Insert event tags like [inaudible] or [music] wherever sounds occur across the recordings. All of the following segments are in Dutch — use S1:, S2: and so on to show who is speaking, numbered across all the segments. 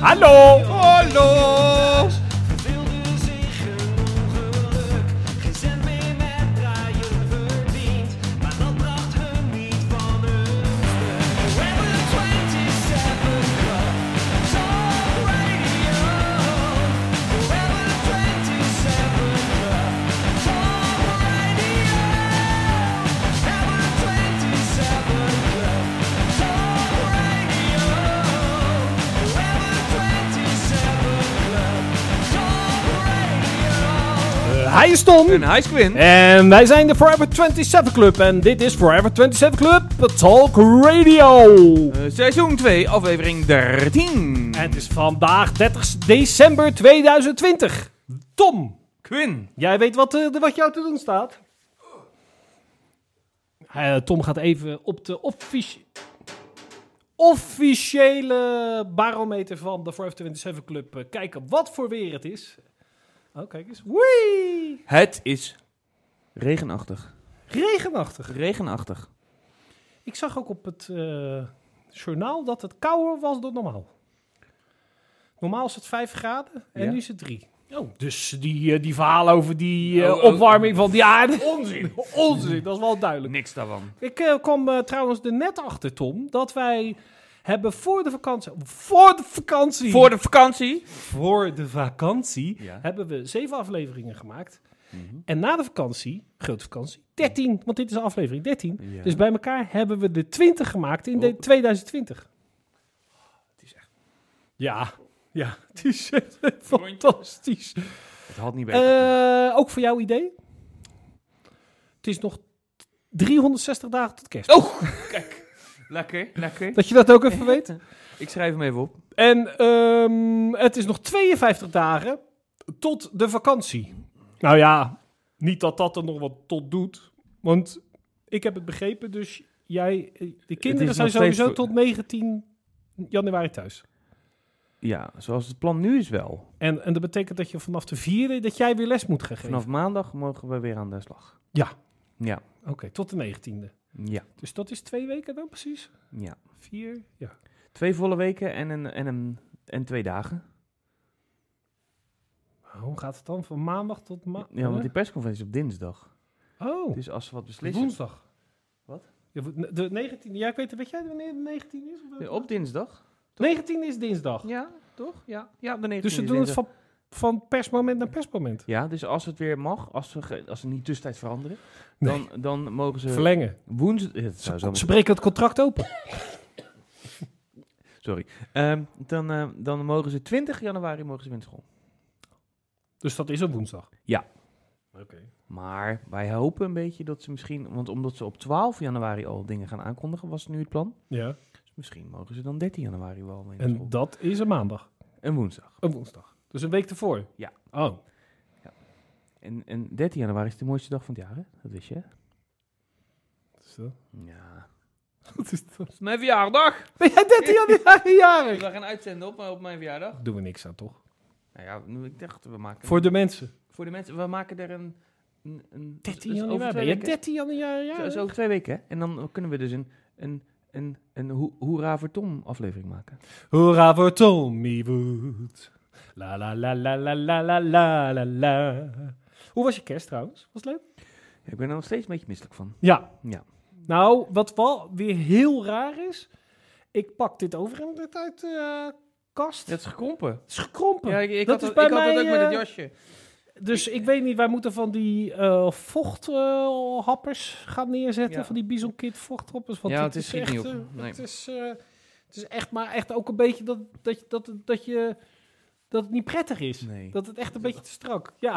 S1: Hallo!
S2: Hallo!
S1: Hij is Tom.
S2: Een high squint.
S1: En wij zijn de Forever 27 Club. En dit is Forever 27 Club Talk Radio.
S2: Eh, seizoen 2, aflevering 13.
S1: En het is vandaag 30 december 2020. Tom,
S2: Quinn.
S1: jij weet wat, eh, wat jou te doen staat? Eh, Tom gaat even op de offici- officiële barometer van de Forever 27 Club eh, kijken wat voor weer het is. Oh, kijk eens. Wee!
S2: Het is regenachtig.
S1: Regenachtig.
S2: Regenachtig.
S1: Ik zag ook op het eh, journaal dat het kouder was dan normaal. Normaal is het 5 graden en
S2: Ja.
S1: nu is het 3. Oh, dus die, eh, die verhalen over die eh,
S2: Oh, oh.
S1: opwarming van die aarde. [laughs] Onzin. Onzin, dat is wel duidelijk.
S2: Niks daarvan.
S1: Ik eh, kwam eh, trouwens er net achter, Tom, dat wij hebben voor de vakantie. Voor de vakantie!
S2: Voor de vakantie.
S1: voor de vakantie
S2: Ja.
S1: hebben we zeven afleveringen gemaakt.
S2: Mhm.
S1: En na de vakantie, grote vakantie, 13, want dit is aflevering 13.
S2: Ja.
S1: Dus bij elkaar hebben we de 20 gemaakt in de
S2: Oh.
S1: 2020.
S2: Het is echt...
S1: Ja, ja, het is [laughs] echt fantastisch.
S2: Het had niet beter.
S1: Eh, ook voor jouw idee. Het is nog 360 dagen tot kerst.
S2: Oh, kijk. Lekker, lekker.
S1: Dat je dat ook even weet.
S2: Ik schrijf hem even op.
S1: En ehm, het is nog 52 dagen tot de vakantie. Nou ja, niet dat dat er nog wat tot doet. Want ik heb het begrepen, dus jij, eh, de kinderen
S2: nog
S1: zijn
S2: steeds
S1: sowieso
S2: voor-
S1: tot 19 januari thuis.
S2: Ja, zoals het plan nu is wel.
S1: En, en dat betekent dat je vanaf de vierde, dat jij weer les moet gaan geven.
S2: Vanaf maandag mogen we weer aan de slag.
S1: Ja,
S2: Ja.
S1: oké, tot de 19e.
S2: Ja.
S1: Dus dat is twee weken dan precies?
S2: Ja.
S1: Vier? Ja.
S2: Twee volle weken en, een, en, een, en twee dagen.
S1: Oh, Hoe gaat het dan? Van maandag tot ma
S2: Ja, want die persconferentie is op dinsdag.
S1: Oh,
S2: Dus als ze wat beslissen...
S1: woensdag.
S2: Wat?
S1: Ja, wo- de 19e. Ja, ik weet, weet jij wanneer de 19e is? Of welke
S2: Op dinsdag?
S1: 19 is dinsdag.
S2: Ja, toch? Ja, ja de 19e
S1: dus ze
S2: is
S1: doen het
S2: dinsdag.
S1: van, van persmoment naar persmoment.
S2: Ja, dus als het weer mag, als ze, ge- als ze niet tussentijds veranderen,
S1: Nee.
S2: dan, dan mogen ze
S1: Verlengen.
S2: woensdag... eh, het zou zo
S1: Ze
S2: moeten-
S1: breken het contract open.
S2: Sorry. Ehm, dan, eh, dan mogen ze 20 januari mogen ze weer naar school.
S1: Dus dat is op woensdag.
S2: Ja.
S1: Oké.
S2: Maar wij hopen een beetje dat ze misschien... Want omdat ze op 12 januari al dingen gaan aankondigen, was nu het plan.
S1: Ja.
S2: Dus misschien mogen ze dan 13 januari wel weer naar
S1: En
S2: school.
S1: dat is een maandag.
S2: En woensdag.
S1: Een woensdag. Dus een week ervoor.
S2: Ja.
S1: Oh.
S2: En, en 13 januari is de mooiste dag van het jaar, hè? Dat wist je, hè?
S1: Zo.
S2: Ja.
S1: Dus, eh, [laughs] Wat is
S2: [laughs]
S1: dat?
S2: is mijn verjaardag!
S1: Ben jij 13 januari jarig?
S2: ga gaan uitzenden op, op mijn verjaardag.
S1: Doen we niks aan, toch?
S2: Nou ja, nu- ik dacht, we maken...
S1: Voor de mensen.
S2: Voor de mensen, we maken er een... een, een
S1: 13
S2: dus
S1: januari.
S2: over
S1: Ben
S2: twee
S1: jij
S2: weken.
S1: 13 januari
S2: Zo,
S1: jarig?
S2: is over twee weken. hè? En dan kunnen we dus een, een, een, een ho Hoera voor Tom aflevering maken.
S1: Hoera voor Tommy Wood. La la la la la la la la la la. Hoe was je kerst trouwens? Was het leuk?
S2: Ja, ik ben er nog steeds een beetje misselijk van.
S1: Ja.
S2: Ja.
S1: Nou, wat wel weer heel raar is. Ik pak dit over en dit uit de eh, kast.
S2: Dat is gekrompen.
S1: Het is gekrompen.
S2: Ja, ik, ik
S1: Oh, Dat
S2: had,
S1: is
S2: dat,
S1: bij
S2: ik had dat
S1: mij,
S2: ook met het
S1: eh,
S2: jasje.
S1: Dus ik weet niet, wij moeten van die eh, vochthappers eh, gaan neerzetten.
S2: Ja.
S1: Van die Bison Kid vochthappers. Want
S2: Ja,
S1: dit
S2: het is- schiet
S1: echt,
S2: niet op.
S1: eh,
S2: Nee.
S1: Het is, eh, het is echt, maar echt ook een beetje dat, dat, dat, dat, je, dat het niet prettig is.
S2: Nee.
S1: Dat het echt een beetje te strak. Ja.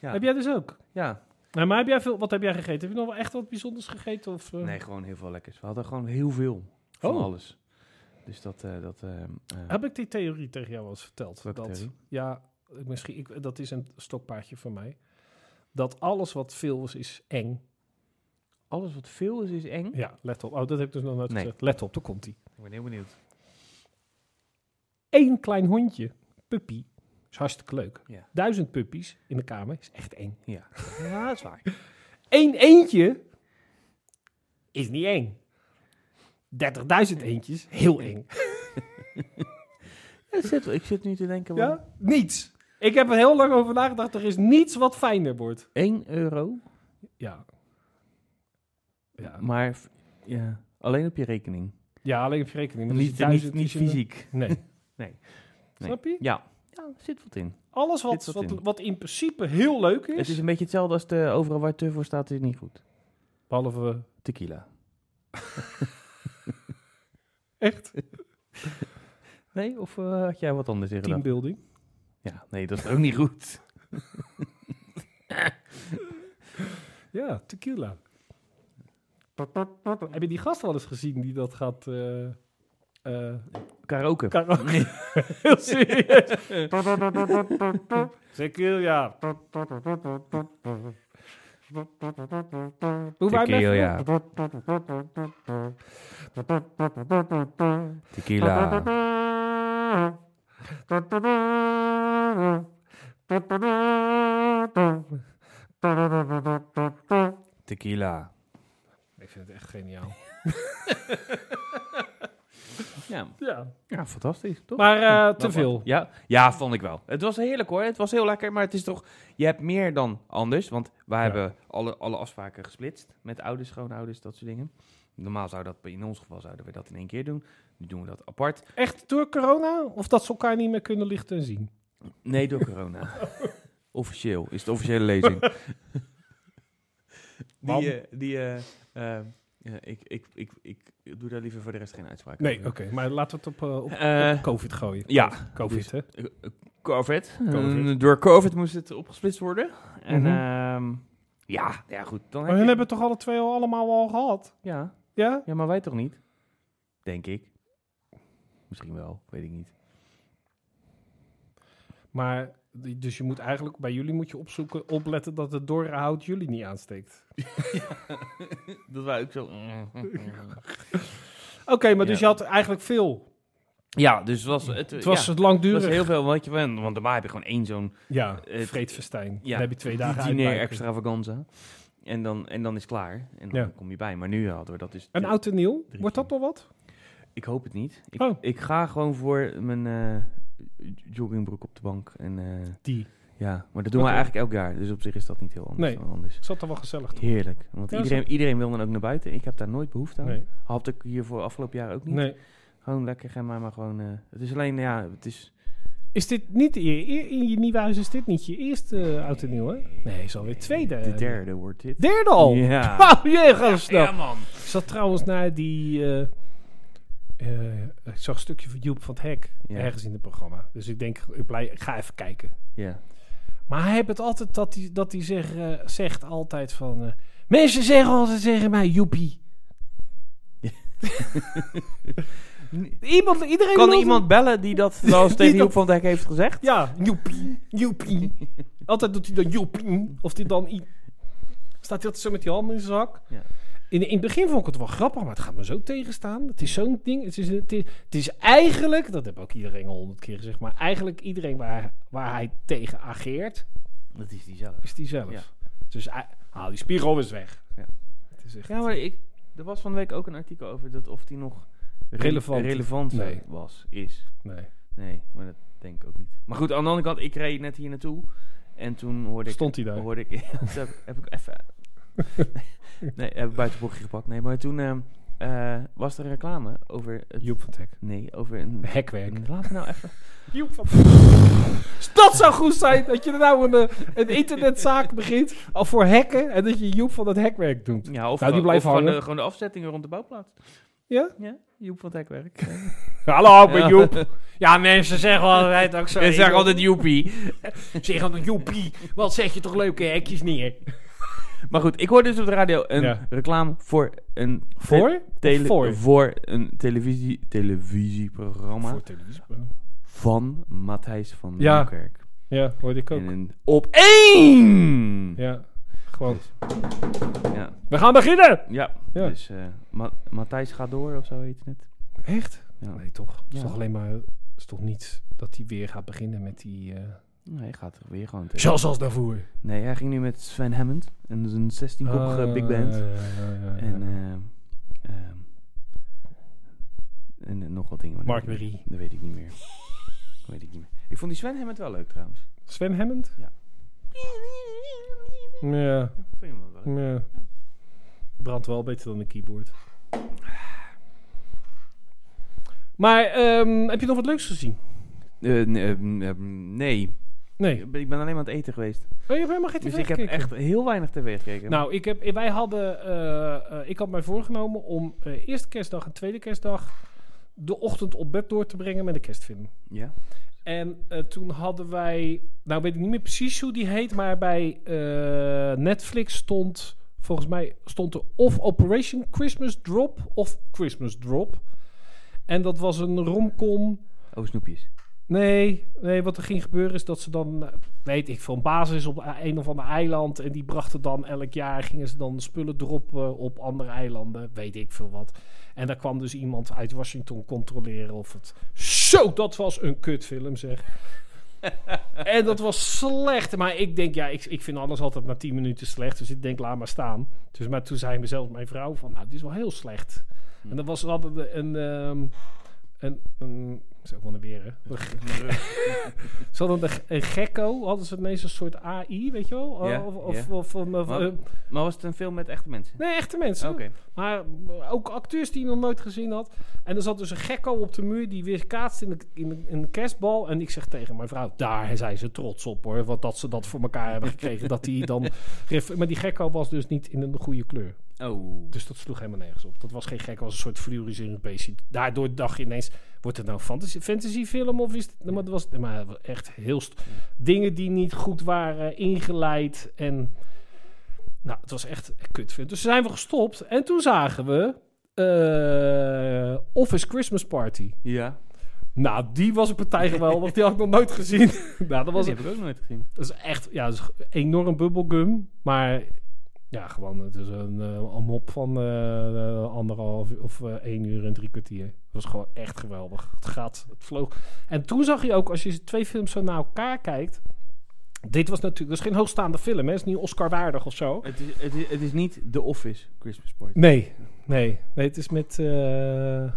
S2: Ja.
S1: Heb jij dus ook?
S2: Ja.
S1: Nee, maar heb jij veel, wat heb jij gegeten? Heb je nog wel echt wat bijzonders gegeten? Of, eh,
S2: Nee, gewoon heel veel lekkers. We hadden gewoon heel veel van
S1: Oh.
S2: alles. Dus dat... eh, dat eh, eh,
S1: Heb ik die theorie tegen jou al eens verteld?
S2: Welke
S1: dat,
S2: theorie?
S1: Ja, ik- misschien, ik, dat is een stokpaardje van mij. Dat alles wat veel is, is eng.
S2: alles wat veel is, is eng.
S1: Ja, let op. Oh, dat heb ik dus nog nooit
S2: Hm? Nee.
S1: gezegd. Let op, daar komt hij.
S2: Ik ben heel benieuwd.
S1: Eén klein hondje, puppy, is hartstikke leuk.
S2: Ja.
S1: Duizend puppies in de kamer is echt eng.
S2: Ja. ja, dat is waar.
S1: Eén eentje is niet eng. 30.000 eentjes, heel eng.
S2: Ik zit, ik zit nu te denken, want
S1: Ja? Niets. Ik heb er heel lang over nagedacht. Er is niets wat fijner wordt.
S2: 1 euro,
S1: Ja. Ja,
S2: maar v- ja, alleen op je rekening.
S1: ja alleen op je rekening. Dan is
S2: Niet,
S1: het
S2: niet,
S1: duizend,
S2: niet
S1: is je-
S2: fysiek.
S1: [laughs] Nee.
S2: Nee.
S1: Snap je?
S2: Ja. ja, er zit wat in. Dus-
S1: Alles wat,
S2: Zit wat
S1: wat,
S2: in.
S1: wat in principe heel leuk is.
S2: Het is een beetje hetzelfde als de overal waar te voor staat is niet goed.
S1: Behalve eh,
S2: [laughs] Tequila.
S1: echt
S2: [laughs] Nee, of eh, had jij wat anders in gedacht?
S1: teambuilding.
S2: Ja, nee, dat is ook niet goed.
S1: Ja, tequila. Heb je die gast wel eens gezien die dat gaat... eh eh,
S2: Karaoke. [laughs]
S1: karaoke? Heel serieus. tequila. Hoe wij
S2: Tequila.
S1: met-
S2: ja. [laughs] Tequila. Tequila.
S1: Ik vind het echt geniaal.
S2: Ja,
S1: Ja.
S2: ja fantastisch, toch?
S1: Maar eh,
S2: Ja,
S1: te veel.
S2: Ja, ja, vond ik wel. Het was heerlijk hoor. Het was heel lekker, maar het is toch... Je hebt meer dan anders, want wij
S1: Ja.
S2: hebben alle, alle afspraken gesplitst. Met ouders, schoonouders, dat soort dingen. Normaal zou dat, in ons geval zouden we dat in één keer doen. Nu doen we dat apart.
S1: Echt door corona? Of dat ze elkaar niet meer kunnen lichten en zien?
S2: Nee, door [laughs] corona. Officieel, is de officiële [laughs] lezing.
S1: Mam.
S2: die, eh, die eh, eh, ja, ik, ik, ik, ik doe daar liever voor de rest geen uitspraak
S1: Nee, oké.
S2: over.
S1: Maar laten we het op, eh, op,
S2: Eh,
S1: op COVID gooien.
S2: Ja.
S1: COVID,
S2: dus-
S1: hè?
S2: COVID.
S1: Covid.
S2: Eh, door COVID moest het opgesplitst worden. En
S1: Mhm.
S2: ehm, ja, ja, goed. Dan
S1: Maar
S2: heb
S1: hun
S2: je-
S1: hebben het toch alle twee al allemaal al gehad?
S2: ja,
S1: Ja?
S2: ja, maar wij toch niet? Denk ik. Misschien wel, weet ik niet.
S1: Maar, die- dus je moet eigenlijk, bij jullie moet je opzoeken, opletten dat het dorre hout jullie niet aansteekt.
S2: [laughs] Dat wij ook zo...
S1: Oké, maar dus
S2: Ja.
S1: je had eigenlijk veel.
S2: ja, dus het was, het,
S1: Het was
S2: ja,
S1: het
S2: het
S1: langdurig.
S2: was heel veel. Want, je, want normaal heb je gewoon één zo'n
S1: Ja,
S2: Het-
S1: vreedfestijn.
S2: ja,
S1: Dan heb je twee dagen
S2: diner
S1: uitbuiken.
S2: extravaganza. En dan, en dan is het klaar. En dan
S1: Ja.
S2: kom je bij. Maar nu hadden we dat dus...
S1: En oud en nieuw?
S2: Drie
S1: Wordt dat nog wat?
S2: Ik hoop het niet. Ik,
S1: Oh.
S2: ik ga gewoon voor mijn eh, joggingbroek op de bank. En, eh,
S1: Die.
S2: ja, maar dat doen we
S1: Oké.
S2: eigenlijk elk jaar. Dus op zich is dat niet heel anders.
S1: Nee.
S2: dan anders.
S1: Zat er wel gezellig toch?
S2: Heerlijk. Want
S1: Ja,
S2: iedereen, iedereen wil dan ook naar buiten. Ik heb daar nooit behoefte aan.
S1: Nee.
S2: Had ik hier voor afgelopen jaar ook niet.
S1: nee.
S2: Gewoon lekker, ga maar, maar gewoon... eh, het is alleen, ja, het is...
S1: Is dit niet je, e- in je nieuwe huis is dit niet je eerste eh, oud en nieuw, hè? Nee, is alweer tweede.
S2: De derde wordt dit.
S1: Derde al?
S2: Ja.
S1: [laughs] Oh jee, gaat het snel.
S2: Ja, man.
S1: Ik zat trouwens naar die... eh, eh, ik zag een stukje van Joep van het Hek
S2: Ja.
S1: ergens in het programma. Dus ik denk, ik, blij, ik ga even kijken.
S2: Ja.
S1: Maar hij heeft het altijd dat hij, dat hij zeg, eh, zegt altijd van... eh, Mensen zeggen altijd tegen mij, joepie. [laughs] Iemand, iedereen
S2: Kan
S1: wil-
S2: er iemand bellen die dat wel eens tegen
S1: [laughs] Die dat-
S2: Joep van Dijk heeft gezegd?
S1: Ja, joepie, joepie. altijd doet hij dan joepie. Of dit dan... i- Staat hij altijd zo met die handen in zijn zak.
S2: Ja.
S1: In, in het begin vond ik het wel grappig, maar het gaat me zo tegenstaan. Het is zo'n ding. Het is, het, is, het is eigenlijk, dat heb ook iedereen al honderd keer gezegd, maar eigenlijk iedereen waar, waar hij tegen ageert,
S2: Dat is die zelf.
S1: is die zelf.
S2: Ja.
S1: Dus hij- haal die spiegel eens weg.
S2: Ja.
S1: Het is echt,
S2: Ja, maar ik, er was van de week ook een artikel over dat of die nog rele-
S1: Relevant.
S2: relevant
S1: Nee.
S2: was, is.
S1: nee.
S2: Nee, maar dat denk ik ook niet. Maar goed, aan de andere kant, ik reed net hier naartoe en toen hoorde ik...
S1: Stond hij daar?
S2: Hoorde ik, [laughs] Ja, dat heb, ik- heb ik [laughs] even... nee, heb ik buiten het bochtje gepakt. Nee, maar toen eh, eh, was er een reclame over... Het,
S1: Joep van Tek.
S2: Nee, over een...
S1: Hekwerk.
S2: een- Laat me nou [laughs] even...
S1: Joep van Dat zou goed zijn dat je er nou een, eh, een internetzaak begint al voor hacken en dat je Joep van het hekwerk doet.
S2: Ja, of,
S1: Nou, die
S2: gewoon-
S1: blijft
S2: of gewoon,
S1: hangen.
S2: de, gewoon de afzettingen rond de bouwplaats.
S1: Ja?
S2: Ja, Joep van het [laughs] hekwerk.
S1: Hallo, ik ben
S2: Ja.
S1: Joep. Ja, mensen zeggen altijd ook zo.
S2: Ze zeggen altijd joepie.
S1: Zeg aan de joepie, wat zeg je toch leuke hekjes neer?
S2: Maar goed, ik hoorde dus op de radio een
S1: Ja.
S2: reclame voor een te-
S1: Voor?
S2: tele-
S1: Voor?
S2: voor een televisie televisieprogramma van Matthijs van
S1: Ja.
S2: Nieuwkerk.
S1: Ja, hoorde ik ook.
S2: En een op één. Ja.
S1: Ja, gewoon.
S2: Ja.
S1: We gaan beginnen! Ja.
S2: Dus eh, Ma- Matthijs gaat door of zo heet het net.
S1: Echt?
S2: Ja.
S1: Nee, toch? Het is
S2: Ja.
S1: toch alleen maar. het is toch niet dat hij weer gaat beginnen met die. eh
S2: Nee, hij gaat er weer gewoon tegen.
S1: Zoals als daarvoor.
S2: Nee, hij ging nu met Sven Hammond en zijn 16-koppige
S1: Oh,
S2: big band.
S1: Ah,
S2: En, eh, ehm, en eh, nog wat dingen. maar dat
S1: Mark
S2: weet ik
S1: Marie.
S2: niet. Dat weet ik niet meer. Ik weet het niet meer. Ik vond die Sven Hammond wel leuk trouwens.
S1: Sven Hammond?
S2: Ja.
S1: Ja,
S2: Ja, Vond je hem wel leuk?
S1: ja. Brandt wel beter dan een keyboard. Maar ehm, heb je nog wat leuks gezien?
S2: Eh, nee, ehm, ehm, nee.
S1: Nee.
S2: Ik ben ik ben alleen maar aan het eten geweest.
S1: Oh, je hebt helemaal geen tv
S2: Dus ik heb
S1: gekeken?
S2: echt heel weinig tv gekeken.
S1: Nou, ik heb, wij hadden, eh, eh, ik had mij voorgenomen om eh eerste kerstdag en tweede kerstdag de ochtend op bed door te brengen met een kerstfilm.
S2: Ja.
S1: En eh, toen hadden wij, nou weet ik niet meer precies hoe die heet, maar bij eh, Netflix stond, volgens mij stond er of Operation Christmas Drop of Christmas Drop. En dat was een romcom.
S2: Oh, snoepjes.
S1: Nee, nee, wat er ging gebeuren is dat ze dan, eh, weet ik veel, een basis op een of ander eiland. En die brachten dan elk jaar, gingen ze dan spullen droppen op andere eilanden, weet ik veel wat. En daar kwam dus iemand uit Washington controleren of het... Zo, dat was een kutfilm
S2: [laughs]
S1: zeg. en dat was slecht. Maar ik denk, ja, ik, ik vind alles altijd na 10 minuten slecht. Dus ik denk, laat maar staan. Dus maar toen zei mezelf mijn vrouw van, nou, dit is wel heel slecht. En dat was, we hadden de- een... ehm een, een zo van de weer, hè.
S2: [laughs]
S1: Ze hadden de, een gekko, hadden ze ineens een soort AI, weet je wel?
S2: Ja,
S1: of, of,
S2: ja.
S1: of, een- of,
S2: Maar-
S1: een-
S2: Maar was het een film met echte mensen?
S1: nee, echte mensen.
S2: Oké.
S1: Maar ook acteurs die je nog nooit gezien had. En er zat dus een gekko op de muur die weer kaatst in de, in, de, in de kerstbal. En ik zeg tegen mijn vrouw, daar zijn ze trots op hoor. Wat dat ze dat voor elkaar hebben gekregen. dat die dan... ref- Maar die gekko was dus niet in een goede kleur.
S2: Oh.
S1: Dus dat sloeg helemaal nergens op. Dat was geen gekko, was een soort fluoriserend beestje. Daardoor dacht je ineens, wordt het nou een fantasy, fantasyfilm of is het... Maar dat was, maar het was echt heel... st- Dingen die niet goed waren ingeleid en... Nou, het was echt kut. vind. Dus zijn we gestopt en toen zagen we eh, Office Christmas Party.
S2: Ja.
S1: Nou, die was een partij geweldig. Die had ik nog nooit gezien. [laughs] nou, dat was,
S2: die heb ik ook nooit gezien.
S1: dat is echt ja, dat is enorm bubblegum. Maar ja, gewoon, het is een, eh, een mop van eh, eh, anderhalf uur- of eh, één uur en drie kwartier. Het was gewoon echt geweldig. Het gaat, het vloog. En toen zag je ook, als je twee films zo naar elkaar kijkt. Dit was natuurlijk, dat is geen hoogstaande film, hè? Het is niet Oscar-waardig of zo.
S2: Het is, het, is, het is niet The Office Christmas Party.
S1: Nee, nee, nee, het is met eh, [clears throat] eh,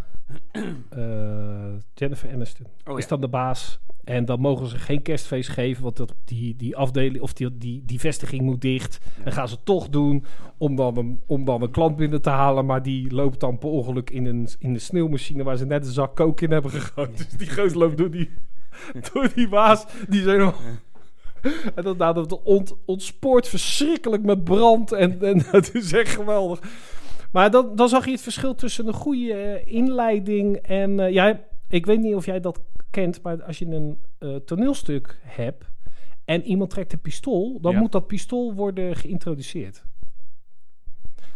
S1: Jennifer Aniston.
S2: Oh,
S1: is dan de baas. En dan mogen ze geen kerstfeest geven, want dat, die, die afdeling of die, die, die vestiging moet dicht.
S2: Ja.
S1: En gaan ze toch doen om dan, een, om dan een klant binnen te halen. Maar die loopt dan per ongeluk in een, in de sneeuwmachine waar ze net een zak kook in hebben gegooid. Dus die goos loopt door die, door die baas. Die zijn nog. En dat, nou, dat ont, ontspoort verschrikkelijk met brand. En, en [laughs] het is echt geweldig. Maar dan, dan zag je het verschil tussen een goede eh, inleiding en... eh, ja, ik weet niet of jij dat kent, maar als je een eh, toneelstuk hebt en iemand trekt een pistool, dan
S2: Ja.
S1: moet dat pistool worden geïntroduceerd.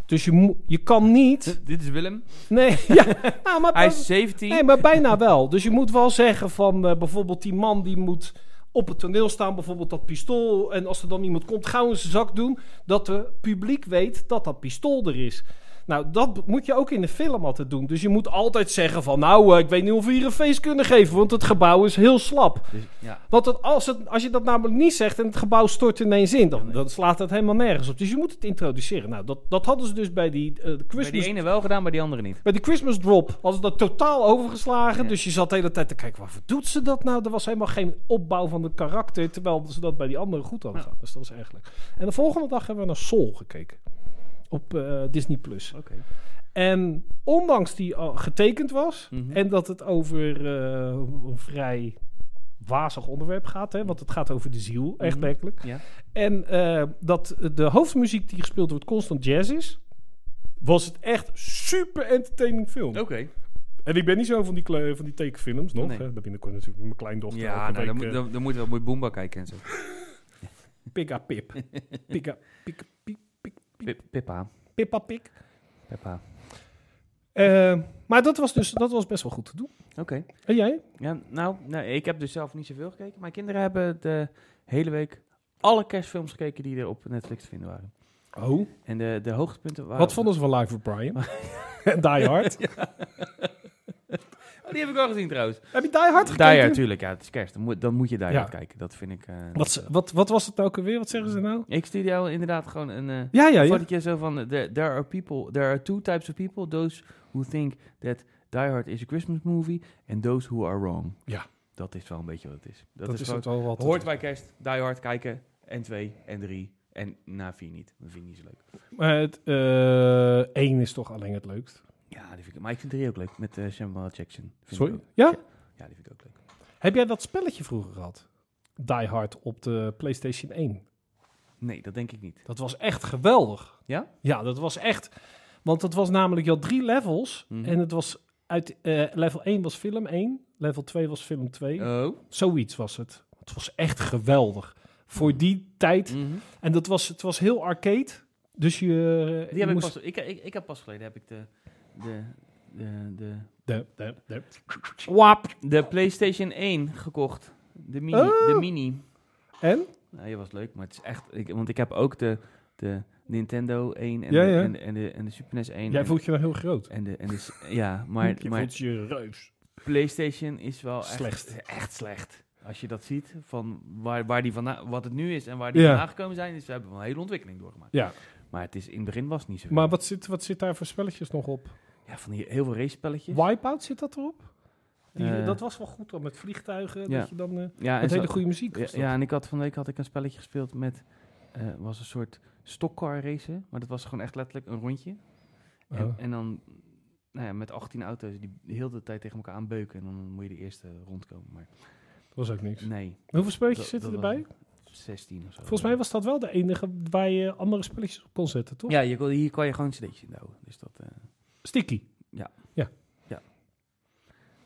S1: Dus je, mo- je kan niet.
S2: [laughs] D- dit is Willem.
S1: Nee, ja, [laughs] nou, maar,
S2: Hij is 17.
S1: nee, maar bijna wel. Dus je moet wel zeggen van eh, bijvoorbeeld die man die moet op het toneel staan, bijvoorbeeld dat pistool. En als er dan iemand komt, gauw in zijn zak doen. Dat het publiek weet dat dat pistool er is. Nou, dat moet je ook in de film altijd doen. Dus je moet altijd zeggen van... nou, eh, ik weet niet of we hier een feest kunnen geven... want het gebouw is heel slap.
S2: Dus, ja.
S1: Want dat als, het, als je dat namelijk niet zegt en het gebouw stort ineens in, dan, dan slaat dat helemaal nergens op. Dus je moet het introduceren. Nou, dat, dat hadden ze dus bij die, eh, de
S2: Bij
S1: Christmas, bij,
S2: die ene wel gedaan, maar die andere niet.
S1: die Christmas Drop. Hadden ze dat totaal overgeslagen.
S2: Ja.
S1: Dus je zat de hele tijd te kijken, waarvoor doet ze dat nou? Er was helemaal geen opbouw van het karakter, terwijl ze dat bij die andere goed hadden gedaan. Dus dat was erg leuk. En de volgende dag hebben we naar Soul gekeken. Op eh, Disney+. Plus.
S2: Oké.
S1: En ondanks die al getekend was
S2: Mhm.
S1: en dat het over eh, een vrij wazig onderwerp gaat, hè, want het gaat over de ziel, echt
S2: Mhm.
S1: werkelijk.
S2: Ja.
S1: En eh, dat de hoofdmuziek die gespeeld wordt constant jazz is, was het echt super entertaining film.
S2: Oké.
S1: En ik ben niet zo van die, kle- van die tekenfilms nog.
S2: Oh. Nee.
S1: Hè? Dat binnenkort natuurlijk met mijn kleindochter.
S2: Ja,
S1: elke
S2: nou, dan,
S1: week,
S2: moet-
S1: eh,
S2: dan, dan moet je wel moet je Boomba kijken en zo.
S1: Pika
S2: [laughs]
S1: Pip. Pika Pik. Pik-
S2: Pip- Pippa.
S1: Pippa Pik.
S2: Pippa.
S1: Eh, maar dat was dus dat was best wel goed te doen.
S2: Oké.
S1: En jij?
S2: Ja, nou, nou, ik heb dus zelf niet zoveel gekeken. Mijn kinderen hebben de hele week alle kerstfilms gekeken die er op Netflix te vinden waren.
S1: Oh.
S2: En de, de hoogtepunten waren...
S1: Wat vonden ze van Live with Brian? [laughs] en Die Hard.
S2: Oh, die heb ik wel gezien trouwens.
S1: Heb je Die Hard gekeken?
S2: Daar, tuurlijk. Ja, het is kerst. Dan moet, dan moet je daar
S1: Ja.
S2: kijken. Dat vind ik... eh,
S1: Wat, ze- wat, wat was het nou ook alweer? Wat zeggen ze nou?
S2: Ik stuurde jou inderdaad gewoon een... eh,
S1: Ja, ja,
S2: Een
S1: ja.
S2: fotootje zo van, eh, there, there are people, there are two types of people, those who think that Die Hard is a Christmas movie and those who are wrong.
S1: Ja.
S2: Dat is wel een beetje wat het is. Dat,
S1: Dat,
S2: is,
S1: is
S2: gewoon,
S1: het wel wat.
S2: hoort bij kerst, Die Hard kijken. En twee, en drie. En na vier niet. Dat vind ik niet zo leuk.
S1: Maar het eh, één is toch alleen het leukst.
S2: Ja, die vind ik, maar ik vind drie ook leuk. Met eh Samuel Jackson. Vind ik
S1: Sorry?
S2: ook-
S1: Ja?
S2: Ja, die vind ik ook leuk.
S1: Heb jij dat spelletje vroeger gehad? Die Hard op de PlayStation 1.
S2: Nee, dat denk ik niet.
S1: Dat was echt geweldig.
S2: Ja?
S1: Ja, dat was echt. Want dat was namelijk, je had drie levels.
S2: Mhm.
S1: En het was uit. eh, level 1 was film 1. Level 2 was film 2.
S2: Oh.
S1: Zoiets was het. Het was echt geweldig. Voor die tijd.
S2: Mhm.
S1: En dat was, het was heel arcade. Dus je. eh,
S2: Die
S1: je
S2: heb ik,
S1: moest-
S2: pas, ik, ik, ik heb pas geleden heb ik de, de, de, de,
S1: De, de, de. Wap.
S2: de PlayStation 1 gekocht. De mini.
S1: Oh.
S2: De mini.
S1: En?
S2: Nou, die was leuk, maar het is echt... Ik, want ik heb ook de, de Nintendo 1 en,
S1: Ja,
S2: de,
S1: ja.
S2: En, de- en, de, en de Super NES 1.
S1: Jij
S2: en,
S1: voelt je wel heel groot.
S2: en de, en de, s-
S1: [laughs]
S2: ja, maar,
S1: je
S2: maar
S1: voelt je reus.
S2: PlayStation is wel echt,
S1: Slecht.
S2: echt slecht. Als je dat ziet, van waar, waar die vandaan, wat het nu is en waar die
S1: Ja.
S2: vandaan gekomen zijn, is we hebben wel een hele ontwikkeling doorgemaakt.
S1: Ja.
S2: Maar het is, in het begin was het niet zo.
S1: Maar wat zit, wat zit daar voor spelletjes nog op?
S2: ja, van die heel veel race spelletjes.
S1: Wipeout zit dat erop? Die,
S2: Eh.
S1: dat was wel goed dan met vliegtuigen.
S2: Ja.
S1: Dat je dan. eh,
S2: Ja, en
S1: met
S2: zo-
S1: hele goede muziek.
S2: Ja,
S1: was dat.
S2: ja, en ik had van de week had ik een spelletje gespeeld met eh, was een soort stockcar racen, maar dat was gewoon echt letterlijk een rondje. En,
S1: Oh.
S2: en dan nou ja, met 18 auto's die heel de tijd tegen elkaar aanbeuken en dan moet je de eerste rondkomen. Maar
S1: Dat was ook niks.
S2: nee,
S1: Hoeveel spelletjes
S2: Dat-
S1: zitten
S2: dat
S1: erbij?
S2: was- 16 of zo.
S1: Volgens mij was dat wel de enige waar je andere spelletjes op kon zetten, toch?
S2: Ja, je kon, hier kan je gewoon een cd'tje in houden. Dus dat, eh,
S1: Sticky.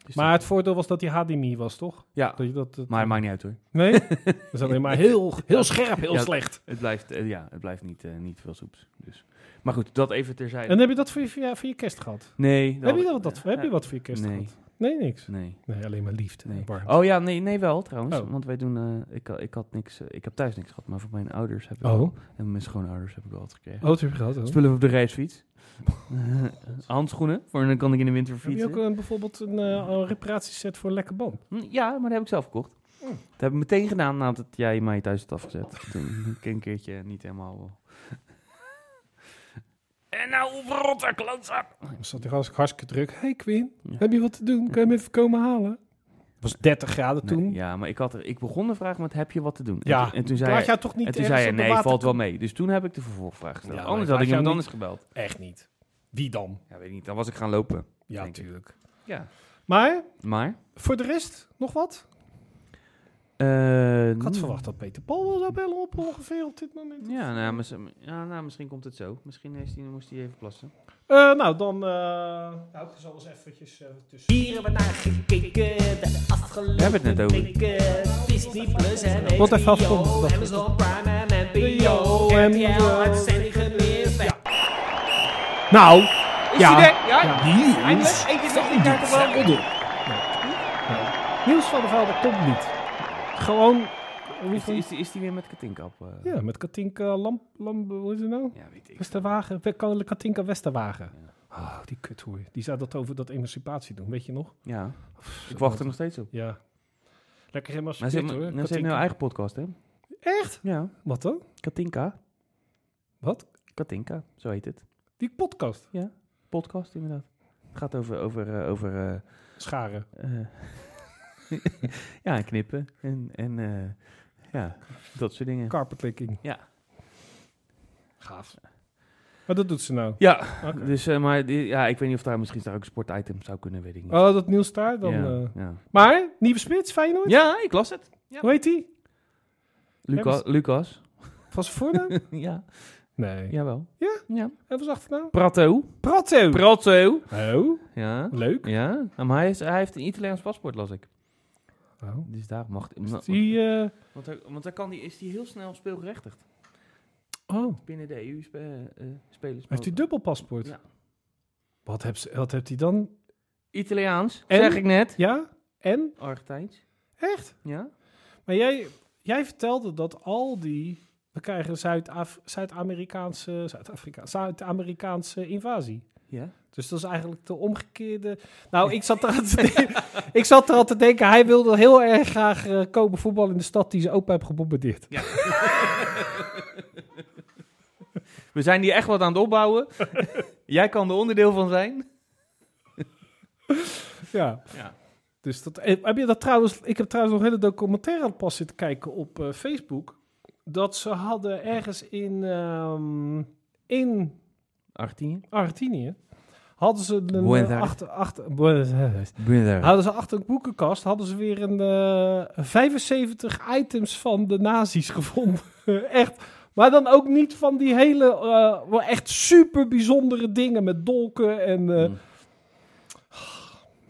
S2: dus
S1: Maar
S2: dat-
S1: het voordeel was dat die HDMI was, toch?
S2: ja,
S1: Dat je dat, dat-
S2: maar het maakt niet uit hoor. [laughs]
S1: Nee? dat is alleen maar heel, heel scherp, heel
S2: Ja.
S1: slecht.
S2: Het blijft, eh, ja, het blijft niet, eh, niet veel soeps. Dus. Maar goed, dat even terzijde.
S1: En heb je dat voor je, voor je, voor je kerst gehad?
S2: nee,
S1: Heb je,
S2: had
S1: dat,
S2: ik-
S1: dat, heb je wat voor je kerst
S2: Nou, eh, Nee.
S1: gehad? Nee, niks.
S2: Nee.
S1: Nee, alleen maar liefde
S2: Nee.
S1: en warmte.
S2: Oh ja, nee, nee wel trouwens.
S1: eh, Oh.
S2: Want wij doen, eh, ik, ha- ik had niks, eh, ik heb thuis niks gehad, maar voor mijn ouders heb ik
S1: Oh.
S2: wel- en mijn schoonouders heb ik wel wat gekregen.
S1: Oh, dat heb je gehad, hoor.
S2: Spullen op de reisfiets. [laughs] Handschoenen, voor dan kan ik in de winter
S1: Heb je
S2: fietsen.
S1: ook een, bijvoorbeeld een, eh, een reparatieset voor een lekker band?
S2: Hm, Ja, maar dat heb ik zelf gekocht.
S1: Oh.
S2: Dat heb ik meteen gedaan nadat jij mij thuis had afgezet. [laughs] Toen heb ik een keertje niet helemaal... [laughs] en nou, rotte klootzak!
S1: Dan zat hij hartstikke, hartstikke druk. hey Quinn,
S2: Ja.
S1: heb je wat te doen? Kun je hem even komen halen? Het was 30 graden
S2: Nee,
S1: toen.
S2: ja, maar ik, had er, ik begon de vraag met heb je wat te doen? En
S1: Ja,
S2: toen- en toen zei
S1: Laat
S2: hij,
S1: jou toch niet
S2: en toen
S1: ergens
S2: zei hij
S1: op de
S2: nee,
S1: water-
S2: valt wel mee. Dus toen heb ik de vervolgvraag gesteld.
S1: Ja, maar
S2: Anders
S1: ik
S2: had ik
S1: laat
S2: iemand
S1: jou
S2: anders gebeld.
S1: Echt niet. Wie dan?
S2: Ja, weet ik niet. Dan was ik gaan lopen.
S1: Ja,
S2: Denk ik.
S1: natuurlijk.
S2: Ja.
S1: Maar
S2: Maar?
S1: voor de rest nog wat?
S2: eh,
S1: Ik
S2: Mm.
S1: had verwacht dat Peter Paul wel zou bellen op ongeveer op dit moment.
S2: Ja, nou, mis- ja, nou, misschien komt het zo. Misschien heeft die, moest hij even plassen.
S1: Eh, nou, dan. eh nou, ik zal eens eventjes eh, tussen.
S3: Hier hebben we naar gekeken de
S2: We hebben het net
S3: afgelopen
S2: over.
S3: weken. Disney Plus en HBO,
S1: Wat even afkomt, dat-
S3: Amazon Prime en NPO,
S1: Ja,
S3: RTL,
S1: ja.
S3: uitzending gemist.
S1: Nou, ja.
S3: hij er? Ja?
S1: nieuws.
S3: Eindelijk, één keer nog niet naar te
S1: Nee. Nee. Nieuws van de Velden komt niet. Gewoon.
S2: Is die, is, die, is die weer met Katinka op? eh?
S1: Ja, met Katinka Lamp. Lamp hoe is het nou?
S2: Ja, weet ik.
S1: Westerwagen. We- Kan- Katinka Westerwagen.
S2: Ja.
S1: Oh, die kuthoer. Die zei dat over dat emancipatie doen, weet je nog?
S2: Ja, ik wacht er nog steeds op.
S1: Ja. Lekker helemaal
S2: Maar ze
S1: spit
S2: heeft,
S1: hoor.
S2: nou, ze nou heeft nu
S1: Katinka.
S2: haar eigen podcast, hè?
S1: Echt?
S2: Ja,
S1: Wat dan?
S2: Katinka.
S1: Wat?
S2: Katinka, zo heet het.
S1: Die podcast.
S2: Podcast, inderdaad. Het gaat over, over, eh, over eh,
S1: Scharen.
S2: Eh, [laughs] ja, en knippen. En, en eh, ja, dat soort dingen.
S1: Carpetlicking.
S2: Ja.
S1: Gaaf. Maar dat doet ze
S2: [laughs]
S1: nou.
S2: Ja,
S1: Oké.
S2: dus, eh, maar die- ja, ik weet niet of daar misschien daar ook een sportitem zou kunnen, weet ik niet.
S1: Oh, dat Niels daar dan.
S2: ja,
S1: eh.
S2: ja.
S1: Maar, nieuwe spits, Feyenoord?
S2: ja, ik las het.
S1: Hoe heet die?
S2: Luca,
S1: Hebben
S2: Lucas. [laughs]
S1: Was zijn voornaam?
S2: ja,
S1: nee.
S2: jawel.
S1: Ja?
S2: ja.
S1: En was achternaam?
S2: Prato.
S1: Prato.
S2: Prato.
S1: oh,
S2: Ja.
S1: leuk.
S2: Ja, Ah, maar hij, is, hij heeft een Italiaans paspoort, las ik.
S1: Oh.
S2: Dus daar mag...
S1: Is die, eh,
S2: Want, hij- want dan kan die, is hij heel snel speelgerechtigd.
S1: oh,
S2: Binnen de EU spe, eh, eh, spelers.
S1: heeft hij dubbel paspoort?
S2: Ja.
S1: Wat heeft, ze- wat heeft hij dan?
S2: Italiaans,
S1: En?
S2: zeg ik net.
S1: Ja, en?
S2: Argentijns.
S1: Echt?
S2: Ja.
S1: Maar jij, jij vertelde dat al die... We krijgen Zuid-Af- Zuid-Amerikaanse Zuid Zuid invasie.
S2: Ja.
S1: Dus dat is eigenlijk de omgekeerde. Nou, ik zat er aan te, denken- ik zat er aan te denken. Hij wilde heel erg graag eh, komen voetballen in de stad die zijn opa heeft gebombardeerd.
S2: We zijn hier echt wat aan het
S1: [laughs]
S2: opbouwen. Jij kan er onderdeel van
S1: [laughs]
S2: zijn.
S1: Ja.
S2: Ja.
S1: Dus dat, eh, heb je dat trouwens, ik heb trouwens nog een hele documentaire pas zitten kijken op eh, Facebook. Dat ze hadden ergens in, ehm, in
S2: 18?
S1: Argentinië, hadden ze een,
S2: Buenos
S1: eh,
S2: Aires.
S1: achter, achter, Buenos Aires.
S2: Binnen
S1: hadden ze achter een boekenkast, hadden ze weer een eh, 75 items van de nazi's gevonden. [laughs] echt. Maar dan ook niet van die hele, eh, wel echt super bijzondere dingen met dolken en... eh,
S2: Mm.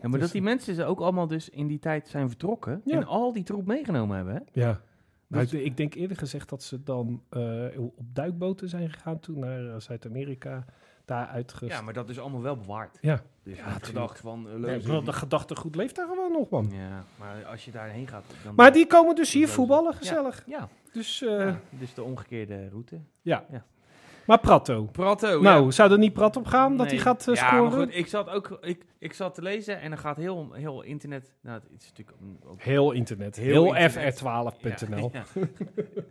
S2: Ja, maar dat die mensen ze ook allemaal dus in die tijd zijn vertrokken
S1: Dus Ja.
S2: en al die troep meegenomen hebben. Hè?
S1: Ja. Nou,
S2: Dus-
S1: ik, ik denk eerder gezegd dat ze dan eh, op duikboten zijn gegaan toen naar eh, Zuid-Amerika. Daar uitgerust.
S2: Ja, maar dat is allemaal wel bewaard.
S1: Ja.
S2: Dus
S1: Ja,
S2: ja,
S1: tuurlijk.
S2: gedacht van eh,
S1: Nee,
S2: leuzen
S1: ik bedoel, de
S2: die-
S1: gedachtegoed leeft daar gewoon nog, man.
S2: Ja, maar als je daarheen gaat, dan.
S1: Maar die komen dus hier
S2: Leuzen.
S1: voetballen,
S2: Ja.
S1: gezellig.
S2: Ja,
S1: Dus, eh,
S2: ja, dus de omgekeerde route.
S1: Maar Prato.
S2: Prato.
S1: Nou, zou er niet Prat op gaan dat
S2: Oh, Nee.
S1: hij gaat eh,
S2: ja,
S1: scoren?
S2: Maar goed, ik zat ook ik, ik zat te lezen en dan gaat heel, heel internet. Nou, het is natuurlijk mm, ook.
S1: Heel internet. Heel,
S2: Heel internet.
S1: fr12.nl. [laughs]
S2: [laughs] Ja,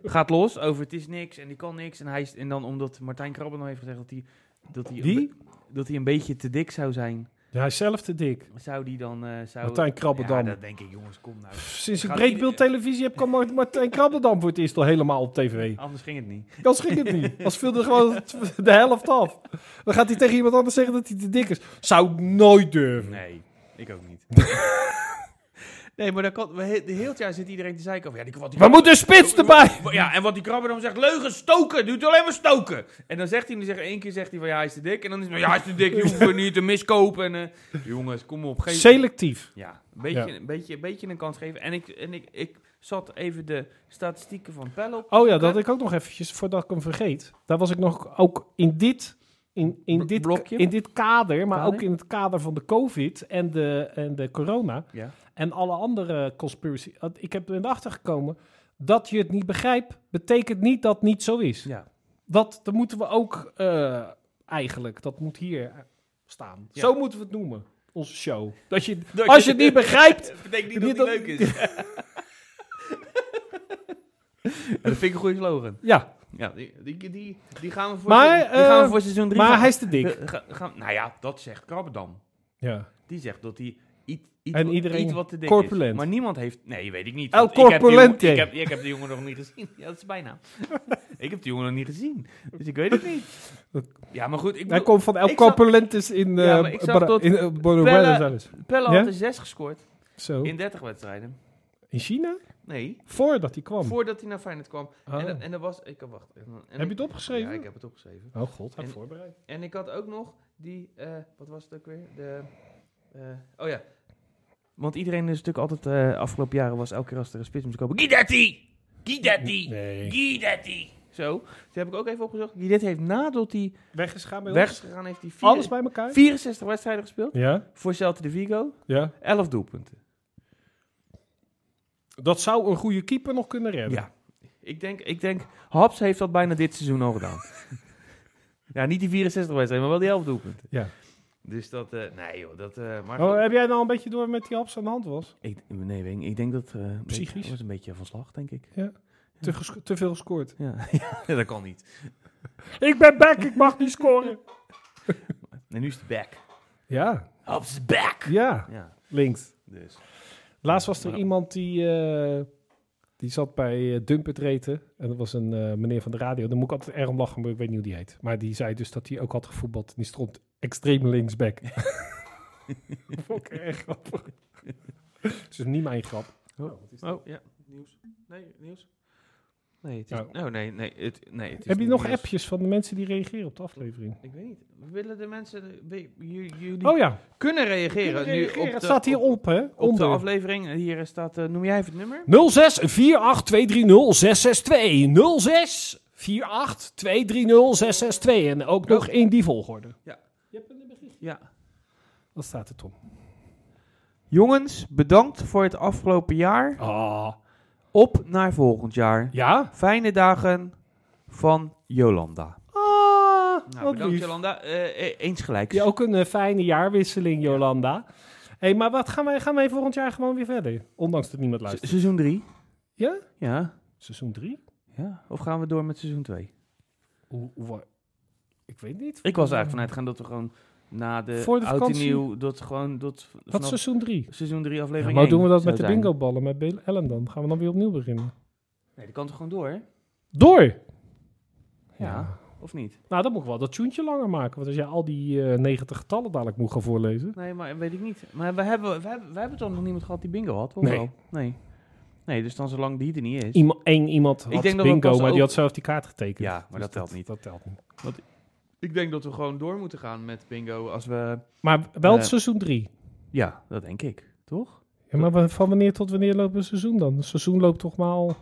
S2: ja. Gaat los over het is niks en die kan niks. En, hij is, en dan omdat Martijn Krabben nog heeft gezegd dat hij, dat, hij een,
S1: Die?
S2: be- dat hij een beetje te dik zou zijn,
S1: Ja, hij is zelf te dik.
S2: zou die dan. eh zou,
S1: Martijn Krabbendam.
S2: Ja, dat denk ik, jongens, kom nou.
S1: Pff, Sinds ik
S2: Gaat
S1: breekbeeld
S2: ieder-
S1: televisie heb, kwam Mart- Martijn Krabbendam voor het eerst al helemaal op tv.
S2: Anders ging het niet.
S1: Dan schrik het niet. Als viel er gewoon de helft af. Dan gaat hij tegen iemand anders zeggen dat hij te dik is. Zou ik nooit durven.
S2: Nee, ik ook
S1: [laughs]
S2: niet. nee, maar dan kan, we he- de hele jaar zit iedereen te zeiken over. Ja, die, wat die
S1: We moeten een spits erbij.
S2: Ja, en wat die krabber dan zegt, leugen, stoken, doet alleen maar stoken. En dan zegt hij, dan zegt, één keer zegt hij van ja, hij is te dik. En dan is hij van ja, hij is te dik, die hoeven we niet te miskopen. En, eh, jongens, kom op, geef...
S1: Selectief.
S2: ja, een beetje,
S1: Ja.
S2: Een, beetje, een beetje een kans geven. En ik, en ik, ik zat even de statistieken van Pell op.
S1: Oh ja, dat had ik ook nog eventjes, voordat ik hem vergeet. Daar was ik nog ook in dit, in, in
S2: Bl-
S1: dit,
S2: blokje?
S1: in dit kader, maar
S2: Kader?
S1: ook in het kader van de COVID en de, en de corona
S2: Ja.
S1: en alle andere conspiracy. Want Ik heb erin achtergekomen dat je het niet begrijpt, betekent niet dat het niet zo is.
S2: ja.
S1: Dat, dat moeten we ook eh, eigenlijk, dat moet hier eh, staan.
S2: Ja.
S1: Zo moeten we het noemen, onze show. Dat je,
S2: Dat
S1: als je het
S2: [laughs]
S1: niet begrijpt,
S2: Dat betekent
S1: Niet
S2: niet dat het leuk is. [laughs] Ja, dat vind ik een goede slogan.
S1: ja,
S2: Ja, die, die, die, die gaan we voor,
S1: Maar,
S2: se- die gaan
S1: eh,
S2: we voor seizoen 3.
S1: maar hij is te dik.
S2: nou ja, dat zegt Krabbedam.
S1: Ja.
S2: Die zegt dat hij iets, iets,
S1: En
S2: wat,
S1: iedereen
S2: iets wat te dik
S1: corpulent.
S2: is. Maar niemand heeft... Nee, weet ik niet.
S1: El
S2: want ik heb die jongen-
S1: corpulente.
S2: Ik heb, ik heb die jongen nog niet gezien. Ja, dat is bijna. [laughs] ik heb die jongen nog niet gezien. Dus ik weet het niet. Ja, maar goed. Ik
S1: Hij
S2: bedoel,
S1: komt van El
S2: ik zag-
S1: Corpulentus in eh
S2: Ja, maar ik zag
S1: Bra-
S2: dat
S1: in, eh, Buenos
S2: Pelle-
S1: Aires alles.
S2: Pelle
S1: Ja? Oh.
S2: had er 6 gescoord
S1: Zo.
S2: in 30 wedstrijden.
S1: In China?
S2: Nee,
S1: Voordat hij kwam.
S2: voordat hij naar Feyenoord kwam.
S1: Oh.
S2: En, dat- en dat was... Ik, wacht, en, en
S1: heb je
S2: ik-
S1: het opgeschreven?
S2: Ja, ik heb het opgeschreven.
S1: Oh god, hij
S2: En-
S1: voorbereid.
S2: En ik had ook nog die... eh, wat was het ook weer? De, eh, oh ja. Want iedereen is natuurlijk altijd... eh, afgelopen jaren was elke keer als er een spits moest komen... Guidetti! Guidetti!
S1: Nee.
S2: Guidetti. Zo, die heb ik ook even opgezocht. Guidetti heeft nadat hij
S1: Weggeschaamd bij
S2: weg is gegaan, heeft hij vier-
S1: Alles bij elkaar?
S2: 64 wedstrijden gespeeld.
S1: Ja,
S2: Voor Celta de Vigo,
S1: ja.
S2: 11 doelpunten.
S1: Dat zou een goede keeper nog kunnen redden.
S2: Ja. Ik denk, ik denk, Haps heeft dat bijna dit seizoen al
S1: [laughs]
S2: gedaan. ja, niet die 64 wedstrijden, maar wel die 11 doelpunten.
S1: Ja.
S2: Dus dat, eh, nee joh, dat, eh, maar...
S1: Oh, heb jij nou een beetje door met die haps aan de hand was?
S2: ik, nee, Wing, ik denk dat... eh, een beetje-
S1: Psychisch?
S2: was een beetje van slag, denk ik.
S1: Te, ges- te veel gescoord.
S2: Ja, [laughs] Ja, dat kan niet.
S1: Ik ben back, ik mag niet scoren.
S2: En nu is het back.
S1: [laughs] Ja,
S2: Haps is back!
S1: ja.
S2: Ja,
S1: Links.
S2: dus...
S1: Laatst was er
S2: Ja.
S1: iemand die, eh, die zat bij eh, Dumpert Reten. En dat was een eh, meneer van de radio. Daar moet ik altijd erg om lachen, maar ik weet niet hoe die heet. Maar die zei dus dat hij ook had gevoetbald. En die stond extreem [laughs] linksback. Vond ik erg grappig. [laughs] Het is niet mijn grap.
S2: Oh, ja. Nieuws. Nee, nieuws. Nee, het is...
S1: Oh.
S2: Oh, nee, nee. Het, nee het is
S1: Heb je
S2: niet
S1: nog
S2: nieuws.
S1: appjes van de mensen die reageren op de aflevering?
S2: Ik weet niet. Willen de mensen... we- j- Jullie
S1: Oh ja,
S2: kunnen reageren.
S1: Kunnen reageren.
S2: Nu op
S1: het
S2: de,
S1: staat hier
S2: op,
S1: op, hè?
S2: op de
S1: Onder.
S2: aflevering. En Hier staat... eh, noem jij even het nummer?
S1: 06 48230 662. 06 48230 662. En ook nog in die volgorde.
S2: Ja.
S1: Je hebt een berichtje.
S2: Ja.
S1: Wat staat er, Tom?
S2: Jongens, bedankt voor het afgelopen jaar.
S1: Ah.
S2: Op naar volgend jaar.
S1: Ja?
S2: Fijne dagen van Jolanda.
S1: Ah,
S2: Nou,
S1: wat
S2: bedankt
S1: lief.
S2: Jolanda. Eh, eh, eens gelijk.
S1: Ja, ook een eh, fijne jaarwisseling, Jolanda. hey, maar wat gaan wij, gaan wij volgend jaar gewoon weer verder? Ondanks dat niemand
S2: Se-
S1: luistert.
S2: seizoen 3.
S1: Ja?
S2: Ja.
S1: Seizoen 3?
S2: Ja. Of gaan we door met seizoen 2?
S1: Hoe, hoe- ik weet niet.
S2: Ik was er eigenlijk vanuit gaan dat we gewoon na de,
S1: Voor de
S2: oud en
S1: vakantie?
S2: nieuw, dat gewoon dat v-
S1: Dat is
S2: vanaf
S1: seizoen 3.
S2: seizoen 3 aflevering
S1: maar hoe doen we
S2: één
S1: dat met de
S2: zou zijn.
S1: bingo-ballen met Bel- Ellen dan? Gaan we dan weer opnieuw beginnen?
S2: Nee, die kan toch gewoon door, hè? Ja.
S1: Door!
S2: Of niet?
S1: Nou, dan moet ik wel dat tuentje langer maken. Want als jij al die eh, 90 getallen dadelijk moet gaan voorlezen.
S2: Nee, maar weet ik niet. Maar we hebben, we hebben, we hebben toch nog niemand gehad die bingo had? of
S1: Nee.
S2: wel? nee. Nee, dus dan zolang die er niet is.
S1: Iema één iemand had
S2: denk dat we
S1: bingo,
S2: pas
S1: maar die
S2: ook-
S1: had zelf die kaart getekend. Dus
S2: Ja, maar dat telt niet.
S1: Dat telt niet.
S2: Ik denk dat we gewoon door moeten gaan met bingo als we...
S1: Maar wel
S2: Eh.
S1: seizoen 3.
S2: Ja, dat denk ik. Toch?
S1: Ja, maar wa- van wanneer tot wanneer loopt een seizoen dan? Een seizoen loopt toch maar al...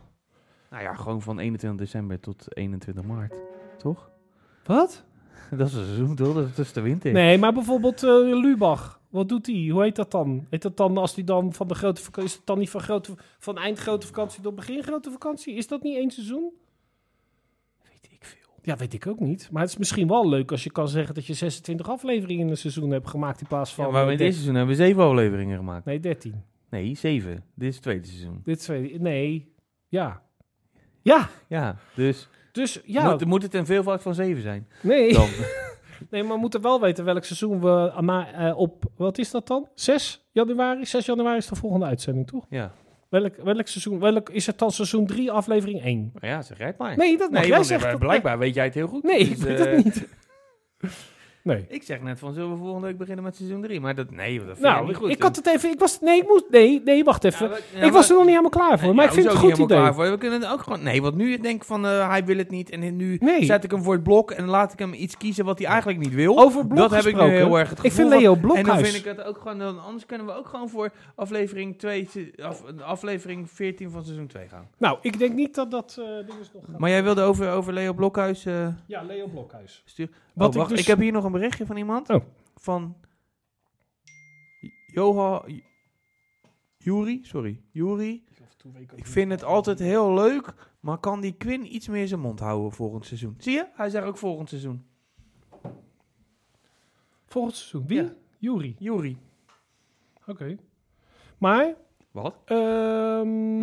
S2: Nou ja, gewoon van 21 december tot 21 maart. Toch?
S1: [laughs] Wat?
S2: Dat is een seizoen, toch? Dat is tussen de winter.
S1: Nee, maar bijvoorbeeld eh, Lubach. Wat doet hij? Hoe heet dat dan? Heet dat dan als hij dan van de grote vakantie... Is het dan niet van, grote, van eind grote vakantie tot begin grote vakantie? Is dat niet één seizoen?
S2: Weet ik veel.
S1: Ja, weet ik ook niet. Maar het is misschien wel leuk als je kan zeggen dat je 26 afleveringen in een seizoen hebt gemaakt in plaats van...
S2: Ja, maar
S1: eh,
S2: met dit
S1: 13.
S2: seizoen hebben we zeven afleveringen gemaakt.
S1: Nee, 13.
S2: Nee, zeven. Dit is het tweede seizoen.
S1: Dit twee. Nee. Ja. Ja.
S2: Ja, dus
S1: Dus ja.
S2: moet, moet het een veelvoud van zeven
S1: [laughs]
S2: zijn.
S1: nee.
S2: Dan.
S1: nee, maar we moeten wel weten welk seizoen we aan na- eh, op. Wat is dat dan? 6 januari? 6 januari is de volgende uitzending, toch?
S2: ja.
S1: Welk, welk seizoen? Welk is het dan seizoen 3, aflevering 1?
S2: Maar ja, zeg jij het maar.
S1: Nee, dat mag
S2: Nee,
S1: jij
S2: want,
S1: zeggen.
S2: eh,
S1: dat-
S2: blijkbaar weet jij het heel goed.
S1: Nee, [laughs]
S2: Dus,
S1: ik weet
S2: eh,
S1: dat niet. Nee.
S2: Ik zeg net van, zullen we volgende week beginnen met seizoen 3? Maar dat, nee, dat vind ik
S1: Nou,
S2: niet goed. eh.
S1: ik had het even. Ik was. Nee, ik moest. Nee, nee, wacht even.
S2: Ja, we- ja,
S1: ik was er nog
S2: maar-
S1: niet helemaal klaar voor.
S2: Nee,
S1: maar
S2: Eh, ja,
S1: ik vind het
S2: hoezo
S1: een goed
S2: niet helemaal
S1: idee.
S2: klaar voor? We kunnen het ook gewoon... Nee, want nu denk ik van, eh, hij wil het niet. En nu
S1: Nee.
S2: zet ik hem voor het blok en laat ik hem iets kiezen wat hij eigenlijk niet wil.
S1: Over Blok
S2: Dat heb ik nu
S1: gesproken.
S2: heel erg het
S1: Ik
S2: gevoel
S1: vind
S2: van-
S1: Leo
S2: En
S1: Blokhuis.
S2: dan vind ik het ook gewoon... Dan, anders kunnen we ook gewoon voor aflevering, 2, af, aflevering 14 van seizoen 2 gaan.
S1: Nou, ik denk niet dat dat eh, ding is nog gaat.
S2: Maar jij wilde over, over Leo Blokhuis eh,
S1: Ja, Leo Blokhuis.
S2: sturen.
S1: Wat
S2: oh,
S1: ik
S2: wacht, ik,
S1: dus-
S2: heb hier nog een berichtje van iemand.
S1: Oh.
S2: Van Johan... Juri, sorry. Juri. Ik vind het altijd heel leuk, maar kan die Quinn iets meer zijn mond houden volgend seizoen? Zie je? Hij zegt ook volgend seizoen.
S1: Volgend seizoen. Wie?
S2: Ja.
S1: Jury.
S2: Juri.
S1: Oké. Maar,
S2: Wat?
S1: ehm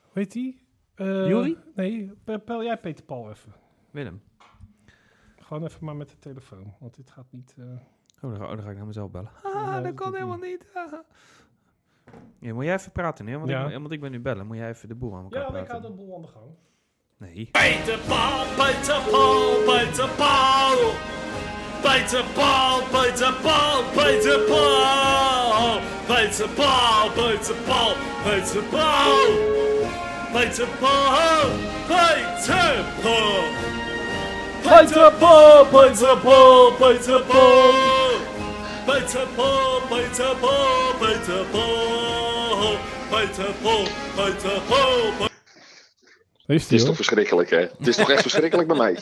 S1: hoe heet die? Eh,
S2: Joeri?
S1: Nee, pe- pel jij Peter Paul even.
S2: Willem.
S1: Gewoon even maar met de telefoon, want dit gaat niet... eh,
S2: Oh, dan ga, oh, dan ga ik naar mezelf bellen.
S1: Ja,
S2: [laughs] Ah,
S1: dat
S2: dat kan
S1: doet
S2: helemaal niet. [laughs] Ah. Ja, moet jij even praten, hè? Want,
S1: Ja.
S2: ik, want ik ben nu bellen. Moet jij even de boel aan elkaar
S1: Ja, maar ik
S2: praten?
S1: had een boel aan de gang.
S2: Nee.
S3: Peter Paul, Peter Paul, Peter Paul. Peter Paul, Peter Paul, Peter Paul. Peter Paul, Peter Paul, Peter Paul. Peter Paul, Peter Paul. Peter Paul, Peter Paul, Peter Paul. Peter Paul, Peter Paul, Peter Paul. Peter Paul, Peter Paul.
S1: Heeft
S4: Het is toch verschrikkelijk, hè? Het is toch echt verschrikkelijk bij mij?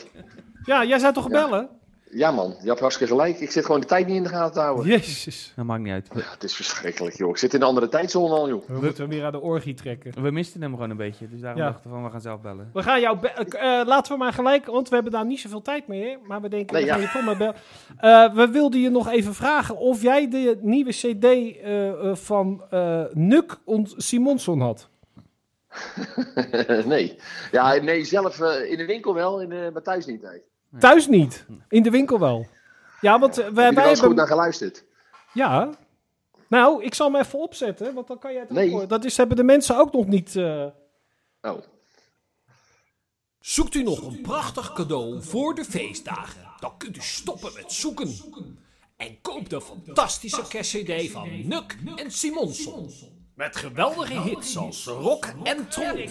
S1: Ja, jij zou toch bellen?
S4: Ja, man, je hebt hartstikke gelijk. Ik zit gewoon de tijd niet in de gaten te houden.
S1: Jezus.
S2: Dat maakt niet uit. We,
S4: Het is verschrikkelijk, joh. Ik zit in een andere tijdzone al, joh. [laughs]
S1: We, moeten hem weer aan de orgie trekken.
S2: we misten hem gewoon een beetje. Dus daarom
S1: Ja.
S2: dachten we van, we gaan zelf bellen.
S1: We gaan jou be- eh, eh, laten we maar gelijk, want we hebben daar niet zoveel tijd meer. Maar we denken,
S4: Nee,
S1: we
S4: ja.
S1: gaan je toch maar bellen. Eh, we wilden je nog even vragen of jij de nieuwe CD eh, eh, van eh, Nuk ont Simonson had.
S4: nee. Ja, nee, zelf eh, in de winkel wel, in, eh, maar thuis niet, nee.
S1: Thuis niet, in de winkel wel. Ja, want eh,
S4: Wij,
S1: wij,
S4: heb je
S1: wij
S4: er wel eens goed
S1: hebben...
S4: naar geluisterd?
S1: Ja. Nou, ik zal hem even opzetten, want dan kan jij het ook
S4: Nee.
S1: horen. Dat is, hebben de mensen ook nog niet... eh,
S4: Oh.
S5: Zoekt u nog een prachtig cadeau voor de feestdagen? Dan kunt u stoppen met zoeken. En koop de fantastische kerstcd van Nuk en Simonson. Met geweldige hits als rock en tron.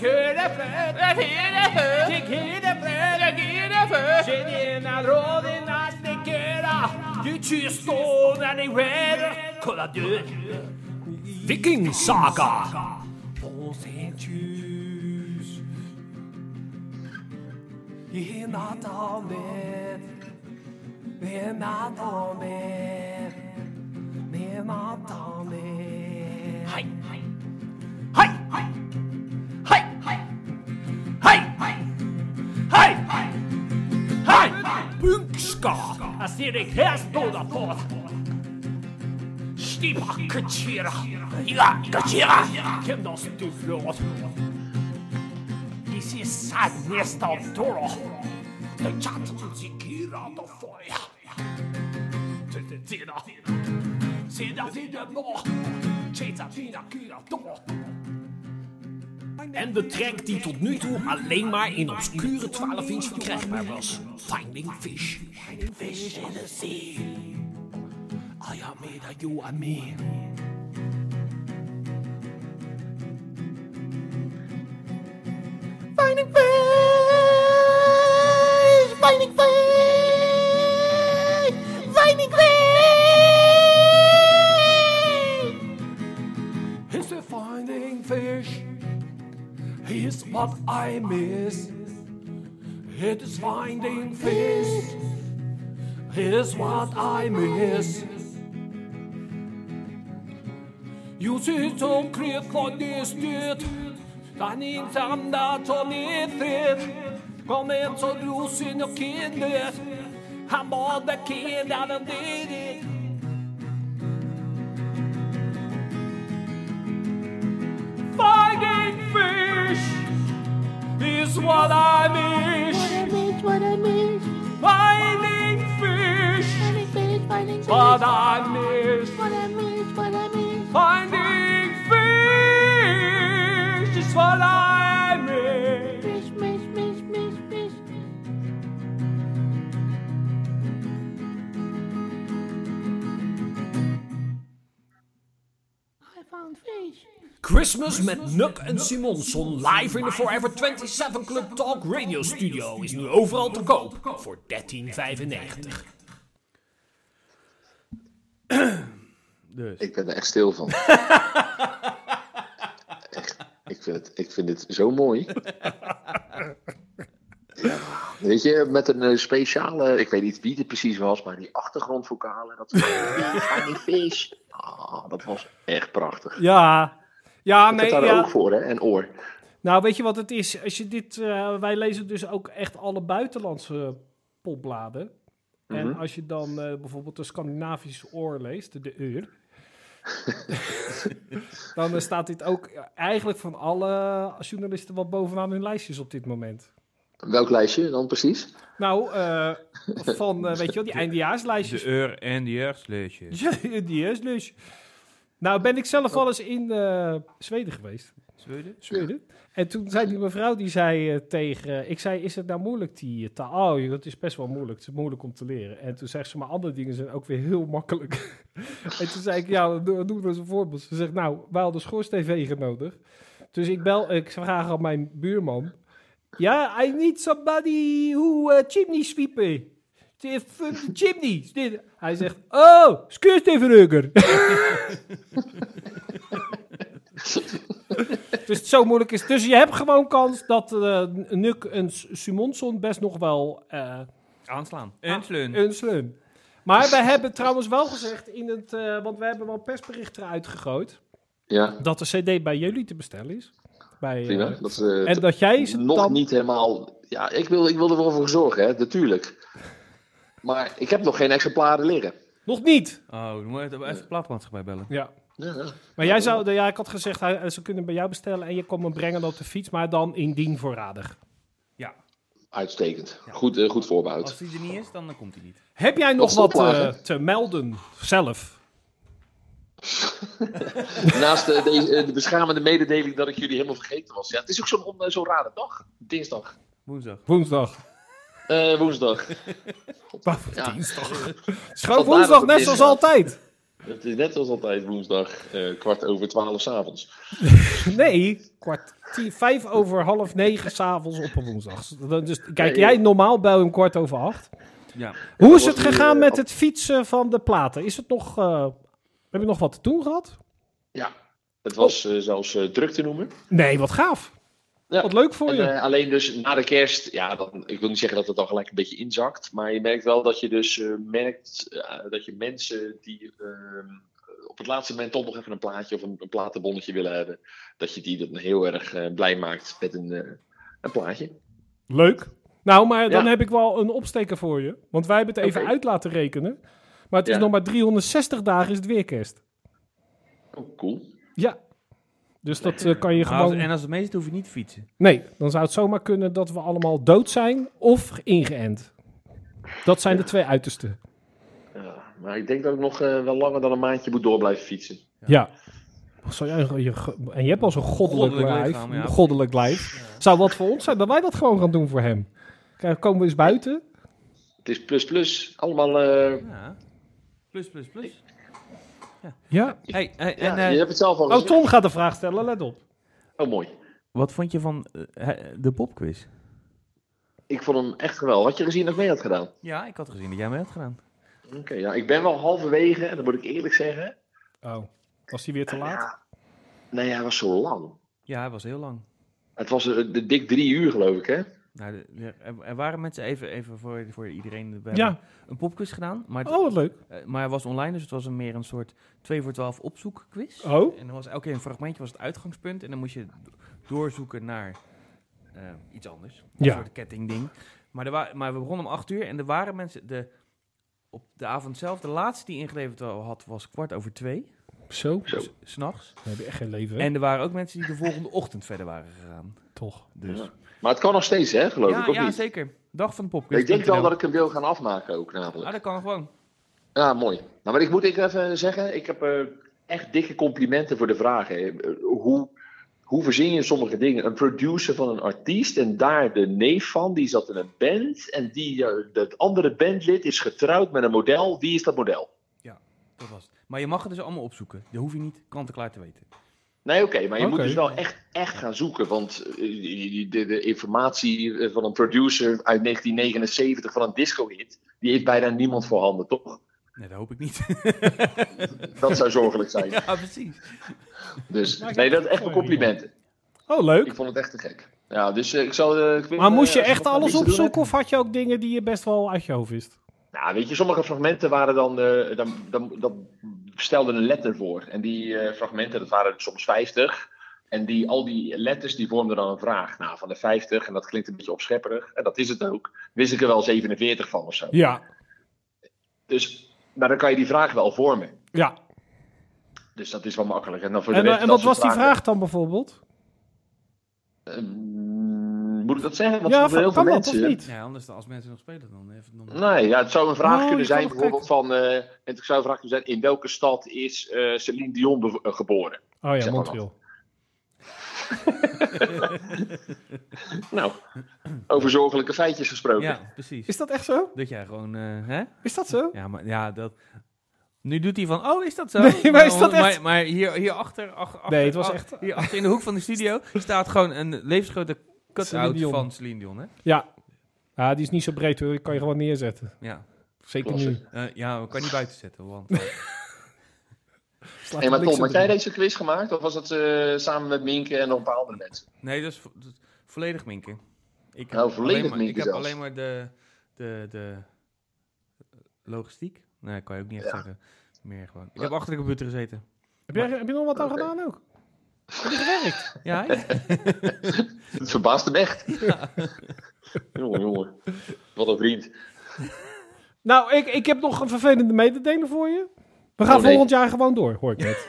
S5: Viking Saga. Je naad al met, je naad al met, je naad al met. Hai, hai, hai, hai, hai, hai, hai, hai, hai, hai, punkska. Als je de kerst doet voor. Stipa kachira, ja kachira, kem dan stuflot. This is sadness of Toro. The chat to Zikira the fire. En de track die tot nu toe alleen maar in obscure 12 inch verkrijgbaar was. Finding Fish. Finding Fish in the sea. I am me that you are me.
S6: Finding Grace! Finding Grace! Finding Grace!
S5: Is the finding fish? Here's what I miss. It is finding fish. Here's what I miss. You see some clear for this dude. I need some that on it. Kom in så russin och kindet. Han var the kid and I did it. Fighting fish is what I miss.
S6: What I miss, what I miss,
S5: Fighting fish,
S6: finding Grace, finding
S5: but
S6: Grace.
S5: I miss.
S6: What I miss, what I miss,
S5: Finding fish is what I miss.
S6: miss, miss, miss, miss, miss. I found fish.
S5: Christmas met Nuk en Simonson live in de Forever 27 Club Talk Radio Studio is nu overal te koop voor 13,95.
S2: Dus.
S4: Ik ben er echt stil
S1: [laughs]
S4: van. echt. Ik vind, het, ik vind het zo mooi. Ja. Weet je, met een eh, speciale, ik weet niet wie het precies was, maar die achtergrondvokalen, dat Funny Fish. Ah, dat was echt prachtig.
S1: Ja, ja,
S4: ik
S1: nee,
S4: heb daar
S1: ja.
S4: ook voor, hè? En oor.
S1: Nou, weet je wat het is? Als je dit, eh, wij lezen dus ook echt alle buitenlandse popbladen. En
S2: Mhm.
S1: als je dan eh, bijvoorbeeld de Scandinavische Oor leest, de
S2: [laughs]
S1: Uur. dan eh, staat dit ook eigenlijk van alle journalisten wat bovenaan hun lijstjes op dit moment.
S4: Welk lijstje dan precies?
S1: Nou, eh, van, eh, weet je wel, die eindejaarslijstjes.
S2: De ur en de [laughs] jaarsleusje.
S1: Ja, [laughs] die is dus. Nou, ben ik zelf wel eens in eh, Zweden geweest.
S2: Zweden?
S1: Zweden. En toen zei die mevrouw, die zei eh, tegen... eh, ik zei, is het nou moeilijk, die eh, taal? Oh, joh, dat is best wel moeilijk. Het is moeilijk om te leren. En toen zegt ze, maar andere dingen zijn ook weer heel makkelijk. [laughs] en toen zei ik, ja, doe, doe eens een voorbeeld. Ze zegt, nou, wij hadden schoorsteenveger nodig. Dus ik bel, ik vraag aan mijn buurman... Ja, I need somebody who eh, chimney sweeper. De fuck the chimney. Dit- Hij zegt, oh, skuursteenverrukker. [laughs] Dus zo moeilijk is. Dus je hebt gewoon kans dat eh, Nuk en S- Simonson best nog wel eh
S2: Aanslaan. En slun.
S1: een slun. Maar we hebben trouwens wel gezegd in het, eh, want we hebben wel persberichten uitgegooid
S4: Ja,
S1: dat de CD bij jullie te bestellen is. Bij, eh,
S4: prima. Dat is, eh,
S1: en dat jij ze
S4: nog
S1: dan
S4: niet helemaal. Ja, ik wil, ik wil er wel voor zorgen, hè, natuurlijk. Maar ik heb nog geen exemplaren liggen.
S1: nog niet.
S2: Oh, dan moet je even de plaatmaatschappij bellen.
S1: Ja.
S4: Ja, ja.
S1: Maar jij zou, ja, ik had gezegd, hij- ze kunnen bij jou bestellen en je komt hem brengen op de fiets, maar dan indien voorradig.
S4: Uitstekend. Goed, eh, goed voorbehoud.
S2: Als die er niet is, dan, dan komt hij niet.
S1: Heb jij nog
S4: is
S1: wat
S4: de opdracht,
S1: eh,
S4: hè?
S1: te melden zelf?
S4: Naast eh, deze, eh, de beschamende mededeling dat ik jullie helemaal vergeten was. Ja, het is ook zo'n on- eh, zo'n rare dag. Dinsdag.
S2: Woensdag.
S1: Woensdag.
S4: Eh, woensdag.
S1: [laughs]
S4: Ja. [laughs]
S1: Dinsdag.
S4: Vandaar
S1: Schoon
S4: dat
S1: woensdag,
S4: het
S1: net zoals
S4: dinsdag is.
S1: altijd.
S4: Het is net als altijd woensdag, eh, kwart over twaalf s'avonds.
S1: Nee, kwart tien, vijf over half negen s'avonds op een woensdag. Dan Dus kijk
S4: Nee.
S1: jij normaal bij om kwart over acht.
S2: Ja.
S1: Hoe is het
S4: was nu,
S1: gegaan
S4: eh,
S1: met
S4: af-
S1: het fietsen van de platen? Is het nog, eh heb je nog wat te doen gehad?
S4: Ja, het was eh, zelfs eh, druk te noemen.
S1: Nee, wat gaaf.
S4: Ja.
S1: Wat leuk voor
S4: En,
S1: je.
S4: eh, alleen dus na de kerst, ja, dan, ik wil niet zeggen dat het dan gelijk een beetje inzakt, maar je merkt wel dat je dus eh, merkt eh, dat je mensen die ehm, op het laatste moment toch nog even een plaatje of een, een platenbonnetje willen hebben, dat je die dan heel erg eh, blij maakt met een, eh, een plaatje.
S1: Leuk. Nou, maar dan
S4: Ja.
S1: heb ik wel een opsteker voor je. Want wij hebben het even
S4: Oké.
S1: uit laten rekenen. Maar het is
S4: Ja.
S1: nog maar 360 dagen is het weer kerst.
S4: Oh, cool.
S1: Ja. Dus dat eh, kan je
S2: Maar als-
S1: gewoon...
S2: Nou, en als het meest is, hoef je niet te fietsen.
S1: Nee, dan zou het zomaar kunnen dat we allemaal dood zijn of ingeënt. Dat zijn de twee uitersten.
S4: maar ik denk dat ik nog eh, wel langer dan een maandje moet door blijven fietsen.
S1: Ja. Wat zou jij, een- je, ge- en je hebt al zo'n goddelijk,
S2: Goddelijk
S1: lijf.
S2: lichaam, ja.
S1: Goddelijk lijf. Zou wat voor ons zijn dat wij dat gewoon gaan doen voor hem? Kijk, komen we eens buiten.
S4: Het is plus plus. Allemaal. eh,
S2: Ja. Plus, plus, plus.
S1: Ja.
S2: Hey, hey,
S4: ja,
S2: en eh,
S4: je hebt het zelf al
S1: Oh,
S4: gezegd.
S1: Tom gaat de vraag stellen, let op.
S4: Oh, mooi.
S2: wat vond je van eh, de popquiz?
S4: Ik vond hem echt geweldig. Had je gezien dat ik mee had gedaan?
S2: Ja, ik had gezien dat jij mee had gedaan.
S4: Oké, ja. Ik ben wel halverwege, en dat moet ik eerlijk zeggen.
S1: Oh, was hij weer te laat?
S4: Nee, hij was zo lang.
S2: Ja, hij was heel lang.
S4: Het was eh, de dik drie uur, geloof ik, hè?
S2: Nou, de- de- er, er waren mensen even, even voor, voor iedereen. We
S1: Ja.
S2: hebben Een popquiz gedaan, maar, het-
S1: Oh, wat leuk.
S2: eh, maar hij was online, dus het was een meer een soort 2 voor 12 opzoekquiz.
S1: Oh,
S2: En dan was elke keer een fragmentje was het uitgangspunt. En dan moest je do- doorzoeken naar eh, iets anders. Een
S1: Ja.
S2: soort kettingding. Maar, er wa- maar we begonnen om acht uur en er waren mensen... De, op de avond zelf, de laatste die ingeleverd wa- had, was kwart over twee.
S1: zo.
S4: Zo.
S2: s- S'nachts.
S1: Dan heb je echt geen leven.
S2: En er waren ook mensen die de volgende ochtend verder waren gegaan.
S1: toch.
S2: Dus.
S4: Ja. Maar het kan nog steeds, hè? Geloof
S2: Ja,
S4: ik, of
S2: ja
S4: niet?
S2: zeker. Dag van de popquiz.
S4: Ik denk wel dat ik hem wil gaan afmaken ook, namelijk.
S2: Ah, dat kan gewoon.
S4: Ja, mooi. Nou, maar ik moet ik even zeggen, ik heb eh, echt dikke complimenten voor de vragen. Eh, Hoe, hoe verzin je sommige dingen? Een producer van een artiest en daar de neef van, die zat in een band. En die, eh, dat andere bandlid is getrouwd met een model. Wie is dat model?
S2: Dat was het. Maar je mag het dus allemaal opzoeken. Dat hoef je niet kant-en-klaar te weten.
S4: Nee, oké, maar je
S1: Oké.
S4: moet dus wel echt, echt gaan zoeken. Want eh, die- de, de informatie eh, van een producer uit 1979 van een disco-hit, die heeft bijna niemand voorhanden, toch?
S2: Nee, dat hoop ik niet.
S4: Dat zou zorgelijk
S1: [laughs]
S4: zijn.
S2: ja, precies.
S4: Dus
S1: Maar ik
S4: nee,
S1: heb
S4: dat
S1: het
S4: echt
S1: voor
S4: een
S1: je,
S4: compliment.
S1: Oh, leuk.
S4: Ik vond het echt te gek. Ja, dus eh, ik zal... eh, ik weet,
S1: Maar
S4: eh,
S1: moest je
S4: als
S1: echt
S4: nog wat
S1: alles
S4: iets te doen
S1: opzoeken of had je ook dingen die je best wel uit je hoofd wist?
S4: hebt. Nou, weet je, sommige fragmenten waren dan... eh dan, dan, dan stelden een letter voor. En die eh, fragmenten, dat waren er soms 50. En die, al die letters, die vormden dan een vraag. Nou, van de 50, en dat klinkt een beetje opschepperig. En dat is het ook. Wist ik er wel 47 van of zo.
S1: Ja.
S4: Dus, maar dan kan je die vraag wel vormen.
S1: Ja.
S4: Dus dat is wel makkelijk. En, dan voor de
S1: En,
S4: rest,
S1: eh, en
S4: dat
S1: wat was
S4: soort
S1: die
S4: vragen-
S1: vraag dan bijvoorbeeld?
S4: Ehm, moet ik dat zeggen? Want
S1: Ja,
S4: voor heel
S1: van,
S4: veel
S1: kan dat of
S4: mensen...
S1: niet?
S2: Ja, anders dan als mensen nog spelen dan. Even, dan...
S4: Nee, ja, het zou een vraag
S1: Oh, je
S4: kunnen
S1: kan
S4: zijn,
S1: nog
S4: bijvoorbeeld van. eh, het zou een vraag kunnen zijn: in welke stad is eh, Celine Dion bev- eh, geboren?
S1: Oh ja,
S4: Zeg maar
S1: Montreal.
S4: Nou, [clears throat] over zorgelijke feitjes gesproken.
S2: Ja, precies.
S1: Is dat echt zo?
S2: Dat jij gewoon, eh, hè?
S1: Is dat zo?
S2: Ja, maar ja, dat... Nu doet hij van, oh, is dat zo?
S1: Nee, maar is dat
S2: maar,
S1: echt-
S2: maar hier, hierachter... Ach, achter,
S1: Nee, het was
S2: ach-
S1: echt-
S2: Hierachter in de hoek van de
S1: [laughs]
S2: studio staat gewoon een levensgrote
S1: Celine
S2: cut-out
S1: Dion.
S2: van Celine Dion, hè?
S1: Ja. Ja, die is niet zo breed hoor. Die kan je gewoon neerzetten.
S2: Ja.
S1: Zeker
S4: Klasse.
S1: nu.
S2: Eh, ja, we kan niet buiten zetten, want... eh,
S1: Slaat
S4: Hey,
S1: de
S4: maar Tom,
S1: bliksem
S4: had jij
S1: erin.
S4: deze quiz gemaakt? Of was dat eh, samen met Minke en nog een paar andere mensen?
S2: [laughs] nee, dat is, vo- dat is volledig minken. Ik
S4: Nou, volledig
S2: alleen maar, Ik
S4: minken
S2: heb
S4: zelfs.
S2: alleen maar de, de, de logistiek. Nee, kan je ook niet echt zeggen. Meer gewoon. Ik heb achter de computer
S4: [laughs]
S2: gezeten.
S1: Heb, jij, heb je nog wat aan
S4: Oké.
S1: gedaan ook? Heb je gewerkt?
S2: Ja,
S4: Het verbaast hem echt. jongen, jongen. Wat een vriend.
S1: Nou, ik, ik heb nog een vervelende mededeling voor je. We gaan
S4: Oh, nee.
S1: volgend jaar gewoon door, hoor ik net.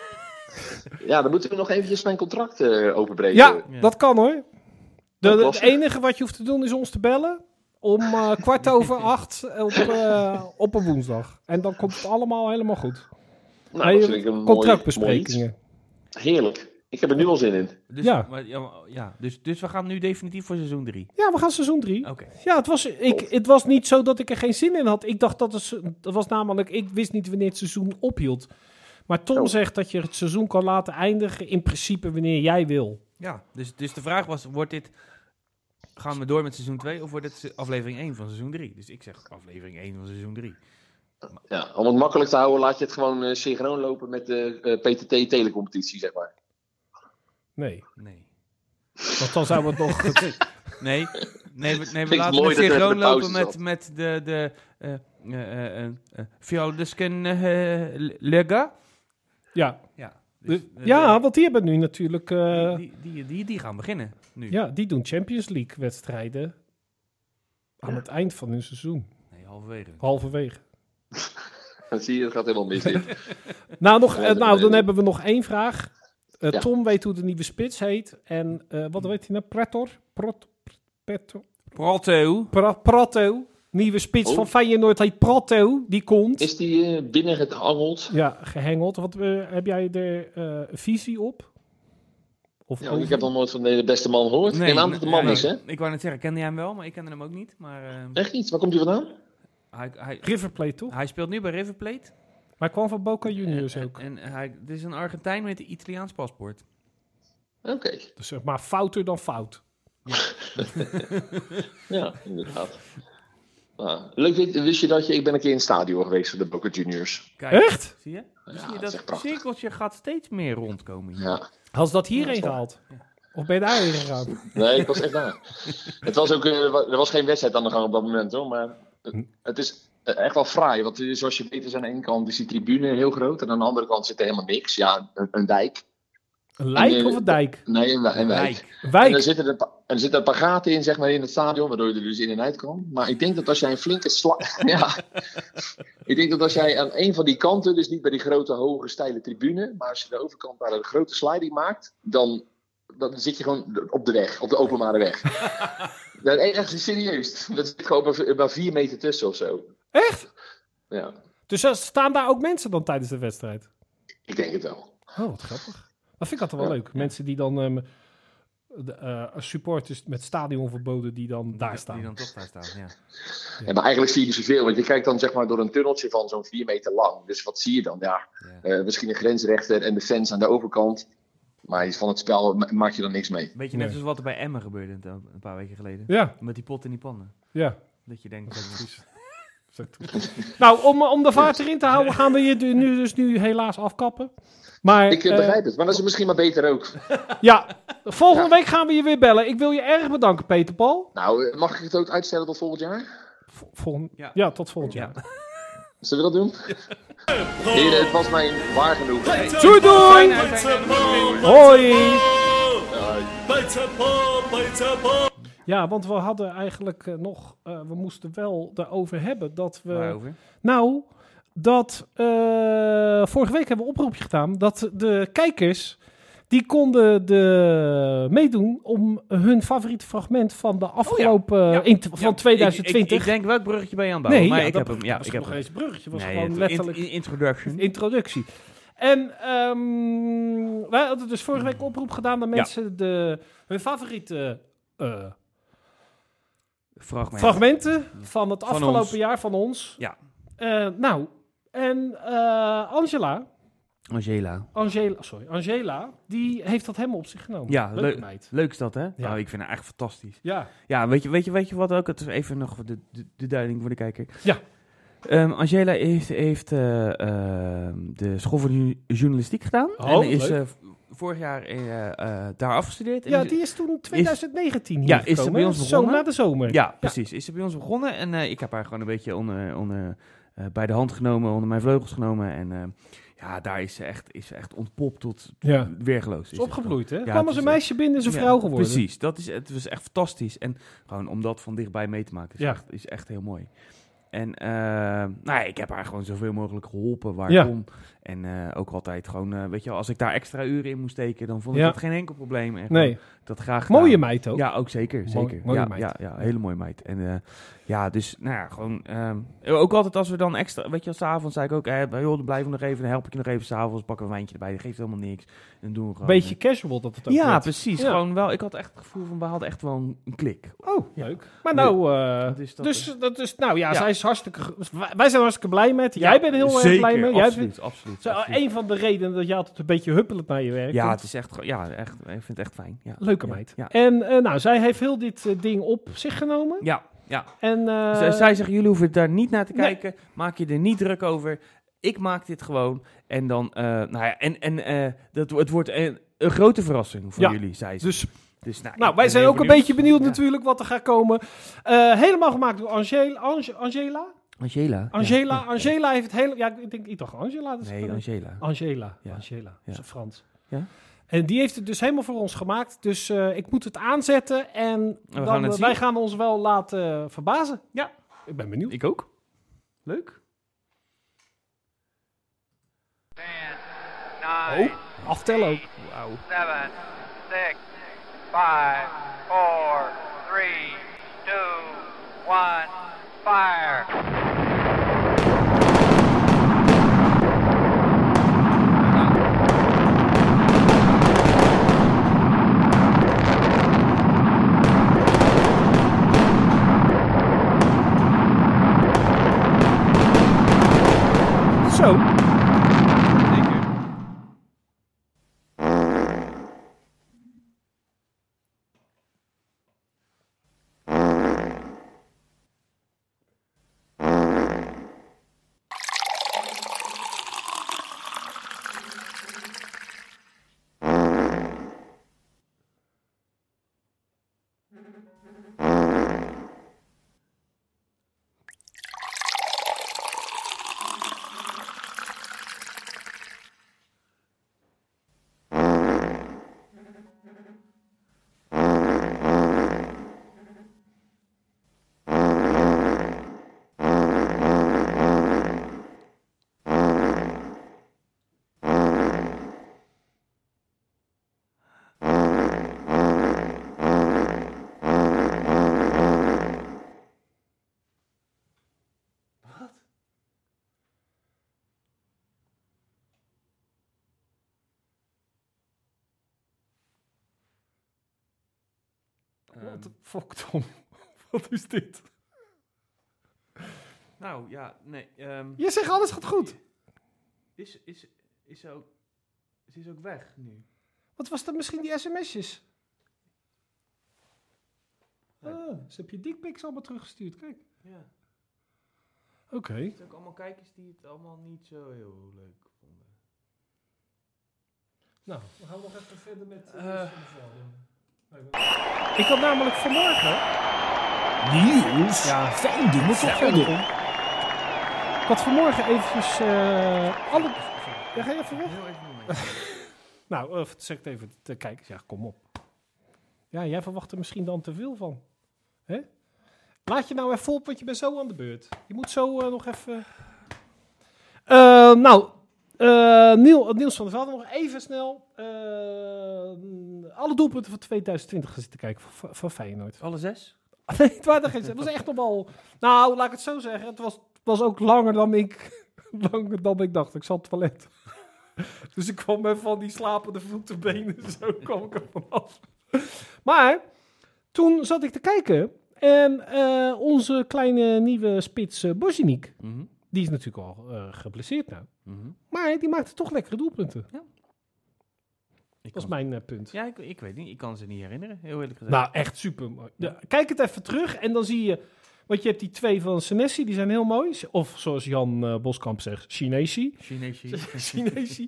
S4: Ja, dan moeten we nog eventjes mijn contract eh, openbreken.
S1: Ja,
S2: Ja.
S1: dat kan hoor. De,
S4: Dat
S1: de-
S4: was
S1: het
S4: het.
S1: enige wat je hoeft te doen is ons te bellen. Om
S4: [laughs]
S1: eh, kwart over acht op, eh, op een woensdag. En dan komt het allemaal helemaal goed.
S4: nou,
S1: Nee,
S4: dat vind ik een mooi- mooi
S1: Contractbesprekingen.
S4: iets. Heerlijk. Ik heb er nu al zin in.
S2: Dus,
S1: Ja.
S2: maar- ja, maar- ja, dus, dus we gaan nu definitief voor seizoen 3.
S1: Ja, we gaan seizoen drie.
S2: Oké.
S1: Ja, het was, ik, het was niet zo dat ik er geen zin in had. Ik dacht dat het, se- dat was namelijk, ik wist niet wanneer het seizoen ophield. Maar Tom
S4: Oh.
S1: zegt dat je het seizoen kan laten eindigen in principe wanneer jij wil.
S2: Ja, dus, dus de vraag was: wordt dit. Gaan we door met seizoen 2 of wordt dit se- aflevering 1 van seizoen 3? Dus ik zeg aflevering 1 van seizoen 3.
S4: Ja, om het makkelijk te houden, laat je het gewoon eh, synchroon lopen met de eh, PTT-telecompetitie, zeg maar.
S1: Nee,
S2: Nee.
S1: want dan zouden we
S2: [laughs]
S1: het nog...
S2: Nee, nee, we, nee,
S4: Vind
S2: we
S4: [laughs] ik
S2: laten
S4: mooi
S2: het
S4: dat er
S2: synchroon
S4: even een pauze
S2: lopen met,
S4: zat.
S2: met de. de eh eh eh, eh, eh, Fjordesken eh, eh, Lega.
S1: Ja,
S2: Ja, dus,
S1: de-
S2: eh,
S1: ja want die hebben nu natuurlijk... eh,
S2: de- die, die, die, die gaan beginnen nu.
S1: ja, die doen Champions League wedstrijden aan het eind van hun seizoen.
S2: Nee, halverwege.
S1: Halverwege.
S4: Dan zie je, het gaat helemaal mis dit.
S1: Nou, nog,
S4: Ja,
S1: eh,
S4: dat
S1: nou
S4: weet
S1: dan
S4: ik.
S1: hebben we nog één vraag. Eh,
S4: Ja.
S1: Tom weet hoe de nieuwe spits heet. Hmm. En eh, wat weet hij nou? Pretor? Prot, Pretor?
S2: Prato.
S1: Pra- Prato. Nieuwe spits
S4: Oh.
S1: van Feyenoord heet Prato. Die komt.
S4: Is die eh, binnen gehangeld?
S1: Ja, gehengeld. Wat, eh, heb jij er eh, visie op? Of
S4: Ja,
S1: over?
S4: ik heb nog nooit van de beste man gehoord. Nee, Neem aan dat het een man
S2: ja,
S4: is, hè?
S2: Ik, ik wou net zeggen, ik kende hem wel, maar ik kende hem ook niet. Maar eh,
S4: Echt niet? Waar komt hij vandaan?
S2: hij, hij,
S1: River Plate, toch?
S2: hij speelt nu bij River Plate.
S1: Maar hij kwam van Boca Juniors
S2: En-
S1: ook.
S2: En eh, hij, het is een Argentijn met een Italiaans paspoort.
S4: Oké.
S1: Dus zeg maar fouter dan fout.
S4: Ja, inderdaad. Nou, leuk, wist- wist je dat je... Ik ben een keer in het stadion geweest van de Boca Juniors.
S2: Kijk,
S1: Echt?
S2: zie je? Dus
S4: dat
S2: je
S4: is
S2: dat
S4: echt prachtig.
S2: cirkeltje gaat steeds meer rondkomen. hier.
S4: Ja.
S1: Had ze dat hierheen gehaald? Of ben je daarheen gegaan?
S4: Nee, ik was echt daar. Het was ook, eh, wa- er was geen wedstrijd aan de gang op dat moment, hoor. Maar eh, het is eh, echt wel fraai. Want eh, zoals je weet is aan de ene kant is die tribune heel groot. En aan de andere kant zit er helemaal niks. Ja, een, een dijk.
S1: Een lijk
S4: En, eh,
S1: of een dijk?
S4: Nee, een, wi- een wijk.
S2: Kijk,
S4: En er
S1: Wijk.
S4: zitten, er, pa- en er zitten een paar gaten in, zeg maar, in het stadion, waardoor je er dus in en uit kan. Maar ik denk dat als jij een flinke slag... [laughs] ja. Ik denk dat als jij aan een van die kanten, dus niet bij die grote, hoge, steile tribune, maar als je de overkant daar een grote sliding maakt, dan, dan zit je gewoon op de weg, op de openbare weg. dat is echt serieus. Dat zit gewoon maar, maar vier meter tussen of zo.
S1: Echt?
S4: Ja,
S1: Dus er staan daar ook mensen dan tijdens de wedstrijd?
S4: ik denk het wel.
S1: Oh, wat grappig. Dat vind ik altijd wel leuk. Mensen die dan... ehm, de, eh, supporters met stadionverboden die dan daar
S2: Die
S1: staan.
S2: dan toch daar staat, ja.
S4: Ja, maar eigenlijk zie je niet zoveel, want je kijkt dan zeg maar door een tunneltje van zo'n vier meter lang. Dus wat zie je dan? Ja,
S2: ja.
S4: Eh, misschien een grensrechter en de fans aan de overkant. Maar van het spel ma- maak je dan niks mee.
S2: Beetje net
S1: Nee.
S2: zoals wat er bij Emmen gebeurde een- een paar weken geleden.
S1: Ja,
S2: Met die pot in die pannen.
S1: ja.
S2: Dat je denkt, eh, dat is
S1: Nou, om, om de vaart erin te
S4: [laughs]
S1: houden gaan we je du- nu, dus nu helaas afkappen. Maar
S4: Ik eh,
S1: eh,
S4: begrijp het, maar dat is misschien maar beter ook.
S1: ja, volgende
S4: Ja.
S1: week gaan we je weer bellen. Ik wil je erg bedanken, Peter Paul.
S4: Nou, eh, mag ik het ook uitstellen tot volgend jaar?
S1: Vo- volgend- ja.
S2: Ja.
S1: tot volgend jaar.
S2: Ja.
S4: Zullen we dat doen? Heren, het was mij waar genoeg.
S1: Doei, doei! Hoi! Ja, want we hadden eigenlijk eh, nog... eh, we moesten wel erover hebben dat we...
S2: Waarover?
S1: Nou, dat eh, vorige week hebben we een oproepje gedaan dat de kijkers die konden de, meedoen om hun favoriete fragment van de afgelopen
S2: Oh ja.
S1: in t- van
S2: Ja,
S1: 2020.
S2: Ik, ik, ik denk welk bruggetje bij je aan het bouwen, maar
S1: ja,
S2: ik
S1: dat
S2: heb hem. Ja,
S1: was
S2: ik heb
S1: nog
S2: hem.
S1: eens een bruggetje, was
S2: Nee,
S1: gewoon
S2: het-
S1: letterlijk
S2: in- in- introduction.
S1: introductie. En ehm, wij hadden dus vorige week een oproep gedaan dat mensen de, hun favoriete eh,
S2: Fragment.
S1: fragmenten van het
S2: Van
S1: afgelopen
S2: ons.
S1: jaar van ons.
S2: Ja.
S1: Eh, nou, en eh, Angela,
S2: Angela.
S1: Angela, sorry, Angela, die heeft dat helemaal op zich genomen.
S2: Ja,
S1: Leuke
S2: leuk.
S1: meid.
S2: Leuk is dat, hè? Nou, ik vind haar echt fantastisch.
S1: Ja,
S2: Ja, weet je, weet je, weet je wat ook? Het is even nog voor de, de, de duiding voor de kijker.
S1: Ja.
S2: Ehm, Angela heeft, heeft eh, ehm, de school voor ju- journalistiek gedaan.
S1: Oh,
S2: en is
S1: leuk.
S2: eh, v- vorig jaar eh, eh, daar afgestudeerd. En
S1: ja
S2: is-
S1: die is toen 2019 hier
S2: Ja, is ze
S1: gekomen,
S2: bij
S1: hè?
S2: ons
S1: Zo
S2: begonnen?
S1: na de zomer.
S2: Ja, precies. Is ze bij ons begonnen en eh, ik heb haar gewoon een beetje onder, onder, eh, bij de hand genomen, onder mijn vleugels genomen. En eh, ja, daar is ze echt, is ze echt ontpopt tot
S1: Ja.
S2: weergeloos.
S1: Is opgebloeid, hè?
S2: Ja,
S1: Kwam
S2: het
S1: als een
S2: is-
S1: meisje binnen is een vrouw geworden.
S2: Precies, dat is, het was echt fantastisch. En gewoon om dat van dichtbij mee te maken is,
S1: Ja.
S2: echt, is echt heel mooi. En eh, nou ja, ik heb haar gewoon zoveel mogelijk geholpen waar
S1: Ja.
S2: ik kon. En eh, ook altijd gewoon, eh, weet je wel, als ik daar extra uren in moest steken, dan vond ik
S1: Ja.
S2: dat geen enkel probleem. En gewoon
S1: Nee,
S2: Dat graag gedaan.
S1: mooie meid ook.
S2: Ja, ook zeker.
S1: Mooi-
S2: zeker.
S1: mooie
S2: ja,
S1: meid.
S2: Ja, ja, hele mooie meid. En eh, ja, dus nou ja, gewoon. ehm, ook altijd als we dan extra. Weet je, s'avonds zei ik ook. eh, joh, dan blijven we nog even. Dan help ik je nog even s'avonds. Pakken we een wijntje erbij. Dat geeft helemaal niks. Dan doen we gewoon.
S1: Beetje casual dat het ook
S2: eh, ja,
S1: werd.
S2: precies.
S1: Ja.
S2: Gewoon wel. Ik had echt het gevoel van. We hadden echt wel een, een klik.
S1: Oh, leuk. Maar nou, eh,
S2: Dat is dat-
S1: dus, dat is, nou ja,
S2: Ja.
S1: zij is hartstikke... ge- Wij zijn hartstikke blij met. Jij bent er heel erg
S2: Zeker,
S1: blij mee. Jij
S2: Absoluut, absoluut.
S1: bent-
S2: absoluut.
S1: eh, een van de redenen dat je altijd een beetje huppelend naar je werk
S2: Ja,
S1: komt.
S2: het is echt. gewoon- Ja, echt. Ik vind het echt fijn. Ja.
S1: Leuke
S2: Ja,
S1: meid.
S2: Ja.
S1: En eh, nou, zij heeft heel dit eh, ding op zich genomen.
S2: Ja. ja.
S1: En, eh,
S2: Z- Zij zeggen, jullie hoeven daar niet naar te
S1: Nee.
S2: kijken. Maak je er niet druk over. Ik maak dit gewoon. En dan, eh, nou ja, en, en eh, dat, wo- het wordt een, een grote verrassing voor
S1: Ja.
S2: jullie, zei ze.
S1: Dus,
S2: Dus, nou,
S1: nou,
S2: ik
S1: wij
S2: ben
S1: zijn
S2: heel
S1: ook een beetje benieuwd
S2: Ja.
S1: natuurlijk wat er gaat komen. Eh, helemaal gemaakt door Angel, Ange- Angela.
S2: Angela.
S1: Angela, Angela heeft het hele... Ja, ik, denk, ik dacht Angela. Dat is
S2: Ja. Nee, Angela.
S1: Oh. Angela.
S2: Ja.
S1: Angela,
S2: Ja.
S1: dat is Frans.
S2: Ja.
S1: En die heeft het dus helemaal voor ons gemaakt. Dus eh, ik moet het aanzetten en dan,
S2: gaan het
S1: eh,
S2: zien.
S1: wij gaan ons wel laten verbazen.
S2: Ja.
S1: Ik ben benieuwd.
S2: Ik ook. Leuk.
S1: Oh, aftellen ook. Wauw.
S7: seven, six, five, four, three, two, one, five. fire!
S1: Zo. What the fuck, Tom? [laughs] Wat is dit?
S2: Nou ja, nee. ehm,
S1: Je zegt alles gaat goed.
S2: is, is, is ook, ze is ook weg nu.
S1: Wat was dat misschien die sms'jes? Ah, ze heb je dickpics allemaal teruggestuurd, kijk.
S2: Ja.
S1: Oké.
S2: Er zijn ook allemaal kijkers die het allemaal niet zo heel leuk vonden.
S1: Nou, we gaan nog even verder met... Eh. ik had namelijk vanmorgen...
S5: Nieuws.
S1: Ja,
S5: Fijn doen we
S1: verder. Ik had vanmorgen eventjes eh, alle... Ja, ga je even weg?
S2: Heel even [laughs] een momentje.
S1: Nou, eh, zeg het even de kijkers. Ja, kom op. Ja, jij verwacht er misschien dan te veel van. Hè? Laat je nou even op, want je bent zo aan de beurt. Je moet zo eh, nog even... Eh, nou, eh Niel, het nieuws van de Velden nog even snel. Eh, alle doelpunten van 2020 gaan zitten kijken van, van Feyenoord.
S2: Alle zes?
S1: [laughs] Nee, het waren er geen zes. Het was echt nogal... Nou, laat ik het zo zeggen. Het was, was ook langer dan ik, [laughs] langer dan ik dacht. Ik zat op het toilet. [laughs] Dus ik kwam met van die slapende voeten, benen. [laughs] Zo kwam ik er vanaf. Maar toen zat ik te kijken. En eh, onze kleine nieuwe spits eh, Bozjeniek,
S2: Mhm,
S1: die is natuurlijk al eh, geblesseerd nou. Maar die maakte toch lekkere doelpunten.
S2: Ik
S1: Dat is
S2: kan-
S1: mijn eh, punt.
S2: Ja, ik, ik weet niet. Ik kan ze niet herinneren, heel eerlijk gezegd.
S1: Nou, echt super mooi. Ja, kijk het even terug en dan zie je. Want je hebt die twee van Senesi, die zijn heel mooi. Of zoals Jan eh, Boskamp zegt, [laughs] Chinesi.
S2: Chineesje.
S1: Chinesi.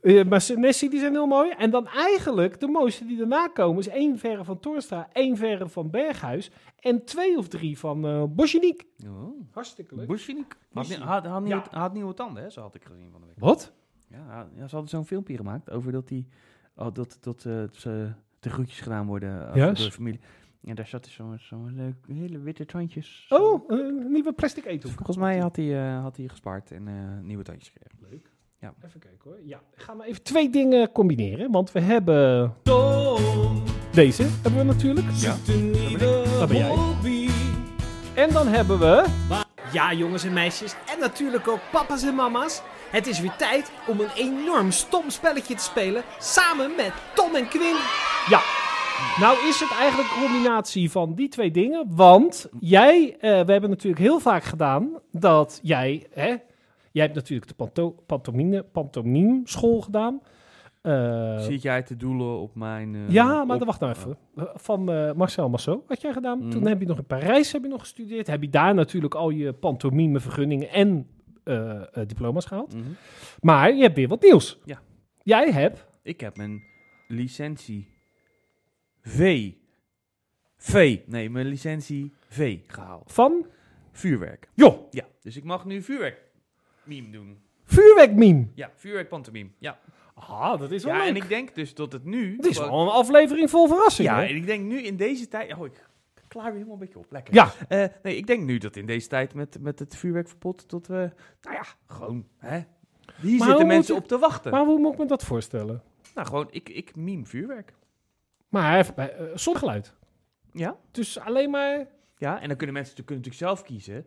S1: Eh, maar Senesi, die zijn heel mooi. En dan eigenlijk de mooiste die daarna komen is één verre van Torstra, één verre van Berghuis en twee of drie van eh Bozjenik.
S2: [laughs] Oh.
S1: Hartstikke
S2: Bushnik. Had,
S1: Bushnik.
S2: had, had, nieuwe,
S1: Ja.
S2: had nieuwe tanden, hè? Zo had ik gezien van de week.
S1: Wat?
S2: Ja, ha- ja, ze hadden zo'n filmpje gemaakt over dat die... Oh, dat, dat eh, ze de groetjes gedaan worden als
S1: Juist.
S2: door de familie. En daar zat dus zo'n zo'n leuk- hele witte tandjes.
S1: Oh, een nieuwe plastic
S2: Dus
S1: eethoek.
S2: volgens mij had hij, eh, had hij gespaard en eh, nieuwe tandjes gekregen.
S1: Even kijken hoor. Ja, ik ga maar even twee dingen combineren. Want we hebben... Deze hebben we natuurlijk. Ja, dat ben jij. En dan hebben we...
S5: Ja, jongens en meisjes, en natuurlijk ook papa's en mama's. Het is weer tijd om een enorm stom spelletje te spelen samen met Tom en Quinn.
S1: Ja. Nou is het eigenlijk een combinatie van die twee dingen. Want jij, eh, we hebben natuurlijk heel vaak gedaan dat jij, hè, jij hebt natuurlijk de panto pantomine, pantomime school gedaan. Eh,
S2: Zie jij te doelen op mijn... eh,
S1: ja, maar
S2: op-
S1: dan wacht nou even. Van eh, Marcel Massot had jij gedaan.
S2: Mhm.
S1: Toen heb je nog in Parijs heb je nog gestudeerd. Heb je daar natuurlijk al je pantomime vergunningen en eh, eh, diploma's gehaald.
S2: Mhm.
S1: Maar je hebt weer wat nieuws.
S2: Ja.
S1: Jij hebt
S2: Ik heb mijn licentie V. V. Nee, mijn licentie V gehaald.
S1: van,
S2: Vuurwerk.
S1: joh,
S2: Ja. Dus ik mag nu vuurwerk meme doen.
S1: vuurwerkmeme.
S2: Ja, vuurwerk pantomime. Ja.
S1: Ah, dat is wel
S2: ja,
S1: leuk.
S2: en ik denk dus dat het nu.
S1: Het is
S2: gewoon-
S1: wel een aflevering vol verrassingen.
S2: ja,
S1: hoor.
S2: en ik denk nu in deze tijd. Oh, ik klaar weer helemaal een beetje op. Lekker.
S1: Ja.
S2: Eh, nee, ik denk nu dat in deze tijd met, met het vuurwerkverbod. dat we. Nou ja, gewoon. Hè, hier
S1: hoe
S2: zitten mensen
S1: moet-
S2: op te wachten.
S1: Maar hoe moet ik me dat voorstellen?
S2: Nou, gewoon, ik, ik meme vuurwerk.
S1: Maar hij heeft bij, eh, zonder geluid.
S2: Ja?
S1: Dus alleen maar
S2: Ja, en dan kunnen mensen kunnen natuurlijk zelf kiezen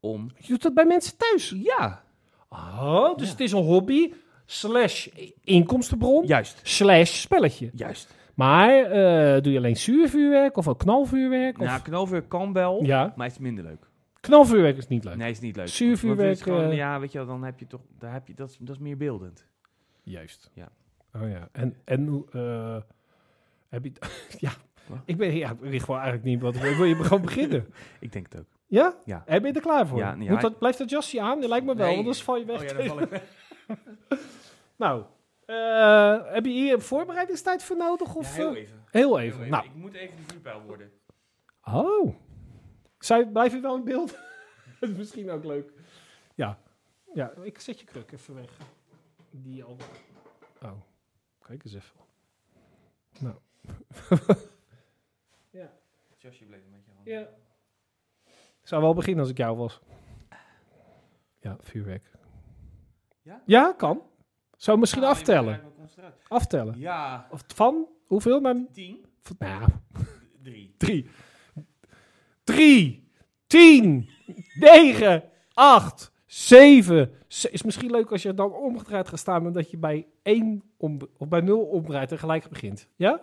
S2: om...
S1: Je doet dat bij mensen thuis.
S2: Ja,
S1: Oh, dus het is een hobby slash inkomstenbron
S2: juist.
S1: slash spelletje.
S2: Juist.
S1: Maar eh, doe je alleen zuurvuurwerk of ook knalvuurwerk? Of...
S2: Nou, knalvuur kan wel,
S1: ja,
S2: maar het is minder leuk.
S1: knalvuurwerk is niet leuk.
S2: Nee, is niet leuk.
S1: Zuurvuurwerk,
S2: Want het is gewoon-
S1: eh,
S2: Ja, weet je wel, dan heb je toch... Daar heb je, dat, is, dat is meer beeldend.
S1: Juist.
S2: Ja.
S1: Oh ja. En, en hoe, eh, heb je... [laughs] ja, ik ben ja, ik weet gewoon eigenlijk niet wat... Ik wil je gewoon beginnen.
S2: Ik denk het ook.
S1: Ja?
S2: Ja.
S1: En ben je er klaar voor?
S2: Ja, ja,
S1: Moet dat, blijft dat jasje aan? Dat lijkt me wel,
S2: Nee.
S1: want anders val je weg.
S2: Oh ja, dan val ik
S1: [laughs] Nou, eh, heb je hier een voorbereidingstijd voor nodig? Of, eh,
S2: even.
S1: heel even. Nou,
S2: Ik moet even de vuurpijl worden.
S1: Oh. Zij blijven wel in beeld. [laughs] Dat is misschien ook leuk. Ja. Ja, ik zet je kruk even weg. Die al. Oh. Kijk eens even. Nou. ja.
S2: Het jasje bleef een beetje
S1: Ja. Ik zou wel beginnen als ik jou was. Ja, vuurwerk.
S2: Ja? Nou,
S1: Ja, kan. Zou misschien aftellen. Aftellen.
S2: Ja,
S1: Of van? Hoeveel? Mijn,
S2: 10,
S1: van- nou,
S2: 3.
S1: drie. Drie, tien, negen, acht, zeven. ze- Is misschien leuk als je dan omgedraaid gaat staan, maar dat je bij één om, of bij nul omdraait en gelijk begint. Ja?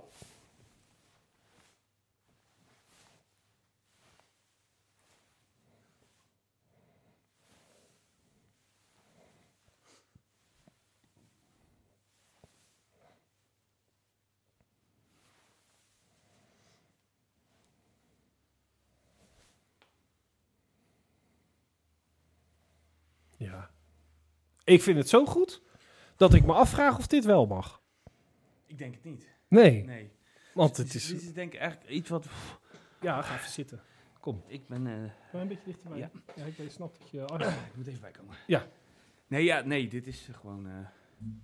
S1: Ja. Ik vind het zo goed dat ik me afvraag of dit wel mag.
S2: Ik denk het niet.
S1: Nee,
S2: Nee.
S1: want het
S2: Dus
S1: is...
S2: Dit is denk ik eigenlijk iets wat...
S1: Ja, ga even zitten.
S2: Ik ben... eh,
S1: een beetje dichterbij.
S2: Ja.
S1: Ja. ik weet snap dat je... oh,
S2: ik moet even bijkomen.
S1: Ja.
S2: Nee, ja, nee, dit is gewoon... eh,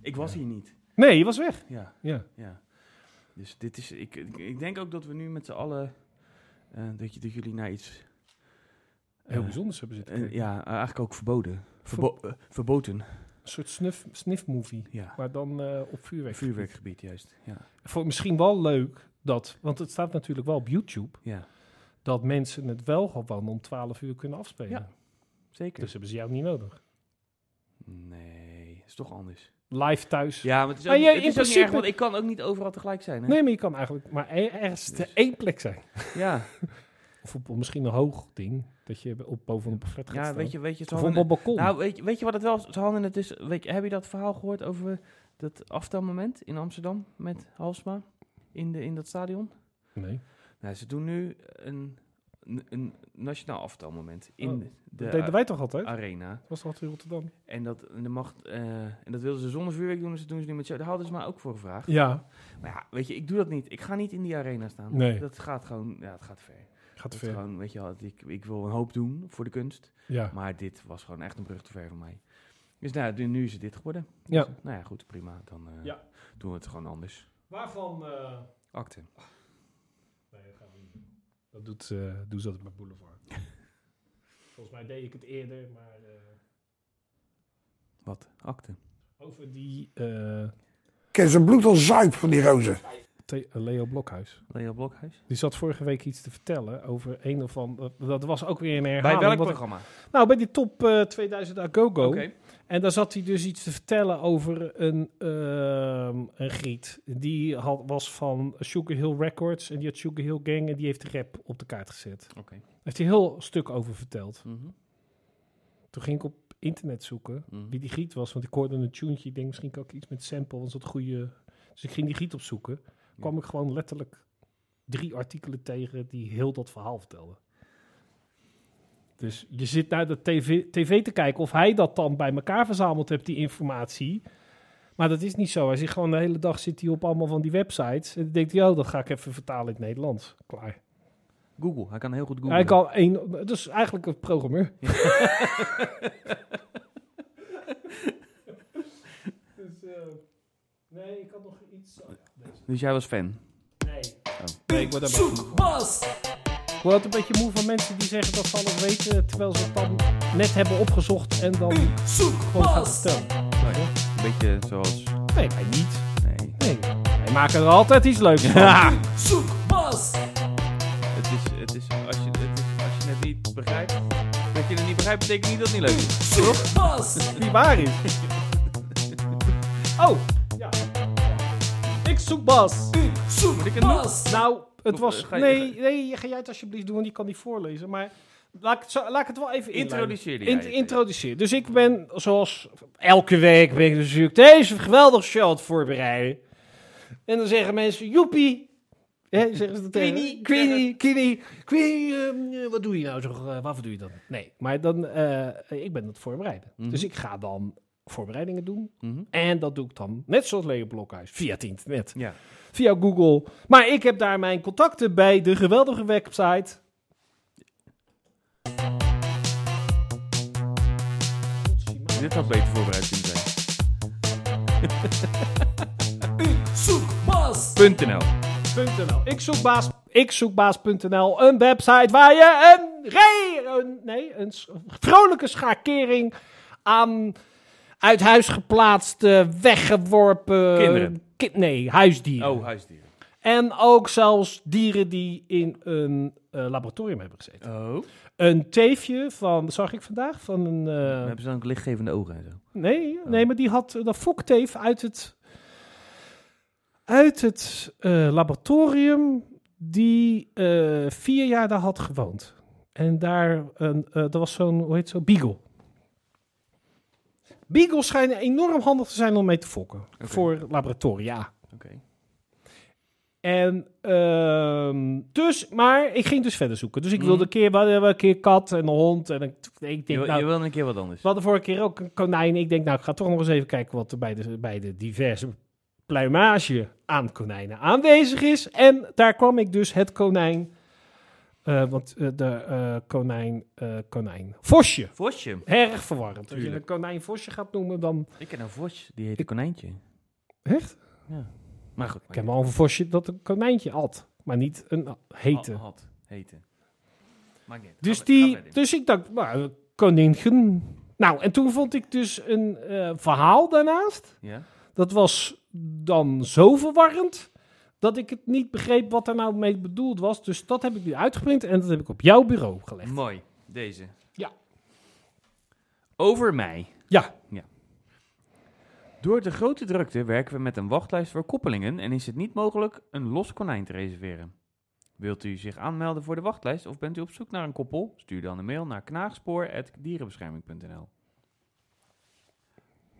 S2: ik was hier niet.
S1: Nee, je was weg.
S2: Ja,
S1: Ja.
S2: ja. Dus dit is... Ik, ik, ik denk ook dat we nu met z'n allen... eh, dat, je, dat jullie naar iets...
S1: Heel
S2: eh,
S1: bijzonders hebben zitten
S2: eh,
S1: kijken.
S2: ja, eh, eigenlijk ook verboden. Verbo- eh, verboten.
S1: Een soort snuff, sniffmovie,
S2: Ja.
S1: maar dan eh, op vuurwerk.
S2: Vuurwerkgebied, juist. Ja.
S1: Voor misschien wel leuk dat... Want het staat natuurlijk wel op YouTube...
S2: ja.
S1: dat mensen het wel gewoon om 12 uur kunnen afspelen.
S2: Ja. Zeker.
S1: Dus hebben ze jou niet nodig.
S2: Nee, is toch anders.
S1: Live thuis.
S2: Ja, maar het is ook,
S1: Dus- Maar
S2: niet-
S1: je-
S2: het
S1: in
S2: is ook niet erg,
S1: principe-
S2: want ik kan ook niet overal tegelijk zijn. Hè?
S1: Nee, maar je kan eigenlijk maar e- ergens
S2: Dus-
S1: te één plek zijn.
S2: Ja,
S1: Of op, op misschien een hoog ding. Dat je op, boven op een flat gaat
S2: ja
S1: staan.
S2: weet je, weet je,
S1: Of
S2: zo
S1: op een balkon.
S2: Nou, weet je, weet je wat het wel zo handig is? Weet je, heb je dat verhaal gehoord over dat aftelmoment in Amsterdam met Halsma in, de, in dat stadion?
S1: nee.
S2: Nou, ze doen nu een, een, een nationaal aftelmoment in
S1: Oh,
S2: de,
S1: Dat deden wij toch altijd?
S2: a- arena.
S1: was toch altijd in Rotterdam?
S2: En dat, en de macht, eh, en dat wilden ze zonder vuurwerk doen, dus dat doen ze nu met zo. Daar hadden ze mij ook voor gevraagd.
S1: Ja.
S2: Maar ja, weet je, ik doe dat niet. Ik ga niet in die arena staan.
S1: Nee.
S2: Dat gaat gewoon, ja, het gaat ver.
S1: Gaat
S2: Dat
S1: te
S2: is
S1: ver.
S2: gewoon, weet je wel, ik, ik wil een hoop doen voor de kunst.
S1: Ja.
S2: Maar dit was gewoon echt een brug te ver voor mij. Dus nou, ja, nu- nu is het dit geworden.
S1: Ja.
S2: Dus, eh, nou ja, goed, prima. Dan eh,
S1: Ja.
S2: doen we het gewoon anders.
S1: Waarvan... eh,
S2: Akte.
S1: Nee, dat gaan we niet doen. Dat doet, eh doen ze altijd met Boulevard. [laughs] Volgens mij deed ik het eerder, maar eh,
S2: Wat? Akte.
S1: over die eh,
S7: Ik heb zijn bloed al zuip van die rozen.
S1: The- eh, Leo Blokhuis.
S2: Leo Blokhuis.
S1: Die zat vorige week iets te vertellen over een of ander... Dat was ook weer een
S2: Bij
S1: herhaling.
S2: welk
S1: wat ik-
S2: programma?
S1: nou, bij die top eh 2000 Agogo.
S2: Oké.
S1: En daar zat hij dus iets te vertellen over een, ehm, een griet. Die had, was van Sugar Hill Records en die had Sugar Hill Gang en die heeft rap op de kaart gezet.
S2: Oké.
S1: Daar heeft hij een heel stuk over verteld.
S2: Mhm.
S1: Toen ging ik op internet zoeken
S2: Mhm.
S1: wie die giet was. Want ik hoorde een tuentje. Ik denk, misschien kan ik iets met sample. Was dat goede... Dus ik ging die giet opzoeken. kwam ik gewoon letterlijk drie artikelen tegen die heel dat verhaal vertelden. Dus je zit naar de tv, tv te kijken of hij dat dan bij elkaar verzameld heeft, die informatie. Maar dat is niet zo. Hij zit gewoon de hele dag zit hij op allemaal van die websites. En dan denkt hij, oh, dat ga ik even vertalen in het Nederlands. Klaar.
S2: Google. Hij kan heel goed googlen.
S1: Hij kan één... Dus eigenlijk een programmeur. dus, nee, ik had nog iets...
S2: Dus jij was fan?
S1: Nee.
S5: Zoek Bas,
S1: Ik word een beetje moe van mensen die zeggen dat ze alles weten, eh, terwijl ze het dan net hebben opgezocht en dan gewoon gaan vertellen.
S2: Een beetje zoals...
S1: Nee, wij niet.
S2: Nee,
S1: Nee. Wij maken er altijd iets leuks van.
S2: het is, het is, als, je, het is, als je het niet begrijpt... Dat je het niet begrijpt, betekent niet dat het niet leuk is.
S1: Niet waar is. Oh, ja. Ik zoek Bas.
S2: Moet ik het nog?
S1: Nou, het
S2: Of, eh,
S1: was...
S2: ga je-
S1: Nee,
S2: ga
S1: nee, ga jij het alsjeblieft doen, want die kan niet voorlezen. Maar laat ik het, zo- laat ik het wel even inleiden.
S2: Introduceer die.
S1: Int- introduceer. Dus ik ben, zoals elke week, ben ik natuurlijk deze geweldige show aan het voorbereiden. En dan zeggen mensen, joepie. Hè, zeggen ze dat tegen me? Queenie, Queenie, Queenie, ehm, eh, wat doe je nou zo? eh, waarvoor doe je dat? Nee, maar dan, eh, ik ben aan het voorbereiden.
S2: Mhm.
S1: Dus ik ga dan voorbereidingen doen.
S2: Mhm.
S1: En dat doe ik dan, net zoals Leo Blokhuis, via het internet
S2: Ja.
S1: via Google. Maar ik heb daar mijn contacten bij de geweldige website.
S2: Dit had beter voorbereid kunnen zijn. .nl
S1: .nl. Ik zoek baas. Ik zoek baas.nl, een website waar je een, re- een, nee, een s- vrolijke schakering aan uit huis geplaatste, weggeworpen...
S2: Kinderen.
S1: Ki- nee, huisdieren.
S2: Oh, huisdieren.
S1: En ook zelfs dieren die in een eh, laboratorium hebben gezeten.
S2: Oh.
S1: Een teefje van, zag ik vandaag, van een... eh,
S2: hebben ze dan ook lichtgevende ogen en zo.
S1: Nee,
S2: Oh.
S1: nee maar die had eh, dat fokteef uit het, uit het eh, laboratorium die eh, vier jaar daar had gewoond. En daar een, eh dat was zo'n, hoe heet zo, beagle. Beagles schijnen enorm handig te zijn om mee te fokken voor laboratoria.
S2: Oké.
S1: En ehm, dus, maar ik ging dus verder zoeken. Dus ik
S2: Mhm.
S1: wilde een keer, we hadden een keer een kat en een hond. En een, ik
S2: Je,
S1: denk, nou,
S2: je wil een keer wat anders.
S1: we hadden vorige keer ook een konijn. Ik denk, nou, ik ga toch nog eens even kijken wat er bij de, bij de diverse pluimage aan konijnen aanwezig is. En daar kwam ik dus het konijn, eh, want eh, de eh, konijn, eh, konijn, vosje.
S2: Vosje.
S1: Erg verwarrend. Als je een
S2: Tuurlijk.
S1: konijn vosje gaat noemen, dan...
S2: Ik ken een vos, die heet een konijntje.
S1: Echt?
S2: Maar goed.
S1: Ik heb al een vosje dat een konijntje had, maar niet een hete.
S2: Had, had. Heten. Maakt niet uit.
S1: Dus,
S2: Oh, Ga ver- ga
S1: die,
S2: verder.
S1: dus ik dacht, nou, koningin. Nou, en toen vond ik dus een eh, verhaal daarnaast.
S2: Ja?
S1: Dat was dan zo verwarrend dat ik het niet begreep wat er nou mee bedoeld was. Dus dat heb ik nu uitgeprint en dat heb ik op jouw bureau gelegd.
S2: Mooi. Deze.
S1: Ja.
S2: Over mij.
S1: Ja.
S2: Door de grote drukte werken we met een wachtlijst voor koppelingen en is het niet mogelijk een los konijn te reserveren. Wilt u zich aanmelden voor de wachtlijst of bent u op zoek naar een koppel? Stuur dan een mail naar knaagspoor.dierenbescherming.nl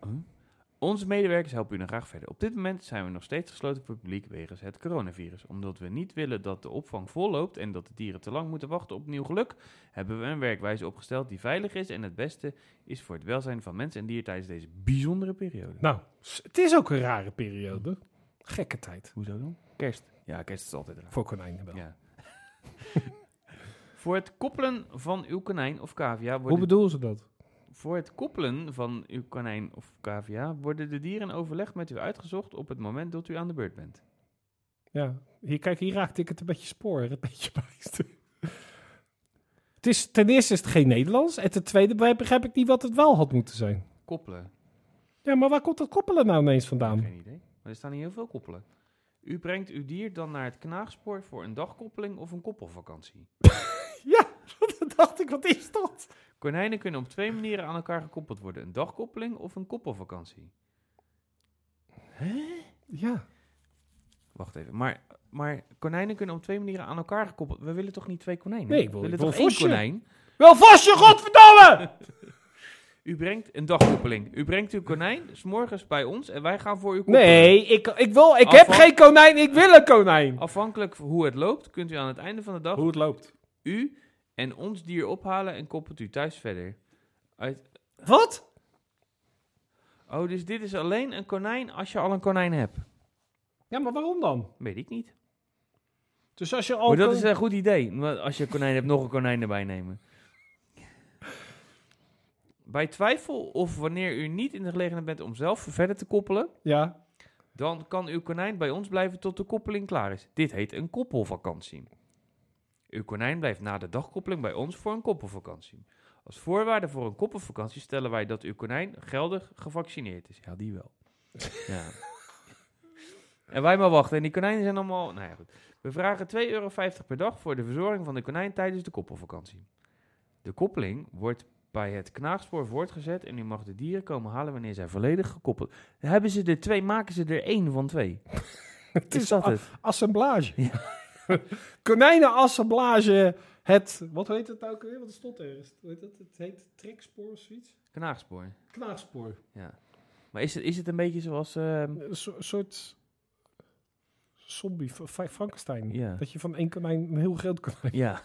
S2: Huh? Onze medewerkers helpen u dan graag verder. Op dit moment zijn we nog steeds gesloten voor het publiek wegens het coronavirus. Omdat we niet willen dat de opvang volloopt en dat de dieren te lang moeten wachten op nieuw geluk, hebben we een werkwijze opgesteld die veilig is en het beste is voor het welzijn van mens en dier tijdens deze bijzondere periode.
S1: Nou, s- het is ook een rare periode. Gekke tijd
S2: Hoezo dan? Kerst. Ja, kerst is altijd raar.
S1: voor konijnen wel.
S2: Ja. [laughs] voor het koppelen van uw konijn of cavia
S1: Hoe
S2: worden...
S1: bedoelen ze dat?
S2: Voor het koppelen van uw konijn of cavia worden de dieren in overleg met u uitgezocht op het moment dat u aan de beurt bent.
S1: Ja, hier, kijk, hier raakte ik het een beetje spoor, een beetje bijster. Het is, ten eerste is het geen Nederlands en ten tweede begrijp ik niet wat het wel had moeten zijn.
S2: Koppelen.
S1: Ja, maar waar komt dat koppelen nou ineens vandaan?
S2: Geen idee. Maar er staan hier heel veel koppelen. U brengt uw dier dan naar het knaagspoor voor een dagkoppeling of een koppelvakantie.
S1: Ja, [laughs] dat dacht ik, wat is dat?
S2: Konijnen kunnen op twee manieren aan elkaar gekoppeld worden. Een dagkoppeling of een koppelvakantie.
S1: Ja.
S2: Wacht even, maar, maar konijnen kunnen op twee manieren aan elkaar gekoppeld. We willen toch niet twee konijnen?
S1: Nee, ik wil-
S2: we willen
S1: ik wil
S2: toch
S1: een
S2: één
S1: vosje.
S2: konijn?
S1: Wel vastje, godverdomme!
S2: U brengt een dagkoppeling. U brengt uw konijn s'morgens bij ons en wij gaan voor u koppelen.
S1: Nee, ik, ik, wil, ik
S2: Afval.
S1: heb geen konijn, ik wil een konijn.
S2: Afhankelijk van hoe het loopt, kunt u aan het einde van de dag
S1: het loopt.
S2: u en ons dier ophalen en koppelt u thuis verder. Uit...
S1: Wat?
S2: Oh, dus dit is alleen een konijn als je al een konijn hebt.
S1: Ja, maar waarom dan?
S2: Weet ik niet.
S1: Dus als je al...
S2: maar dat eh,
S1: kon-
S2: is een goed idee. want Als je een konijn hebt, nog een konijn erbij nemen. Bij twijfel of wanneer u niet in de gelegenheid bent om zelf verder te koppelen,
S1: Ja.
S2: dan kan uw konijn bij ons blijven tot de koppeling klaar is. Dit heet een koppelvakantie. Uw konijn blijft na de dagkoppeling bij ons voor een koppelvakantie. Als voorwaarde voor een koppelvakantie stellen wij dat uw konijn geldig gevaccineerd is. Ja, die wel. ja. En wij maar wachten. En die konijnen zijn allemaal... Nou ja, goed. We vragen 2,50 euro per dag voor de verzorging van de konijn tijdens de koppelvakantie. De koppeling wordt bij het knaagspoor voortgezet en u mag de dieren komen halen wanneer zij volledig gekoppeld... Hebben ze er twee, maken ze er één van
S1: [laughs]
S2: twee.
S1: Het
S2: Is dat
S1: a-
S2: [laughs] het?
S1: assemblage. [laughs] Konijnenassemblage. Het, wat heet het nou ook weer? Wat stond er? Is het- Hoe heet dat? Het heet trekspoor of zoiets?
S2: Knaagspoor.
S1: Knaagspoor.
S2: Ja. Maar is het, is het een beetje zoals... ehm,
S1: Een so- soort zombie, Fra- Fra- Frankenstein.
S2: Ja.
S1: Dat je van één konijn een heel groot konijn...
S2: ja.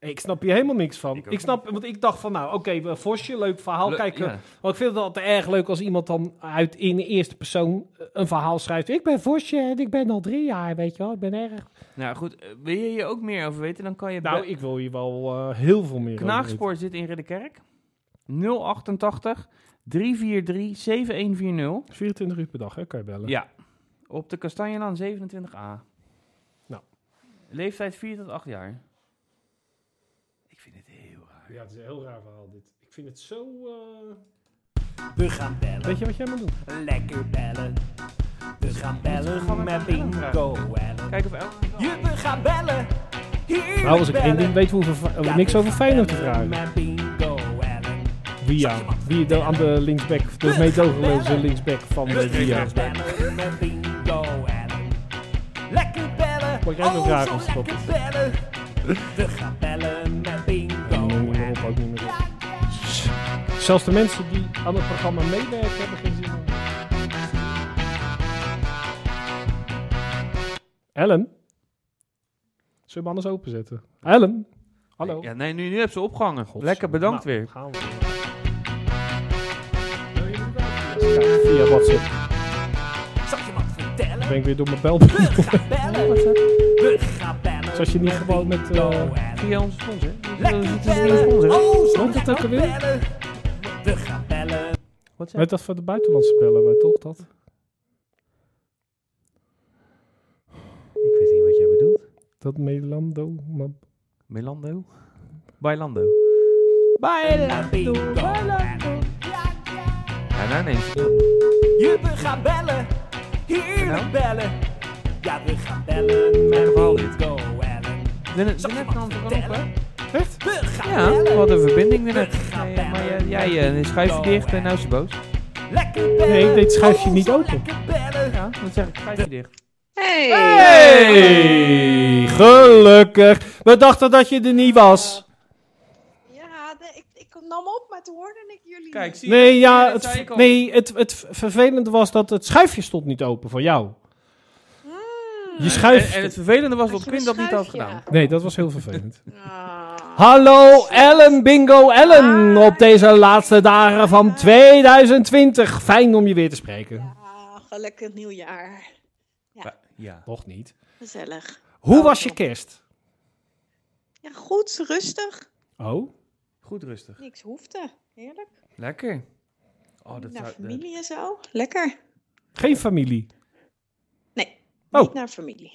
S1: Ik snap hier helemaal niks van.
S2: Ik
S1: Ik,
S2: ook
S1: snap, want ik dacht van nou, oké, eh, Vosje, leuk verhaal.
S2: Le-
S1: Kijk, eh,
S2: ja.
S1: want ik vind het altijd erg leuk als iemand dan uit in de eerste persoon eh, een verhaal schrijft. Ik ben Vosje en ik ben al drie jaar, weet je wel. Ik ben erg
S2: Nou goed, eh, wil je hier ook meer over weten? Dan kan je...
S1: Nou,
S2: be-
S1: ik wil hier wel eh, heel veel meer over weten.
S2: Knaagspoor zit in Ridderkerk. 088 343 7140.
S1: 24 uur per dag, hè, kan je bellen.
S2: Ja. Op de Kastanjelaan 27a.
S1: Nou.
S2: Leeftijd 4 tot 8 jaar. Ik vind het heel raar.
S1: Ja, het is een heel raar verhaal dit. Ik vind het zo... eh,
S5: We gaan bellen,
S1: Weet je wat jij moet doen?
S5: lekker bellen. We gaan bellen
S2: gaan met
S5: met
S2: bellen
S5: Bingo Ellen.
S2: Kijk of El.
S5: Je, we gaan bellen. Hier
S1: Nou, als ik één
S5: bellen.
S1: ding weet, we hoeven va-
S5: Ja,
S1: niks
S5: we
S1: over
S5: gaan
S1: Feyenoord te
S5: bellen
S1: vragen.
S5: Met Bingo Ellen.
S1: Wie ja? Wie de, aan de linksback, de meedogenloze linksback van de
S5: We
S1: Dia.
S5: gaan bellen met Bingo Ellen. Lekker bellen.
S1: Mag jij nog
S5: oh,
S1: vragen
S5: zo
S1: of het
S5: lekker bellen. We gaan bellen met Bingo
S1: Noem maar
S5: Ellen.
S1: op, ook niet meer op. Zelfs de mensen die aan het programma meewerken hebben geen zin meer. Ellen? Zullen we hem anders openzetten? Ellen? Hallo?
S2: Ja, nee, nu, nu heb ze opgehangen. Lekker bedankt
S1: Oh. Nou,
S2: weer.
S1: Gaan we. Ja, via WhatsApp.
S5: Zal ik je wat vertellen?
S1: Ben ik weer door mijn bel. [laughs]
S5: We gaan bellen. We gaan bellen.
S1: Zoals je niet
S5: met
S1: gewoon met,
S5: Bingo
S1: eh,
S5: Ellen.
S2: Via onze sponsor.
S5: Lekker
S2: Het is een nieuwe
S5: bellen.
S2: sponsor.
S5: Oh, zo
S1: Komt het ook
S5: lekker
S1: alweer?
S5: bellen. We gaan bellen.
S2: Wat zeg
S1: Met dat voor de buitenlandse bellen, wij toch dat?
S2: Ik weet niet wat jij bedoelt.
S1: Dat Melando. maar-
S2: Melando? Bailando.
S5: Met Bingo Ellen.
S2: Ja, nou nee.
S5: Ja, we gaan bellen. Heerlijk
S2: Nou?
S5: bellen. Ja, we gaan bellen met
S2: verhaal dit.
S5: Bingo Ellen.
S2: Dan heb
S5: Zal ik
S2: je
S5: je wat
S2: dan toch wel op, hè?
S5: vertellen?
S1: Echt?
S5: We gaan
S2: Ja, we
S5: bellen.
S2: hadden een verbinding weer net.
S5: gaan
S2: Nee, maar jij,
S5: bellen.
S2: jij eh, schuift dicht en nou is ze boos.
S5: Lekker bellen.
S1: Nee, dit schuif je
S5: Oh,
S1: niet
S5: zo
S1: open.
S5: Lekker bellen.
S2: Ja, dat zeg ik, schuif je dicht.
S1: Hey, gelukkig. We dachten dat je er niet was.
S8: Ja, de- ik, ik nam op, maar toen hoorde ik jullie.
S2: Kijk,
S8: niet.
S2: zie je?
S1: Nee, ja,
S2: dat
S1: het,
S2: zei ik al.
S1: nee het, het vervelende was dat het schuifje stond niet open voor jou. Je
S2: En,
S1: schuif...
S2: Hmm. en het vervelende was dat
S8: Had je een
S2: Quinn dat niet had
S8: schuifje?
S2: gedaan.
S1: Nee, dat was heel vervelend.
S8: Ah.
S1: Hallo Ellen, bingo Ellen. Op deze laatste dagen van 2020. Fijn om je weer te spreken.
S8: Ja, gelukkig nieuwjaar.
S2: Ja.
S1: Nog niet.
S8: Gezellig.
S2: Nou,
S1: Hoe was je kerst?
S8: Ja, goed, rustig.
S1: Oh?
S2: Goed rustig.
S8: Niks hoefde. Heerlijk.
S2: Lekker. Oh, dat
S8: naar
S2: zou...
S8: familie en zo. Lekker.
S1: Geen familie.
S8: Nee,
S1: Oh.
S8: niet naar familie.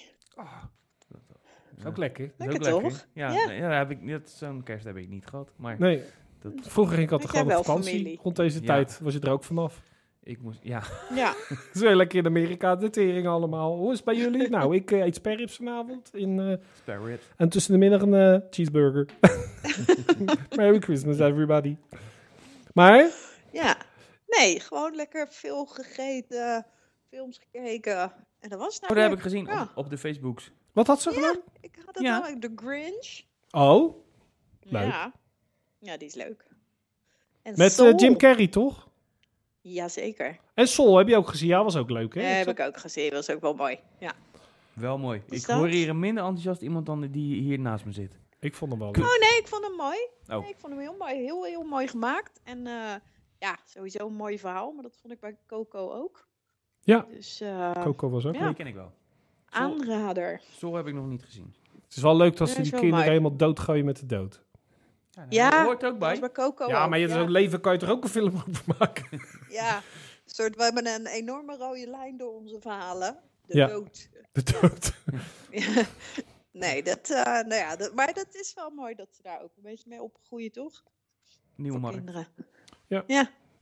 S1: Ook lekker.
S2: dat is ook
S8: Lekker toch?
S2: Ja,
S8: Ja.
S2: nee, ja, daar heb ik, dat, zo'n kerst heb ik niet gehad. Maar
S1: Nee.
S2: Dat-
S1: Vroeger ging ik altijd
S8: Had jij
S1: gewoon op
S8: wel
S1: vakantie.
S8: familie?
S1: Rond deze
S2: Ja.
S1: tijd was je er ook vanaf.
S2: ik moest... Ja, [laughs]
S8: Ja,
S1: [laughs] Zo lekker in Amerika, de tering allemaal. Hoe is het bij jullie? nou, ik eh, eet sperrips vanavond. In, eh,
S2: spare ribs.
S8: Ah,
S1: en tussen de middag een eh, cheeseburger. [laughs] Merry Christmas, everybody. Maar,
S8: ja. Nee, gewoon lekker veel gegeten, films gekeken. En dat was het
S2: Oh, dat heb ik
S8: eigenlijk.
S2: gezien
S8: Ja.
S2: op, op de Facebooks.
S1: wat had ze gedaan?
S8: ik... had het
S2: Ja.
S8: namelijk, The Grinch.
S1: Oh, Leuk.
S8: Ja. ja, die is leuk. En
S1: met eh,
S8: Soul.
S1: Jim Carrey, toch?
S8: Jazeker.
S1: En Sol heb je ook gezien. Ja, was ook leuk, hè?
S8: Nee, heb ik ook gezien. Was ook wel mooi. Ja.
S2: Wel mooi.
S8: Is
S2: Ik
S8: dat?
S2: hoor hier een minder enthousiast iemand dan die hier naast me zit.
S1: Ik vond hem wel leuk.
S8: Oh nee, ik vond hem mooi.
S2: Oh.
S8: Nee, ik vond hem heel mooi. Heel, heel mooi gemaakt. En eh, ja, sowieso een mooi verhaal. Maar dat vond ik bij Coco ook.
S1: Ja.
S8: Dus eh,
S1: Coco was ook
S8: Ja.
S1: leuk.
S2: Die ken ik wel.
S8: aanrader.
S2: Zo heb ik nog niet gezien.
S1: Het is wel leuk dat
S8: Ja,
S1: ze
S8: is
S1: die
S8: wel
S1: kinderen
S8: mooi.
S1: helemaal doodgooien met de dood.
S8: Ja,
S2: Dat hoort ook
S8: Dat was
S2: bij.
S8: bij Coco
S1: ja,
S8: ook,
S1: maar je
S8: Oh, ja.
S1: zo'n leven kan je toch ook een film over maken?
S8: Ja. Een soort, we hebben een enorme rode lijn door onze verhalen. De
S1: Ja.
S8: dood.
S1: De dood.
S8: nou [laughs] Nee, dat, eh, nou ja, dat, maar dat is wel mooi dat ze daar ook een beetje mee opgroeien, toch? Voor
S2: Nieuwmarkt.
S8: kinderen.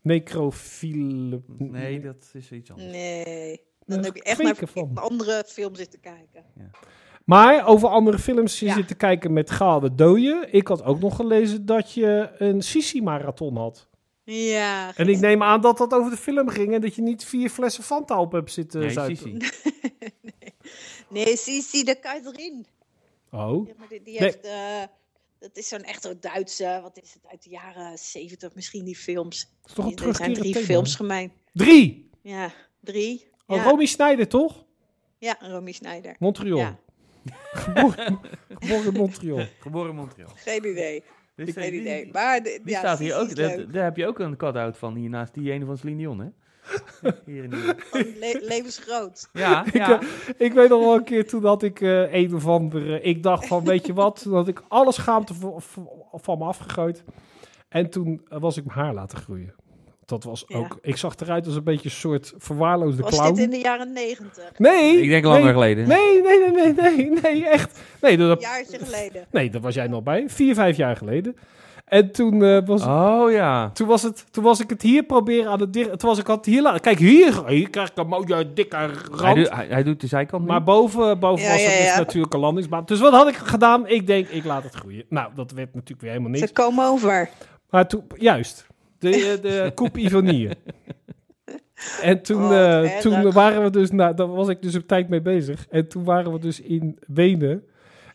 S1: [laughs] Necrofiele...
S2: Nee, dat is iets anders.
S8: Nee. Dan
S1: Eh,
S8: heb je echt naar
S1: kweken van.
S8: een andere film zitten kijken.
S1: Maar over andere films, je
S8: Ja.
S1: zit te kijken met gade dooien. Ik had ook nog gelezen dat je een Sisi-marathon had.
S8: Ja.
S1: En ik neem aan dat dat over de film ging en dat je niet vier flessen Fanta op hebt zitten
S2: Nee,
S1: zuipen.
S2: Sisi.
S8: Nee, Sisi de Keizerin.
S1: Oh,
S8: Ja, maar die, die
S1: Nee.
S8: heeft, eh, dat is zo'n echte Duitse, wat is het, uit de jaren zeventig misschien, die films.
S1: dat is toch een
S8: Die- er zijn
S1: terugkerend
S8: drie
S1: thema.
S8: films gemeen.
S1: Drie!
S8: Ja, drie.
S1: Oh,
S8: ja.
S1: Romy Schneider, toch?
S8: ja, Romy Schneider.
S1: Montreal.
S8: Ja.
S1: Geboren geboren in
S8: [laughs]
S1: Montreal.
S2: Geboren in Montreal.
S8: Geen idee.
S2: Dus
S8: Ik
S2: die-
S8: geen
S2: die-
S8: idee.
S2: Die,
S8: Maar de-
S2: die
S8: ja,
S2: staat hier
S8: Sissi
S2: ook.
S8: is
S2: Daar,
S8: leuk.
S2: daar heb je ook een cut-out van, hier naast die ene van Celine Dion, [laughs] hè? hier in die...
S8: Gewoon le-
S1: [laughs]
S8: levensgroot.
S2: Ja, ja.
S1: Ik weet nog wel een keer toen had ik eh, een of andere... Ik dacht van, weet je wat? Toen had ik alle schaamte van, van me afgegooid. En toen eh, was ik mijn haar laten groeien. Dat was
S8: Ja.
S1: ook... Ik zag eruit als een beetje een soort verwaarloosde
S8: Was
S1: clown.
S8: dit in de jaren negentig?
S1: Nee!
S2: eh, Ik denk langer
S1: nee,
S2: geleden.
S1: Nee, nee, nee, nee, nee, nee, echt. Nee, dat,
S8: Een jaartje geleden.
S1: nee, daar was jij nog bij. Vier, vijf jaar geleden. En toen, eh, was,
S2: Oh ja.
S1: toen, was het, toen was ik het hier proberen aan het... dir- Toen was ik het hier... la- Kijk, hier, hier krijg ik een mooie dikke
S2: Hij,
S1: rand.
S2: doet- hij, hij doet de zijkant nu.
S1: Maar boven, boven
S8: Ja,
S1: was het
S8: ja,
S1: dus
S8: ja.
S1: natuurlijk een landingsbaan. Dus wat had ik gedaan? Ik denk, ik laat het groeien. Nou, dat werd natuurlijk weer helemaal niks.
S8: Ze komen over.
S1: Maar toen, juist. De, eh,
S8: [laughs]
S1: de Coupe Ivonier. En toen,
S8: Oh,
S1: eh,
S8: erg.
S1: toen waren we dus, nou, daar was ik dus op tijd mee bezig. En toen waren we dus in Wenen.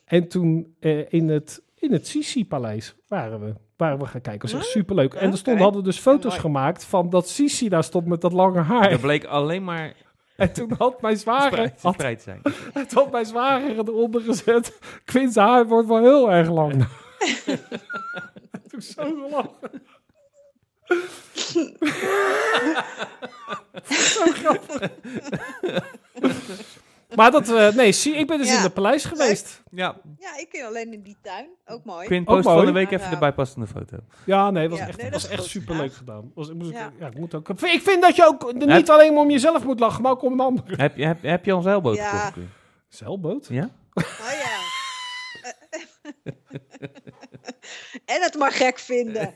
S1: En toen eh, in het, in het Sisi-paleis waren we. Waren we gaan kijken. Dat was echt superleuk. En er stonden,
S8: Ah, Oké.
S1: hadden we dus foto's
S8: Mooi.
S1: gemaakt van dat Sisi daar stond met dat lange
S2: Dat
S1: haar.
S2: bleek alleen maar
S1: En toen
S8: [laughs]
S1: had mijn zware,
S2: spreid,
S1: had
S2: spreid zijn.
S1: [laughs] het had mijn zwager eronder gezet. Quin's haar wordt wel heel erg lang. Toen zo gelachen. [laughs] zo grappig. maar dat, eh, nee, zie, ik ben dus
S8: Ja.
S1: in de paleis geweest.
S2: Ja,
S8: Ja, ik ken alleen in die tuin. Ook mooi.
S2: Quint
S1: Ook
S2: post
S1: mooi.
S2: van de week even
S8: Ja.
S2: de bijpassende foto.
S1: Ja, nee, was
S8: Ja,
S1: echt,
S8: nee, dat
S1: was
S8: is
S1: echt
S8: goed.
S1: superleuk
S8: Ja.
S1: gedaan. Was, ik moest, ook- ja.
S8: Ja.
S1: ik moet ook. Ik vind dat je ook
S2: Ja.
S1: niet alleen maar om jezelf moet lachen, maar ook om een ander.
S2: Heb je, heb, heb je ons zeilboot
S8: Ja.
S2: gekocht? Quint?
S1: Zeilboot?
S2: Ja?
S8: Oh ja. [laughs] en het maar gek
S1: [laughs]
S8: vinden.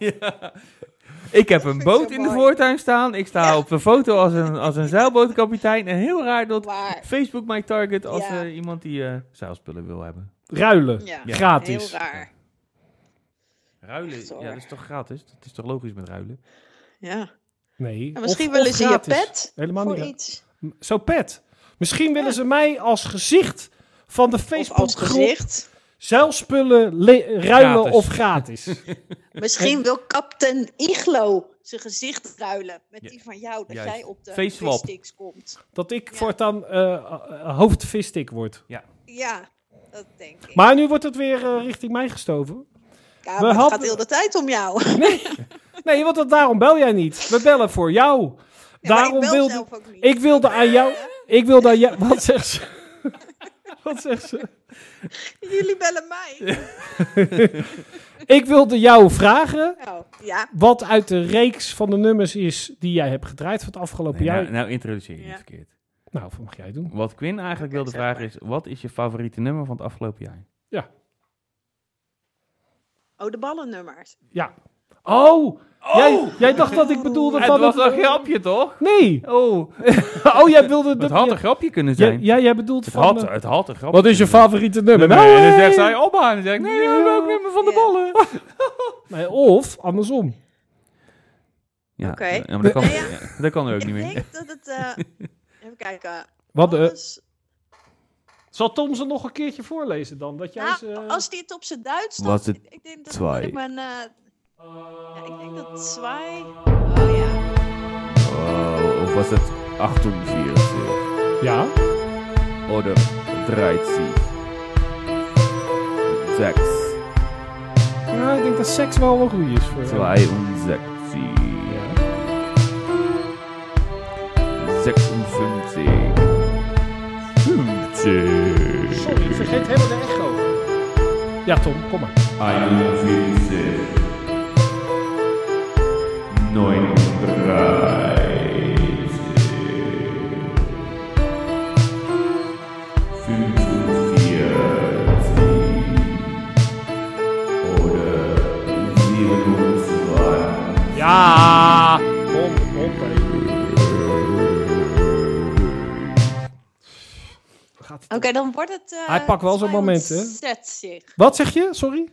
S2: Ik heb
S8: [laughs]
S2: een
S8: Dat vind ik
S2: boot
S8: zo
S2: in de
S8: mooi.
S2: voortuin staan. Ik sta op de foto als een, als een zeilbootkapitein. En heel raar dat
S8: Waar.
S2: Facebook mij target als
S8: Ja.
S2: eh, iemand die eh, zeilspullen wil hebben.
S1: Ruilen.
S8: Ja,
S1: Gratis.
S8: Heel raar.
S2: Ruilen,
S8: Echt waar.
S2: ja, dat is toch gratis? Dat is toch logisch met ruilen?
S8: Ja.
S1: Nee.
S8: En misschien
S1: of-
S8: willen
S1: of
S8: ze je
S1: gratis.
S8: pet
S1: Helemaal
S8: voor
S1: niet.
S8: iets.
S1: Zo pet. Misschien willen ze mij als gezicht van de
S8: Of als
S1: Facebookgroep
S8: gezicht.
S1: zeilspullen le- ruilen
S2: Gratis.
S1: of
S2: [laughs]
S1: gratis.
S8: Misschien wil Captain Iglo zijn gezicht ruilen met
S2: Ja,
S8: die van jou. Dat
S2: juist.
S8: jij op de
S2: Face swap.
S8: vissticks komt.
S1: Dat ik
S8: Ja.
S1: voortaan eh hoofdvistik word.
S8: Ja, dat denk ik.
S1: Maar nu wordt het weer eh, richting mij gestoven.
S8: ja,
S1: we
S8: maar het
S1: hadden-
S8: gaat heel de tijd om jou. [laughs]
S1: Nee, want dat, daarom bel jij niet. We bellen voor jou.
S8: Ja, maar
S1: daarom
S8: ik bel
S1: wilde
S8: zelf ook niet.
S1: ik wilde aan jou. Ik wilde aan jou. [laughs] Wat zegt ze? Wat zegt ze?
S8: Jullie bellen mij.
S1: Ik wilde jou vragen
S8: Nou, ja.
S1: wat uit de reeks van de nummers is die jij hebt gedraaid van het afgelopen
S2: Nee,
S1: jaar.
S2: nou, nou introduceer je het
S8: Ja.
S2: verkeerd.
S1: Nou, wat mag jij doen?
S2: Wat Quinn eigenlijk wilde
S8: zeg maar.
S2: vragen is, wat is je favoriete nummer van het afgelopen jaar?
S8: Oh, de ballennummers.
S1: Ja. Oh! Jij, jij dacht dat ik bedoelde
S2: Het
S1: van...
S2: was een grapje, toch?
S1: Nee.
S2: Oh,
S1: Oh, jij wilde...
S2: het
S1: dat-
S2: had een grapje kunnen
S1: jij,
S2: zijn.
S1: jij, jij bedoelt
S2: Het
S1: van...
S2: had,
S1: eh,
S2: het had een grapje
S1: wat is je
S2: kunnen
S1: favoriete nummer?
S2: zijn. nummer? Nou, eh, En dan
S1: Nee.
S2: zegt zij Abba. En dan zeg ik, nee, dat is ook nummer van de
S8: Ja.
S2: ballen.
S1: Nee, of andersom.
S2: Ja,
S8: Oké.
S2: ja, maar dat kan,
S8: Nee, ja.
S2: ja, dat kan er ook
S8: Ik
S2: niet meer.
S8: denk dat het...
S2: [laughs]
S8: eh, even kijken.
S1: Wat, eh,
S8: Alles-
S1: zal Tom ze nog een keertje voorlezen dan? Dat jij
S8: Nou,
S1: ze, eh,
S8: als die het op zijn Duits staat,
S2: was het
S8: ik, ik denk dat
S2: zwaai?
S8: ik ben, eh, ja, ik denk dat zwaai. Oh ja.
S2: Oh, Of was het eh, 48
S1: Ja.
S2: oder 30? 6,
S1: Ja, ik denk dat seks wel een goede is voor jou.
S2: 62,
S1: Ja.
S2: 56, 50,
S1: Sorry, ik vergeet helemaal de echo. Ja, Tom, kom maar.
S2: 41, 39, 45,
S8: Oké, dan wordt het... eh,
S1: Hij pakt wel zo'n
S8: Silent
S1: moment, hè?
S8: Zet zich.
S1: Wat zeg je? Sorry?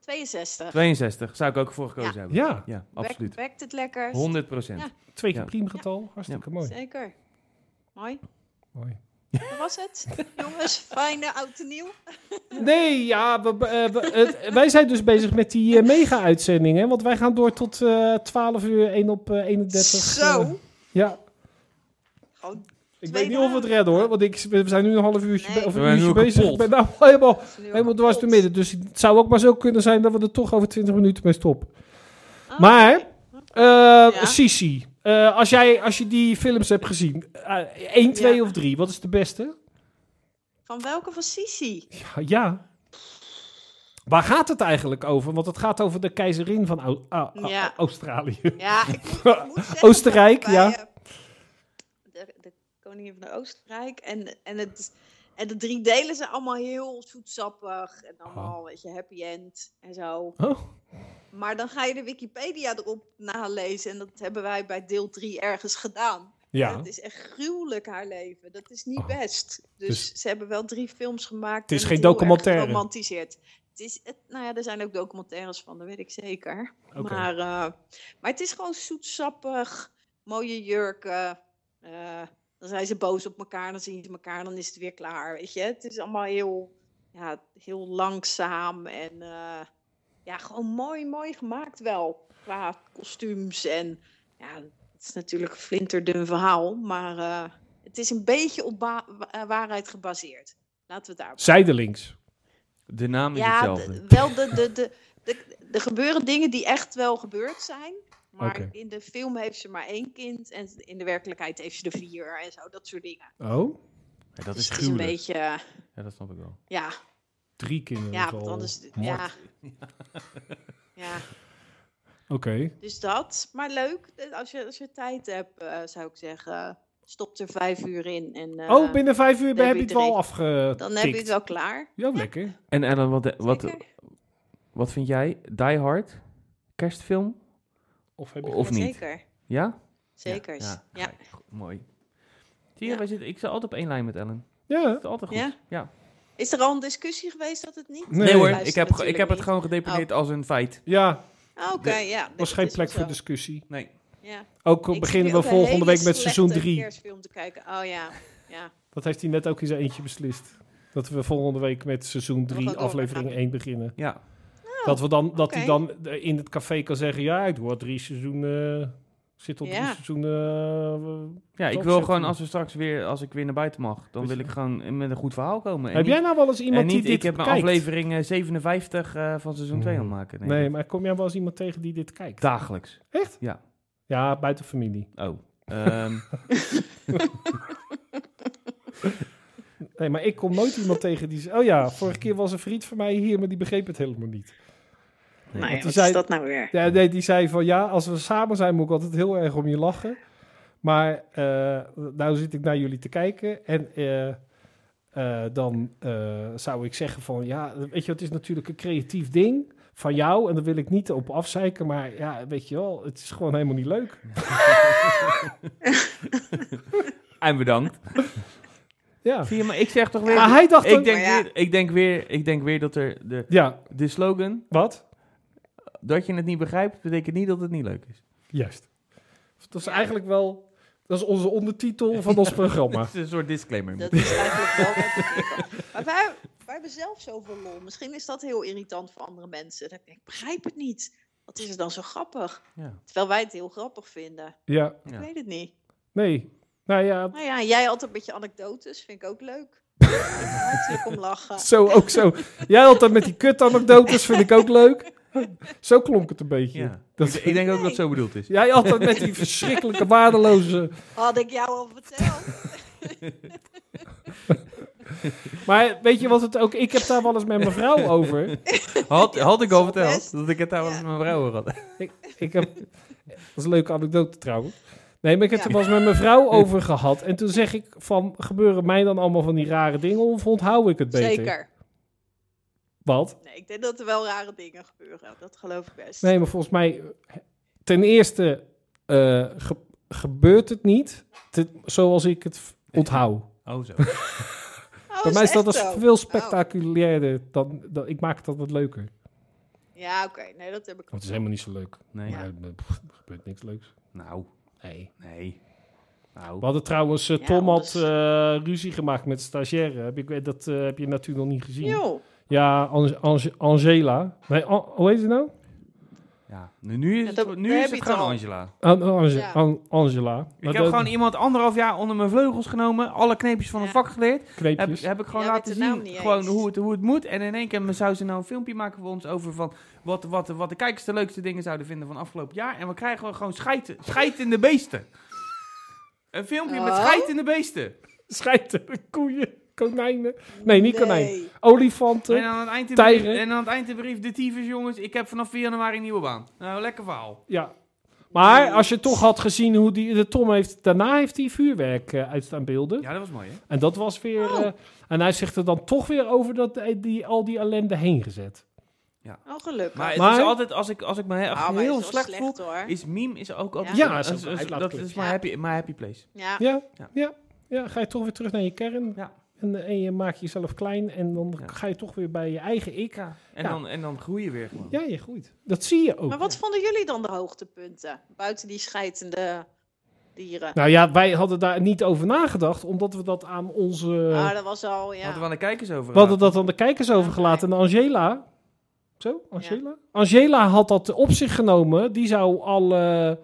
S8: 62.
S2: 62, zou ik ook voor gekozen
S8: Ja.
S2: hebben.
S1: Ja.
S2: Ja,
S8: Absoluut.
S2: absoluut.
S8: Werkt het lekker?
S2: 100 procent.
S8: Ja.
S1: Twee keer
S2: Ja.
S1: priemgetal. Hartstikke mooi.
S8: Zeker. Mooi.
S1: mooi.
S8: Dat was het. [laughs] Jongens, fijne oud en nieuw.
S1: Nee, ja, we- we- eh, we- het- wij zijn dus bezig met die eh, mega-uitzending, hè? Want wij gaan door tot eh 12 uur 1 op eh, 31.
S8: Zo.
S1: eh, ja.
S8: Gewoon
S1: Ik
S8: Twee
S1: weet niet of we het
S8: dagen.
S1: redden hoor, want ik, we zijn nu een half uurtje,
S8: Nee.
S1: be- of
S2: We
S1: een
S2: zijn nu
S1: uurtje
S2: al
S1: bezig.
S2: kapot.
S1: Ik ben nou [laughs] helemaal, helemaal dwars
S8: de
S1: door midden. Dus het zou ook maar zo kunnen zijn dat we er toch over 20 minuten mee stoppen.
S8: Oh,
S1: Maar, eh Sisi, eh, als, jij, als je die films hebt gezien, eh, één, twee
S8: Ja.
S1: of drie, wat is de beste?
S8: Van welke van Sisi?
S1: Ja, ja. Waar gaat het eigenlijk over? Want het gaat over de keizerin van Au- A- A-
S8: Ja.
S1: Australië. [laughs]
S8: Ja, ik moet, ik moet zeggen...
S1: Oostenrijk,
S8: dat
S1: ja.
S8: eh, De, de koningin van Oostenrijk. En, en, het, en de drie delen zijn allemaal heel zoetsappig. En allemaal, weet je, happy end en zo.
S1: Oh.
S8: Maar dan ga je de Wikipedia erop nalezen. En dat hebben wij bij deel 3 ergens gedaan. En
S1: Ja,
S8: Het is echt gruwelijk haar leven. Dat is niet
S1: Oh.
S8: best. Dus, ze hebben wel drie films gemaakt.
S1: Het is
S8: en
S1: geen
S8: heel erg
S1: documentaire.
S8: geromantiseerd. Het is, het, nou ja, er zijn ook documentaires van, dat weet ik zeker.
S1: Oké.
S8: Maar, eh, maar het is gewoon zoetsappig. Mooie jurken. eh, dan zijn ze boos op elkaar. Dan zien ze elkaar. Dan is het weer klaar. Weet je? Het is allemaal heel, ja, heel langzaam. En eh, ja, gewoon mooi, mooi gemaakt wel. Qua kostuums en ja, het is natuurlijk een flinterdun verhaal, maar eh, het is een beetje op ba- wa- eh, waarheid gebaseerd. Laten we het daarop.
S1: zijdelings.
S2: De naam is
S8: Ja,
S2: hetzelfde.
S8: d- wel de, de, de, de, er gebeuren dingen die echt wel gebeurd zijn. Maar
S1: Oké.
S8: in de film heeft ze maar één kind en in de werkelijkheid heeft ze er vier en zo, dat soort dingen.
S1: Oh,
S2: Ja, dat is
S8: Dus het is een
S2: gruwelijk.
S8: beetje, eh,
S2: Ja, dat snap ik wel.
S8: ja,
S1: drie kinderen.
S8: ja,
S1: is
S8: want
S1: al
S8: anders,
S1: moord.
S8: ja. Ja,
S1: Oké.
S8: dus dat. Maar leuk, eh, als je, als je tijd hebt, eh, zou ik zeggen, stop er vijf uur in. En, eh,
S1: oh, binnen vijf uur heb
S8: dan heb
S1: je
S8: je
S1: het wel
S8: drie.
S1: afgetikt.
S8: Dan heb je het wel klaar.
S1: Ja, lekker.
S2: En Ellen, wat, eh, wat,
S8: Zeker.
S2: wat vind jij? Die Hard? Kerstfilm?
S1: Of heb je...
S2: Of niet?
S8: Zeker,
S2: Ja?
S8: zeker. Ja,
S2: Ja, kijk, go- mooi. Zie je, wij zitten, ik zit altijd op één lijn met Ellen.
S1: Ja.
S2: Het is altijd goed.
S8: Ja?
S2: Ja?
S8: Is er al een discussie geweest dat het niet?
S1: Nee.
S2: Nee hoor,
S8: Luister
S2: ik heb, ge- ik
S8: natuurlijk
S2: heb het
S8: niet. Oh.
S2: gewoon gedeponeerd als een feit.
S1: Ja,
S8: Ah, Oké,
S2: Nee,
S8: ja. nee,
S1: was
S8: dat
S1: geen
S8: is
S1: plek
S8: wel
S1: voor
S8: zo.
S1: discussie.
S2: Nee.
S8: Ja.
S1: Ook
S8: Ik zit
S1: beginnen we
S8: ook een
S1: volgende
S8: hele
S1: week met seizoen
S8: slechte
S1: 3.
S8: kerstfilm te kijken. Oh ja, ja.
S1: Dat heeft hij net ook in zijn eentje beslist. Dat we volgende week met seizoen
S8: we
S1: 3,
S8: gewoon
S1: aflevering
S8: doorgaan.
S1: 1 beginnen.
S2: Ja.
S1: dat we dan, dat hij
S8: Oh, oké.
S1: dan eh, in het café kan zeggen: Ja, ik doe al drie seizoenen. eh, Zit al drie
S8: Ja.
S1: seizoenen. eh,
S2: Ja, ik
S1: Top
S2: wil
S1: zet
S2: gewoon
S1: hem.
S2: als we straks weer, als ik weer naar buiten mag, dan
S1: Weet
S2: wil
S1: je.
S2: ik gewoon met een goed verhaal komen. En
S1: Heb
S2: niet-
S1: jij nou wel eens iemand
S2: en
S1: die
S2: niet,
S1: dit
S2: ik heb mijn
S1: kijkt?
S2: aflevering eh, 57 eh, van seizoen 2 al maken.
S1: Nee,
S2: Nee, dat-
S1: maar kom jij wel eens iemand tegen die dit kijkt?
S2: Dagelijks.
S1: Echt?
S2: Ja.
S1: Ja, buiten familie.
S2: Oh. Ehm,
S1: Nee, maar ik kom nooit iemand tegen die zegt: Oh ja, vorige keer was een vriend van mij hier, maar die begreep het helemaal niet.
S8: Nou ja,
S1: die
S8: wat
S1: zei-
S8: is dat nou weer?
S1: Ja, nee, die zei van ja, als we samen zijn moet ik altijd heel erg om je lachen. Maar eh, nou zit ik naar jullie te kijken en eh, eh, dan eh, zou ik zeggen van ja, weet je, het is natuurlijk een creatief ding van jou en daar wil ik niet op afzeiken, maar ja, weet je wel, het is gewoon helemaal niet leuk.
S2: [laughs] en bedankt.
S1: Ja,
S2: [laughs] Zie je, maar ik zeg toch weer...
S1: maar hij dacht ook,
S2: ik, denk
S8: Maar ja.
S2: weer, ik, denk weer, ik denk weer dat er de,
S1: ja,
S2: de slogan,
S1: wat?
S2: dat je het niet begrijpt, betekent niet dat het niet leuk is.
S1: Juist. Dat is eigenlijk wel, dat is onze ondertitel
S2: [laughs]
S1: van ons programma.
S2: Dat is een soort disclaimer.
S8: Dat is eigenlijk wel wat ik wil. Maar wij, wij hebben zelf zoveel lol. Misschien is dat heel irritant voor andere mensen. Dat ik denk, ik begrijp het niet. Wat is er dan zo grappig?
S2: Ja.
S8: Terwijl wij het heel grappig vinden.
S1: Ja,
S8: Ik
S2: Ja.
S8: weet het niet.
S1: nee, nou ja,
S8: Nou ja, jij altijd een beetje anekdotes. Vind ik ook leuk. Hartelijk om lachen.
S1: [laughs] Zo, ook zo. Jij altijd met die kutanekdotes, vind ik ook leuk. Zo klonk het een beetje.
S2: Ja.
S1: Dat-
S2: ik, ik denk ook dat het zo bedoeld
S8: [laughs]
S2: is.
S1: Jij altijd met die verschrikkelijke waardeloze...
S8: Had ik jou al verteld.
S1: Maar weet je wat het ook... Ik heb daar wel eens met mijn vrouw over.
S2: Had, had ik al
S8: Zo best.
S2: verteld dat ik het daar wel eens
S8: Ja.
S2: met mijn vrouw over had.
S1: Ik, ik heb, dat is een leuke anekdote trouwens. Nee, maar ik heb
S8: Ja.
S1: er wel eens met mijn vrouw over gehad. En toen zeg ik van, gebeuren mij dan allemaal van die rare dingen of onthoud ik het beter?
S8: Zeker.
S1: Wat?
S8: Nee, ik denk dat er wel rare dingen gebeuren. Dat geloof ik best.
S1: Nee, maar volgens mij... Ten eerste eh, ge- gebeurt het niet te- zoals ik het onthoud.
S2: [laughs] Oh zo.
S8: Oh, Oh,
S1: Bij mij is dat
S8: echt
S1: dus
S8: zo?
S1: veel
S8: Oh.
S1: spectaculairder. Dan, dan, ik maak het altijd leuker.
S8: Ja, oké. Nee, dat heb
S1: Want
S8: ik
S1: het is helemaal niet zo leuk.
S2: Nee.
S1: Maar, eh, pff, er gebeurt niks leuks.
S2: Nou,
S1: Nee.
S2: nee.
S1: We
S2: Nou,
S1: hadden trouwens, eh,
S8: Ja,
S1: Tom had
S8: anders-
S1: eh, ruzie gemaakt met stagiaire. Heb ik, weet- dat eh, heb je natuurlijk nog niet gezien.
S8: Jo,
S1: Ja, Ange- Ange- Angela. Nee, An- hoe heet ze nou?
S2: ja. Nu, nu is
S8: dat-
S2: het, nu
S8: daar
S2: is het
S8: heb je het
S2: gewoon
S8: al.
S2: Angela.
S1: An- Ange-
S8: Ja.
S1: An- Angela. Maar
S2: ik heb
S1: dat-
S2: gewoon iemand anderhalf jaar onder mijn vleugels genomen. Alle kneepjes van het
S8: Ja.
S2: vak geleerd. Heb,
S1: kneepjes.
S2: heb ik gewoon
S8: Jij weet
S2: laten
S8: de naam
S2: zien
S8: niet
S2: gewoon
S8: eens.
S2: hoe, het, hoe het moet. En in één keer me- zou ze nou een filmpje maken voor ons over van wat, wat, wat de kijkers de leukste dingen zouden vinden van afgelopen jaar. En we krijgen wel gewoon schijten, schijtende beesten. Een filmpje met
S8: Oh?
S2: schijtende beesten.
S1: [laughs] Schijten, koeien, konijnen. Nee, niet konijnen.
S8: nee.
S1: Olifanten.
S2: En aan het eind de
S1: Tijger.
S2: brief, en aan het eind de brief de tyfus jongens. Ik heb vanaf 4 januari een nieuwe baan. Nou, lekker verhaal.
S1: Ja. Maar als je toch had gezien hoe die, de Tom heeft, daarna heeft hij vuurwerk eh, uit aan beelden.
S2: Ja, dat was mooi hè.
S1: En dat was weer,
S8: Oh.
S1: eh, en hij zegt er dan toch weer over dat eh, die, al die ellende heen gezet.
S8: Oh, gelukkig.
S2: Maar het
S1: Maar-
S2: is altijd, als ik, als ik me he-
S8: Ah, maar het is
S2: heel
S8: wel
S2: slecht, voel,
S8: hoor.
S2: is meme is ook altijd...
S1: Ja,
S2: een-
S1: zo-
S2: een- een- dat
S1: uitlaatklep.
S2: is mijn happy, mijn happy place.
S8: Ja.
S1: Ja, ja.
S2: Ja.
S1: ja, ga je toch weer terug naar je kern.
S2: Ja.
S1: En, eh, en je maakt jezelf klein en dan
S2: Ja.
S1: ga je toch weer bij je eigen ik. Ja,
S2: En,
S1: Ja.
S2: Dan, en dan groei je weer gewoon.
S1: je groeit. Dat zie je ook.
S8: Maar wat vonden jullie dan de hoogtepunten? Buiten die scheidende dieren.
S1: Nou ja, wij hadden daar niet over nagedacht, omdat we dat aan onze...
S8: ah, dat was al, ja.
S2: Hadden we aan de kijkers over. eh,
S1: We hadden dat aan de kijkers overgelaten. En Angela. Zo, Angela? Angela had dat op zich genomen. Die zou alle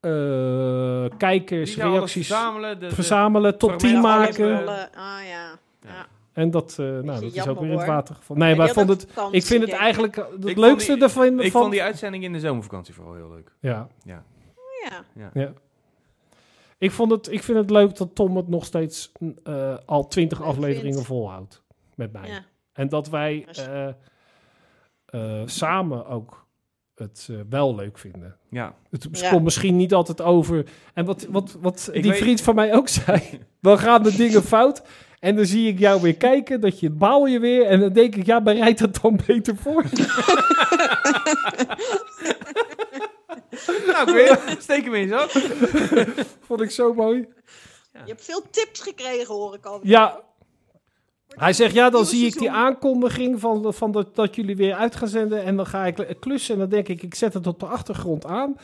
S1: eh, kijkers, reacties verzamelen,
S2: verzamelen. de- de-
S1: tot 10
S2: fragmenten
S8: Alle-
S1: maken.
S8: alle- Ah ja.
S1: En dat, eh, nou, dat is
S8: jammer,
S1: ook weer in het
S8: hoor.
S1: water gevallen. Nee,
S8: Ja,
S1: maar
S8: die
S1: ik vond
S8: had
S1: het,
S8: ook vakantie,
S1: ik vind het
S8: denk ik.
S1: eigenlijk eh, het
S2: vond
S1: leukste
S2: die-
S1: ervan.
S2: Ik
S1: van-
S2: vond die uitzending in de zomervakantie vooral heel leuk.
S1: ja,
S8: Ja.
S1: ik, vond het, ik vind het leuk dat Tom het nog steeds mm, eh, al 20
S8: Leuk
S1: afleveringen
S8: vindt.
S1: volhoudt met mij.
S8: ja.
S1: En dat wij
S8: Als je-
S1: eh, eh, samen ook het eh, wel leuk vinden. [laughs]
S2: Ja.
S1: Het
S8: Ja.
S1: komt misschien niet altijd over. En wat, wat, wat
S2: Ik
S1: die
S2: weet-
S1: vriend van mij ook zei.
S8: [laughs]
S1: Dan gaan de dingen fout. En dan zie ik jou weer kijken. Dat je baal je weer. En dan denk ik, ja, bereid dat dan beter voor. [laughs]
S2: Nou, ik weet [laughs] Steek hem in zo.
S1: Vond ik zo mooi.
S8: Je hebt veel tips gekregen, hoor ik al.
S1: Ja. Hij zegt, ja, dan
S8: Nieuw
S1: zie ik die
S8: seizoen.
S1: aankondiging van, van dat, dat jullie weer uit gaan zenden. En dan ga ik eh, klussen. En dan denk ik, ik zet het op de achtergrond aan.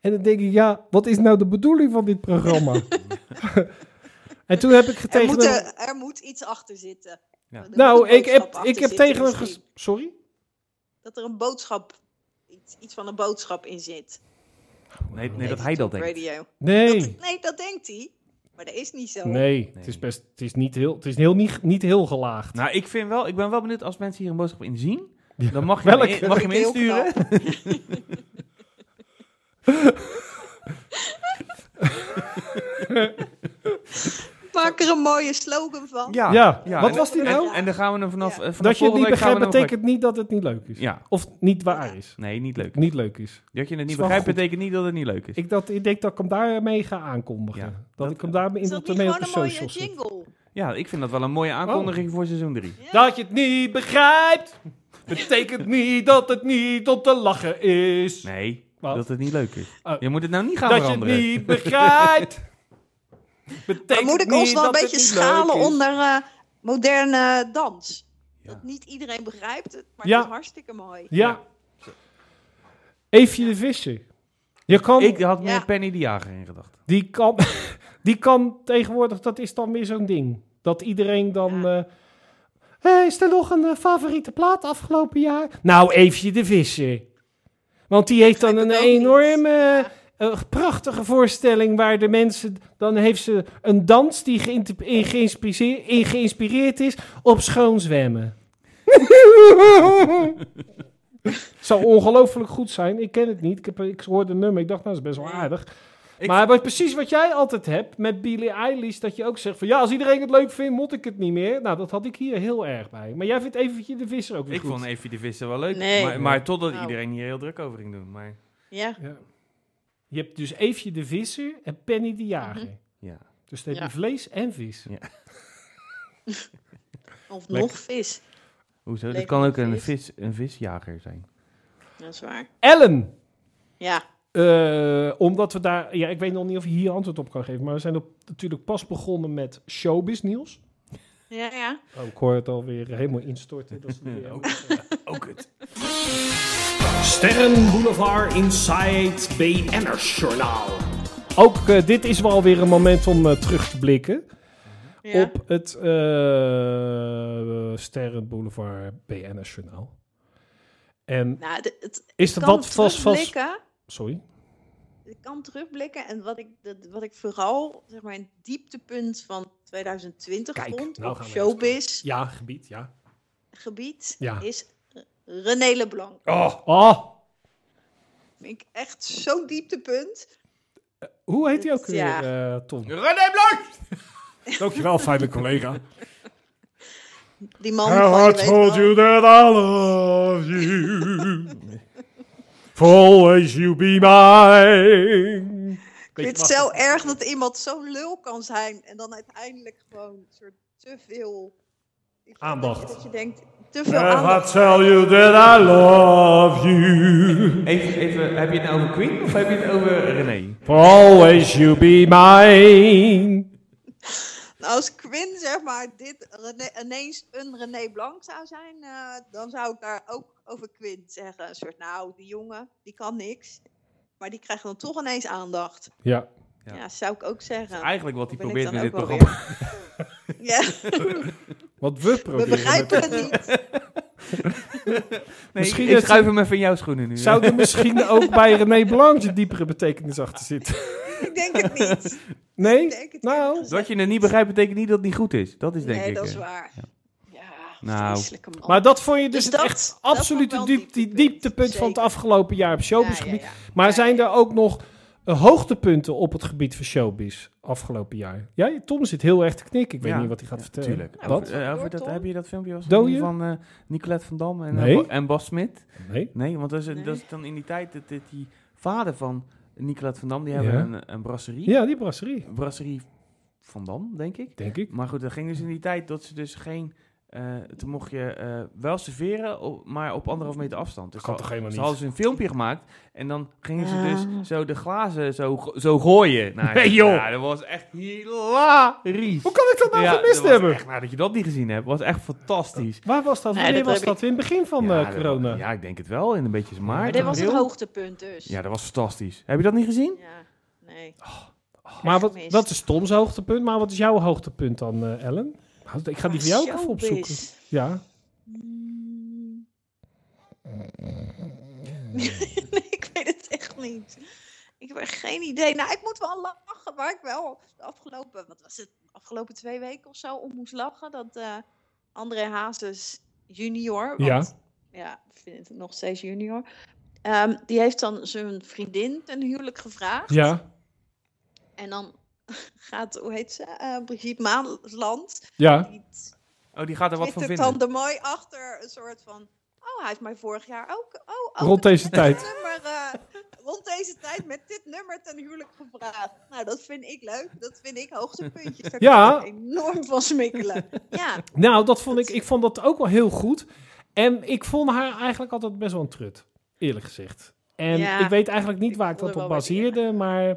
S1: En dan denk ik, ja, wat is nou de bedoeling van dit
S8: [laughs]
S1: programma? en toen heb ik
S8: Er,
S1: tegen
S8: moet,
S1: hem...
S8: eh, er moet iets achter zitten.
S2: Ja.
S8: Er moet
S1: Nou,
S8: een
S1: ik
S8: boodschap
S1: heb,
S8: achter
S1: ik heb
S8: zitten
S1: tegen hem...
S8: misschien.
S1: ges- Sorry?
S8: Dat er een boodschap, iets, iets van een boodschap in zit.
S2: Nee, nee dat hij dat denkt.
S8: Radio.
S1: Nee.
S8: Dat, nee, dat denkt hij. Maar dat is niet zo.
S1: Nee, het
S2: Nee.
S1: is best, het is niet heel, het is heel niet, niet heel gelaagd.
S2: Nou, ik, vind wel, ik ben wel benieuwd als mensen hier een boodschap in zien.
S1: Ja.
S2: Dan mag je, hem
S1: Welke?
S2: in- mag je hem
S8: Vind ik heel
S2: insturen.
S8: [laughs] Maak er een mooie slogan van.
S2: [laughs]
S1: ja. wat was die
S2: en,
S1: nou?
S2: En, en dan gaan we hem vanaf,
S8: Ja.
S2: eh, vanaf
S1: dat je het
S2: volgende
S1: niet
S2: week gaan
S1: begrijpt
S2: we hem
S1: betekent niet dat het niet leuk is.
S2: ook- Ja.
S1: Of niet waar is.
S2: Nee, niet leuk.
S1: Niet leuk is.
S2: Dat je het
S1: Is
S2: niet
S1: wel
S2: begrijpt
S1: goed.
S2: betekent niet dat het niet leuk is.
S1: Ik, dat, ik denk dat ik hem daarmee ga aankondigen.
S2: Ja,
S1: dat,
S2: dat-
S1: ik hem daarmee
S8: is
S1: in
S8: dat
S1: op
S8: niet
S1: de mee op
S8: gewoon
S1: de
S8: een mooie
S1: socials zet.
S8: jingle?
S2: Ja, ik vind dat wel een mooie
S1: Oh.
S2: aankondiging voor seizoen 3.
S1: Dat je het niet begrijpt, betekent [laughs] niet dat het niet om te lachen is.
S2: Nee,
S1: Wat?
S2: dat het niet leuk is.
S1: Oh.
S2: Je moet het nou niet gaan
S1: dat je het
S2: veranderen.
S1: niet
S2: [laughs]
S1: begrijpt, betekent
S8: Dan moet ik
S1: niet
S8: ons wel een
S1: dat het
S8: beetje
S1: niet leuk
S8: schalen
S1: is.
S8: onder eh, moderne dans.
S2: Ja.
S8: Dat niet iedereen begrijpt het, maar
S1: Ja.
S8: het is hartstikke mooi.
S1: Ja. Eefje de Visser. Je kan,
S2: Ik had meer
S8: Ja.
S2: Penny de Jager in gedachten.
S1: die, kan, [laughs] die kan tegenwoordig, dat is dan weer zo'n ding. Dat iedereen dan... eh hey, is er nog een eh, favoriete plaat afgelopen jaar? Nou, Eefje de Visser. Want die heeft dan
S8: Ik
S1: een
S8: begrijp het ook niet.
S1: enorme,
S8: Ja.
S1: eh, prachtige voorstelling waar de mensen... Dan heeft ze een dans die geïnter- in geïnspireerd, in geïnspireerd is op schoonzwemmen. Zou ongelooflijk goed zijn. Ik ken het niet. Ik, heb, ik hoorde een nummer. Ik dacht, nou, dat is best wel aardig.
S2: Ik-
S1: maar wat, precies wat jij altijd hebt met Billie Eilish, dat je ook zegt van ja, als iedereen het leuk vindt, moet ik het niet meer. Nou, dat had ik hier heel erg bij. Maar jij vindt eventjes de visser ook weer
S2: Ik
S1: goed.
S2: vond Evie de Visser wel leuk.
S8: Nee.
S2: Maar, maar totdat
S8: Nou.
S2: iedereen hier heel druk over ging doen. Maar
S8: Ja.
S1: Je hebt dus Eefje de Visser en Penny de Jager.
S2: ja.
S1: Dus dan heb je
S8: Ja.
S1: vlees en vis.
S8: Of
S1: Lekker.
S8: nog vis.
S2: Hoezo? Dat
S8: Leek
S2: kan
S8: op
S2: ook een,
S8: vis.
S2: vis, een visjager zijn.
S8: Dat is waar.
S1: Ellen!
S8: Ja.
S1: Eh, omdat we daar, ja, ik weet nog niet of je hier antwoord op kan geven, maar we zijn op, natuurlijk pas begonnen met showbiz nieuws.
S8: Ja, ja.
S1: Oh, ik hoor het alweer helemaal instorten.
S2: [laughs]
S1: Dat is niet
S2: Ja,
S1: erg.
S2: ook, ook het.
S5: Sterrenboulevard Inside BN'ers Journaal.
S1: Ook eh, dit is wel weer een moment om eh, terug te blikken
S8: ja.
S1: op het eh Sterrenboulevard BNS Journaal. En
S8: Nou, de- het
S1: is er
S8: kan
S1: wat vast vast...
S8: terugblikken.
S1: Sorry?
S8: Ik kan terugblikken en wat ik, dat, wat ik vooral zeg maar, een dieptepunt van 2020
S1: Kijk,
S8: vond
S1: nou
S8: op
S1: gaan we eens
S8: showbiz
S1: Ja, gebied, ja.
S8: gebied
S1: Ja.
S8: is René Leblanc.
S1: Oh, oh.
S8: Vind ik echt zo'n dieptepunt.
S1: Hoe heet hij ook
S8: Het-
S1: weer,
S8: ja.
S1: eh, Tom?
S2: René Blank!
S1: Dankjewel, fijne
S8: [laughs]
S1: collega.
S8: Die man van, je weet wel.
S1: that I love [laughs] you. For always you be mine.
S8: Ik vind het zo erg dat iemand zo'n lul kan zijn en dan uiteindelijk gewoon een soort te veel ik vind
S1: Aandacht.
S8: Dat je, dat je denkt, te veel aandacht.
S1: tell you that I love you.
S2: Even, even, heb je het nou over Queen of heb je het over René?
S1: For always you be mine.
S8: Nou, Als Quinn zeg maar dit René- ineens een René Blanc zou zijn, eh, dan zou ik daar ook over Quinn zeggen. Een soort, nou, die jongen, die kan niks. Maar die krijgt dan toch ineens aandacht.
S1: Ja.
S2: Ja. Dus
S8: Ja, zou ik ook zeggen.
S2: Eigenlijk wat hij
S8: Dan ben ik
S2: probeert met dit
S8: dan ook
S2: programma. [laughs]
S8: Ja,
S1: Wat we
S8: we
S1: proberen.
S8: begrijpen
S1: met-
S8: het niet.
S2: Nee,
S1: Misschien
S2: ik
S1: is-
S2: schuif hem even in jouw schoenen nu.
S1: Zou er misschien ook bij René Blanc een diepere betekenis achter zitten?
S8: Ik denk het
S2: [laughs]
S8: niet.
S1: Nee?
S8: Ik denk het
S1: Nou.
S8: eerlijk gezegd
S2: Dat je het niet begrijpt betekent niet dat het niet goed is. Dat is denk
S8: nee,
S2: ik.
S8: dat
S2: eh.
S8: is waar. Ja,
S2: Nou.
S8: vreselijke man.
S1: Maar dat vond je dus,
S8: Dus
S1: het
S8: dat-
S1: echt
S8: dat
S1: absoluut
S8: vond
S1: het
S8: ik wel
S1: diep, die
S8: dieptepunt,
S1: dieptepunt van het
S8: zeker.
S1: afgelopen jaar op showbiz
S8: Ja, ja,
S1: gebied.
S8: ja.
S1: Maar
S8: Ja,
S1: zijn
S8: ja.
S1: er ook nog eh, hoogtepunten op het gebied van showbiz afgelopen jaar? Ja, Tom zit heel erg te knikken. Ik weet
S2: Ja,
S1: niet wat hij gaat vertellen.
S2: Tuurlijk.
S1: Wat?
S2: Over, eh, over dat,
S8: Door, Nou, Tom?
S2: heb je dat filmpje was
S1: Dooie?
S2: van eh, Nicolette van Dam en, eh,
S1: Nee.
S2: Bo- en Bas Smit?
S1: Nee?
S2: Nee, want dat is,
S8: Nee.
S2: dat is dan in die tijd dat, dat die vader van Nicolette van Dam, die hebben
S1: Ja.
S2: een, een brasserie.
S1: Ja, die brasserie,
S2: Brasserie van Dam, denk ik.
S1: denk ik.
S2: Maar goed, dat ging dus in die tijd dat ze dus geen... eh, toen mocht je eh, wel serveren, op- maar op anderhalf meter afstand. Dus
S1: Dat kan
S2: ze-
S1: toch helemaal
S2: ze
S1: niet?
S2: hadden ze een filmpje gemaakt en dan gingen ze
S8: Ah.
S2: dus zo de glazen zo, go- zo gooien.
S1: [laughs]
S2: Nou,
S1: Nee, joh.
S2: Ja, dat was echt hilarisch.
S1: Hoe kan ik dat nou
S2: ja,
S1: gemist
S2: dat was
S1: hebben?
S2: Echt, nou, dat je dat niet gezien hebt, was echt fantastisch.
S1: Waar was dat?
S8: Nee,
S1: Wanneer
S8: dat
S1: was
S8: heb ik-
S1: dat? In het begin van
S2: Ja,
S1: eh,
S2: dat-
S1: corona?
S2: Ja, ik denk het wel. In een beetje maart.
S8: Maar dit was het
S2: april.
S8: hoogtepunt dus.
S2: Ja, dat was fantastisch. Heb je dat niet gezien?
S8: Ja, nee.
S1: maar wat,
S8: gemist.
S1: dat is Tom's hoogtepunt. Maar wat is jouw hoogtepunt dan, eh, Ellen? Ik ga die voor jou ook even
S8: Showbiz.
S1: opzoeken. Ja.
S8: Mm. [laughs] nee, ik weet het echt niet. Ik heb echt geen idee. Nou, ik moet wel lachen, waar ik wel de afgelopen, wat was het, de afgelopen twee weken of zo om moest lachen. Dat eh, André Hazes junior,
S1: Ja.
S8: want, ja. ik vind het nog steeds junior, ehm, die heeft dan zijn vriendin ten huwelijk gevraagd.
S1: Ja.
S8: En dan [laughs] gaat, hoe heet ze, eh, Brigitte Maanland,
S1: Ja.
S8: die t-
S2: Oh, die gaat er wat van
S8: twittert
S2: vinden.
S8: dan er mooi achter een soort van... Oh, hij heeft mij vorig jaar ook... Oh, ook
S1: Rond deze tijd.
S8: dit nummer, eh, rond deze tijd met dit nummer ten huwelijk gevraagd. Nou, dat vind ik leuk. Dat vind ik hoogtepuntjes. Daar
S1: Ja.
S8: kan ik enorm van smikkelen. Ja,
S1: Nou, dat vond ik, ik vond dat ook wel heel goed. En ik vond haar eigenlijk altijd best wel een trut, eerlijk gezegd. En
S8: Ja,
S1: ik weet eigenlijk niet
S8: ik
S1: waar ik
S8: vond
S1: dat
S8: haar
S1: op
S8: wel waarderen.
S1: baseerde, maar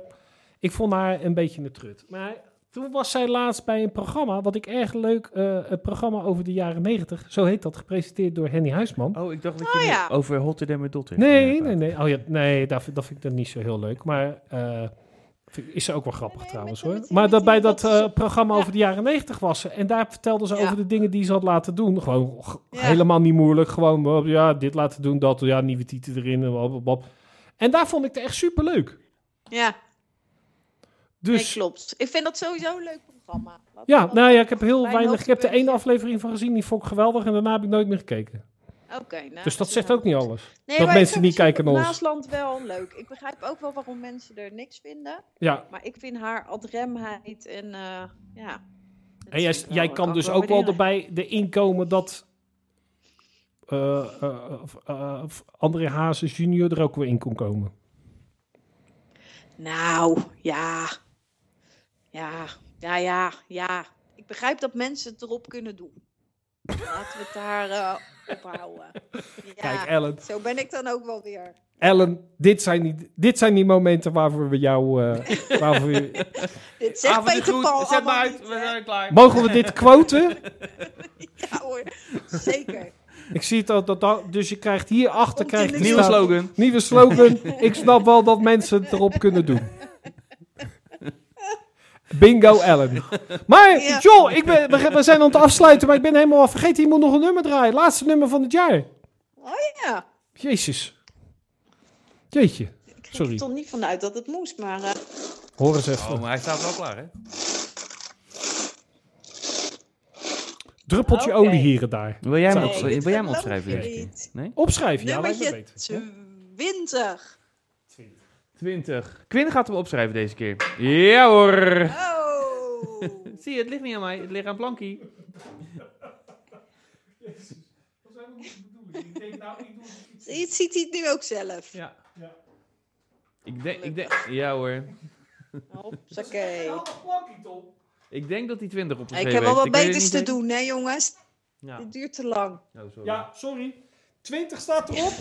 S1: ik vond haar een beetje een trut. Maar toen was zij laatst bij een programma, wat ik erg leuk, eh, het programma over de jaren negentig, zo heet dat, gepresenteerd door Henny Huisman.
S2: Oh, ik dacht dat
S8: Oh,
S2: je nu
S8: ja.
S2: over Hotter Than My Dotter.
S1: nee, nee, nee. Oh ja, nee, dat vind, dat vind ik dan niet zo heel leuk. Maar eh, vind- is ze ook wel grappig
S8: Nee, nee,
S1: trouwens
S8: met-
S1: hoor.
S8: met-
S1: maar
S8: met
S1: dat
S8: die-
S1: bij dat
S8: dat ze-
S1: eh, programma
S8: Ja.
S1: over de jaren negentig was. ze. En daar vertelde ze
S8: Ja.
S1: over de dingen die ze had laten doen. Gewoon g-
S8: Ja.
S1: helemaal niet moeilijk. Gewoon wel, ja, dit laten doen, dat. Ja, nieuwe titel erin. En, blablabla. en daar vond ik het echt super leuk.
S8: ja nee,
S1: Dus
S8: klopt. Ik vind dat sowieso een leuk programma. Wat-
S1: ja,
S8: wat-
S1: nou ja, ik heb heel
S8: Mijn
S1: weinig. Ik heb de
S8: hoogtepuntje.
S1: ene aflevering van gezien, die vond ik geweldig. En daarna heb ik nooit meer gekeken.
S8: Oké, nou,
S1: Dus dat
S8: is
S1: zegt
S8: wel
S1: ook niet
S8: goed.
S1: alles. dat
S8: Nee, maar ik
S1: mensen
S8: vind
S1: niet
S8: het
S1: kijken naar ons.
S8: Maasland wel leuk. Ik begrijp ook wel waarom mensen er niks vinden.
S1: Ja,
S8: Maar ik vind haar adremheid en eh, ja. dat
S1: En jij,
S8: vind ik
S1: jij
S8: ik
S1: kan dus ook wel
S8: waarderen.
S1: erbij de inkomen dat eh, eh, of, eh, of André Hazes junior er ook weer in kon komen.
S8: Nou, ja. Ja, ja, ja, ja. Ik begrijp dat mensen het erop kunnen doen. Laten we het daar eh, op houden. Ja,
S1: Kijk, Ellen.
S8: zo ben ik dan ook wel weer.
S1: Ellen, dit zijn die, dit zijn die momenten waarvoor we jou... eh, waarvoor
S8: [laughs]
S1: we-
S8: Dit zegt
S2: Avond is
S8: Peter
S2: goed,
S8: Paul
S2: zet
S8: allemaal
S2: maar uit,
S8: niet,
S2: we
S8: hè?
S2: zijn klaar.
S1: Mogen we dit quoten?
S8: Ja hoor, [laughs] zeker.
S1: Ik zie het al, dat, dat, dus je krijgt hierachter
S8: Komt
S1: krijgt
S8: in
S1: je
S8: de
S2: Nieuwe
S1: staan-
S2: slogan.
S1: Nieuwe slogan. Ik snap wel dat mensen het erop kunnen doen. Bingo Ellen. Maar
S8: Ja.
S1: joh, ik ben, we, we zijn aan het afsluiten, maar ik ben helemaal al vergeten. Je moet nog een nummer draaien. Laatste nummer van het jaar.
S8: Ja,
S1: Jezus. Jeetje.
S8: ik ging
S1: Sorry.
S8: er toch niet vanuit dat het moest, maar eh,
S1: Hoor eens even.
S2: Oh, maar hij staat wel klaar, hè?
S1: Druppeltje
S8: Oké.
S1: olie hier en daar.
S2: Wil jij hem,
S1: Nee,
S2: opschrijven?
S8: dit
S2: wil jij hem
S8: geloof
S2: opschrijven
S8: je
S2: deze keer?
S8: niet.
S2: Nee?
S1: Opschrijven. Ja, lijkt me
S8: nummertje
S1: beter.
S8: 20.
S2: 20. Quinn gaat hem opschrijven deze keer. Ja hoor.
S8: Oh,
S2: [laughs] Zie je, het ligt niet aan mij. Het ligt aan Plankie.
S8: het ziet hij het nu ook zelf.
S2: Ja. Ik denk, ik denk, ja hoor.
S8: Hoppakee.
S2: Ik denk dat hij 20 opgeschreven
S8: Ik heb wel
S2: heeft.
S8: wat
S2: weet het
S8: beters
S2: niet
S8: te
S2: zeker.
S8: doen, hè jongens?
S2: Ja.
S8: Dit duurt te lang.
S2: Oh, sorry.
S1: Ja, sorry. 20 staat erop.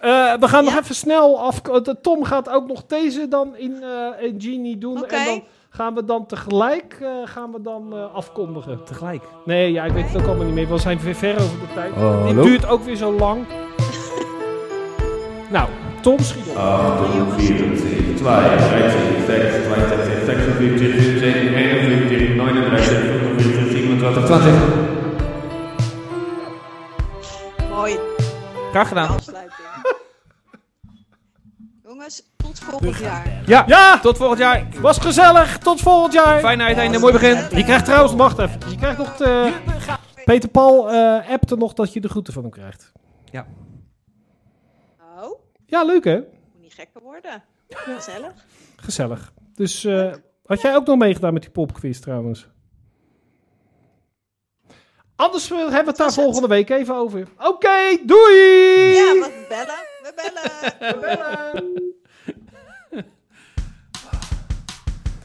S1: Eh, we gaan nog
S8: Ja.
S1: even snel af. de Tom gaat ook nog deze dan in, eh in Genie doen.
S8: Oké.
S1: En dan gaan we dan tegelijk eh, gaan we dan, eh, afkondigen.
S2: Tegelijk.
S1: Nee, ja, ik weet het ook allemaal niet meer. We zijn weer ver over de tijd. Dit
S9: Hallo?
S1: duurt ook weer zo lang. nou, Tom schiet op.
S10: 72, 73, 26, 56, 57, 51, 39, 47, 27.
S8: Mooi,
S2: Graag gedaan.
S8: afsluiting. jongens, tot volgend jaar.
S2: Ja.
S1: Ja,
S2: Tot volgend jaar.
S1: was gezellig. Tot volgend jaar.
S2: Fijn uiteinde. Mooi begin.
S1: Je krijgt trouwens, wacht even. Je krijgt nog de... Peter Paul eh appte nog dat je de groeten van hem krijgt.
S8: Oh,
S1: Ja, leuk hè?
S8: moet niet gekker worden. Gezellig.
S1: Gezellig. Dus eh, had jij ook nog meegedaan met die popquiz trouwens? Anders eh, hebben we het daar
S8: was het?
S1: volgende week even over. Oké, doei!
S8: Ja, we bellen. We bellen.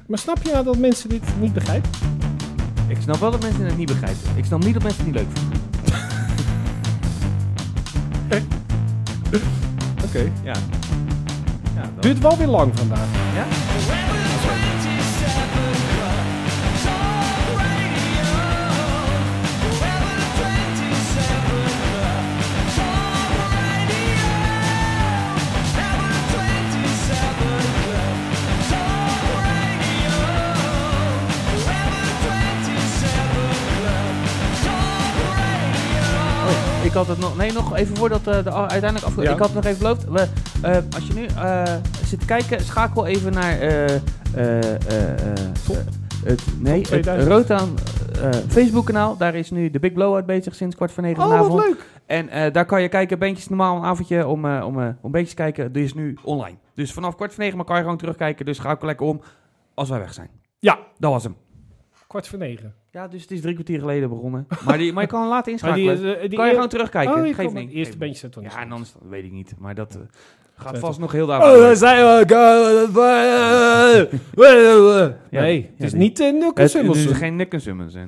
S1: Maar snap je nou dat mensen dit niet begrijpen?
S2: Ik snap wel dat mensen het niet begrijpen. Ik snap niet dat mensen het niet leuk vinden. [laughs] Oké. Ja. ja dan-
S1: Duurt wel weer lang vandaag.
S2: Oh, ik had het nog. Nee, nog even voordat eh, de a- uiteindelijk afge.
S1: Ja.
S2: Ik had nog even beloofd. We, eh, als je nu eh, zit te kijken, schakel even naar. eh, eh, eh, eh,
S1: Top.
S2: eh, het, nee,
S1: Top
S2: het
S1: 2000.
S2: Rotaan eh, Facebook kanaal. Daar is nu de Big Blowout bezig sinds kwart voor negen
S1: Oh,
S2: vanavond.
S1: wat leuk!
S2: En eh, daar kan je kijken, bandjes normaal een avondje om, eh, om, eh, om bandjes te kijken. Die is nu online. Dus vanaf kwart voor negen maar kan je gewoon terugkijken. Dus ga ook lekker om als wij weg zijn.
S1: Ja.
S2: Dat was hem.
S1: Kwart voor negen.
S2: Ja, dus het is drie kwartier geleden begonnen. [laughs] Maar, die, maar je kan hem later
S1: Maar
S2: inschakelen.
S1: die, eh, die
S2: kan je
S1: eer-
S2: gewoon terugkijken.
S1: Oh, je
S2: Geef
S1: kan
S2: niet.
S1: het eerste
S2: Geef
S1: bandje zetten.
S2: niet.
S1: we
S2: Ja,
S1: niet.
S2: en dan is dat, weet ik niet. Maar dat eh, gaat
S1: Zet
S2: vast
S1: op.
S2: nog heel
S1: Oh,
S2: duidelijk.
S1: daar zijn eh,
S2: [laughs]
S1: we. eh, Nee, het is
S2: die-
S1: niet uh, Nulke
S2: het, het
S1: Summers.
S2: is geen Nick en Summons. hè.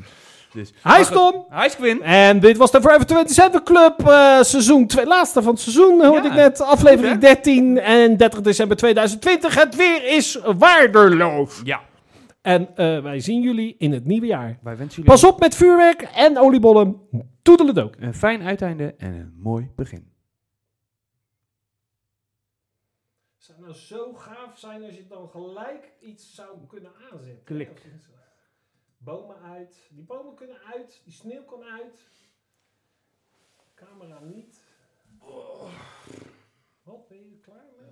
S2: Dus,
S1: Hij is Tom.
S2: Hij is Quinn.
S1: En dit was de Forever 27 Club, eh, seizoen 2, laatste van het seizoen, hoorde
S2: Ja.
S1: ik net. Aflevering
S2: Goed,
S1: 13 en 30 december 2020. Het weer is waardeloos.
S2: Ja.
S1: En eh, wij zien jullie in het nieuwe jaar.
S2: Wij wensen jullie
S1: Pas op met vuurwerk en oliebollen. Toedeledook.
S2: een fijn uiteinde en een mooi begin.
S1: Zou nou zo gaaf zijn als je dan gelijk iets zou kunnen aanzetten.
S2: Klik.
S1: Bomen uit. Die bomen kunnen uit. Die sneeuw kan uit. Camera niet. Wat ben je klaar met?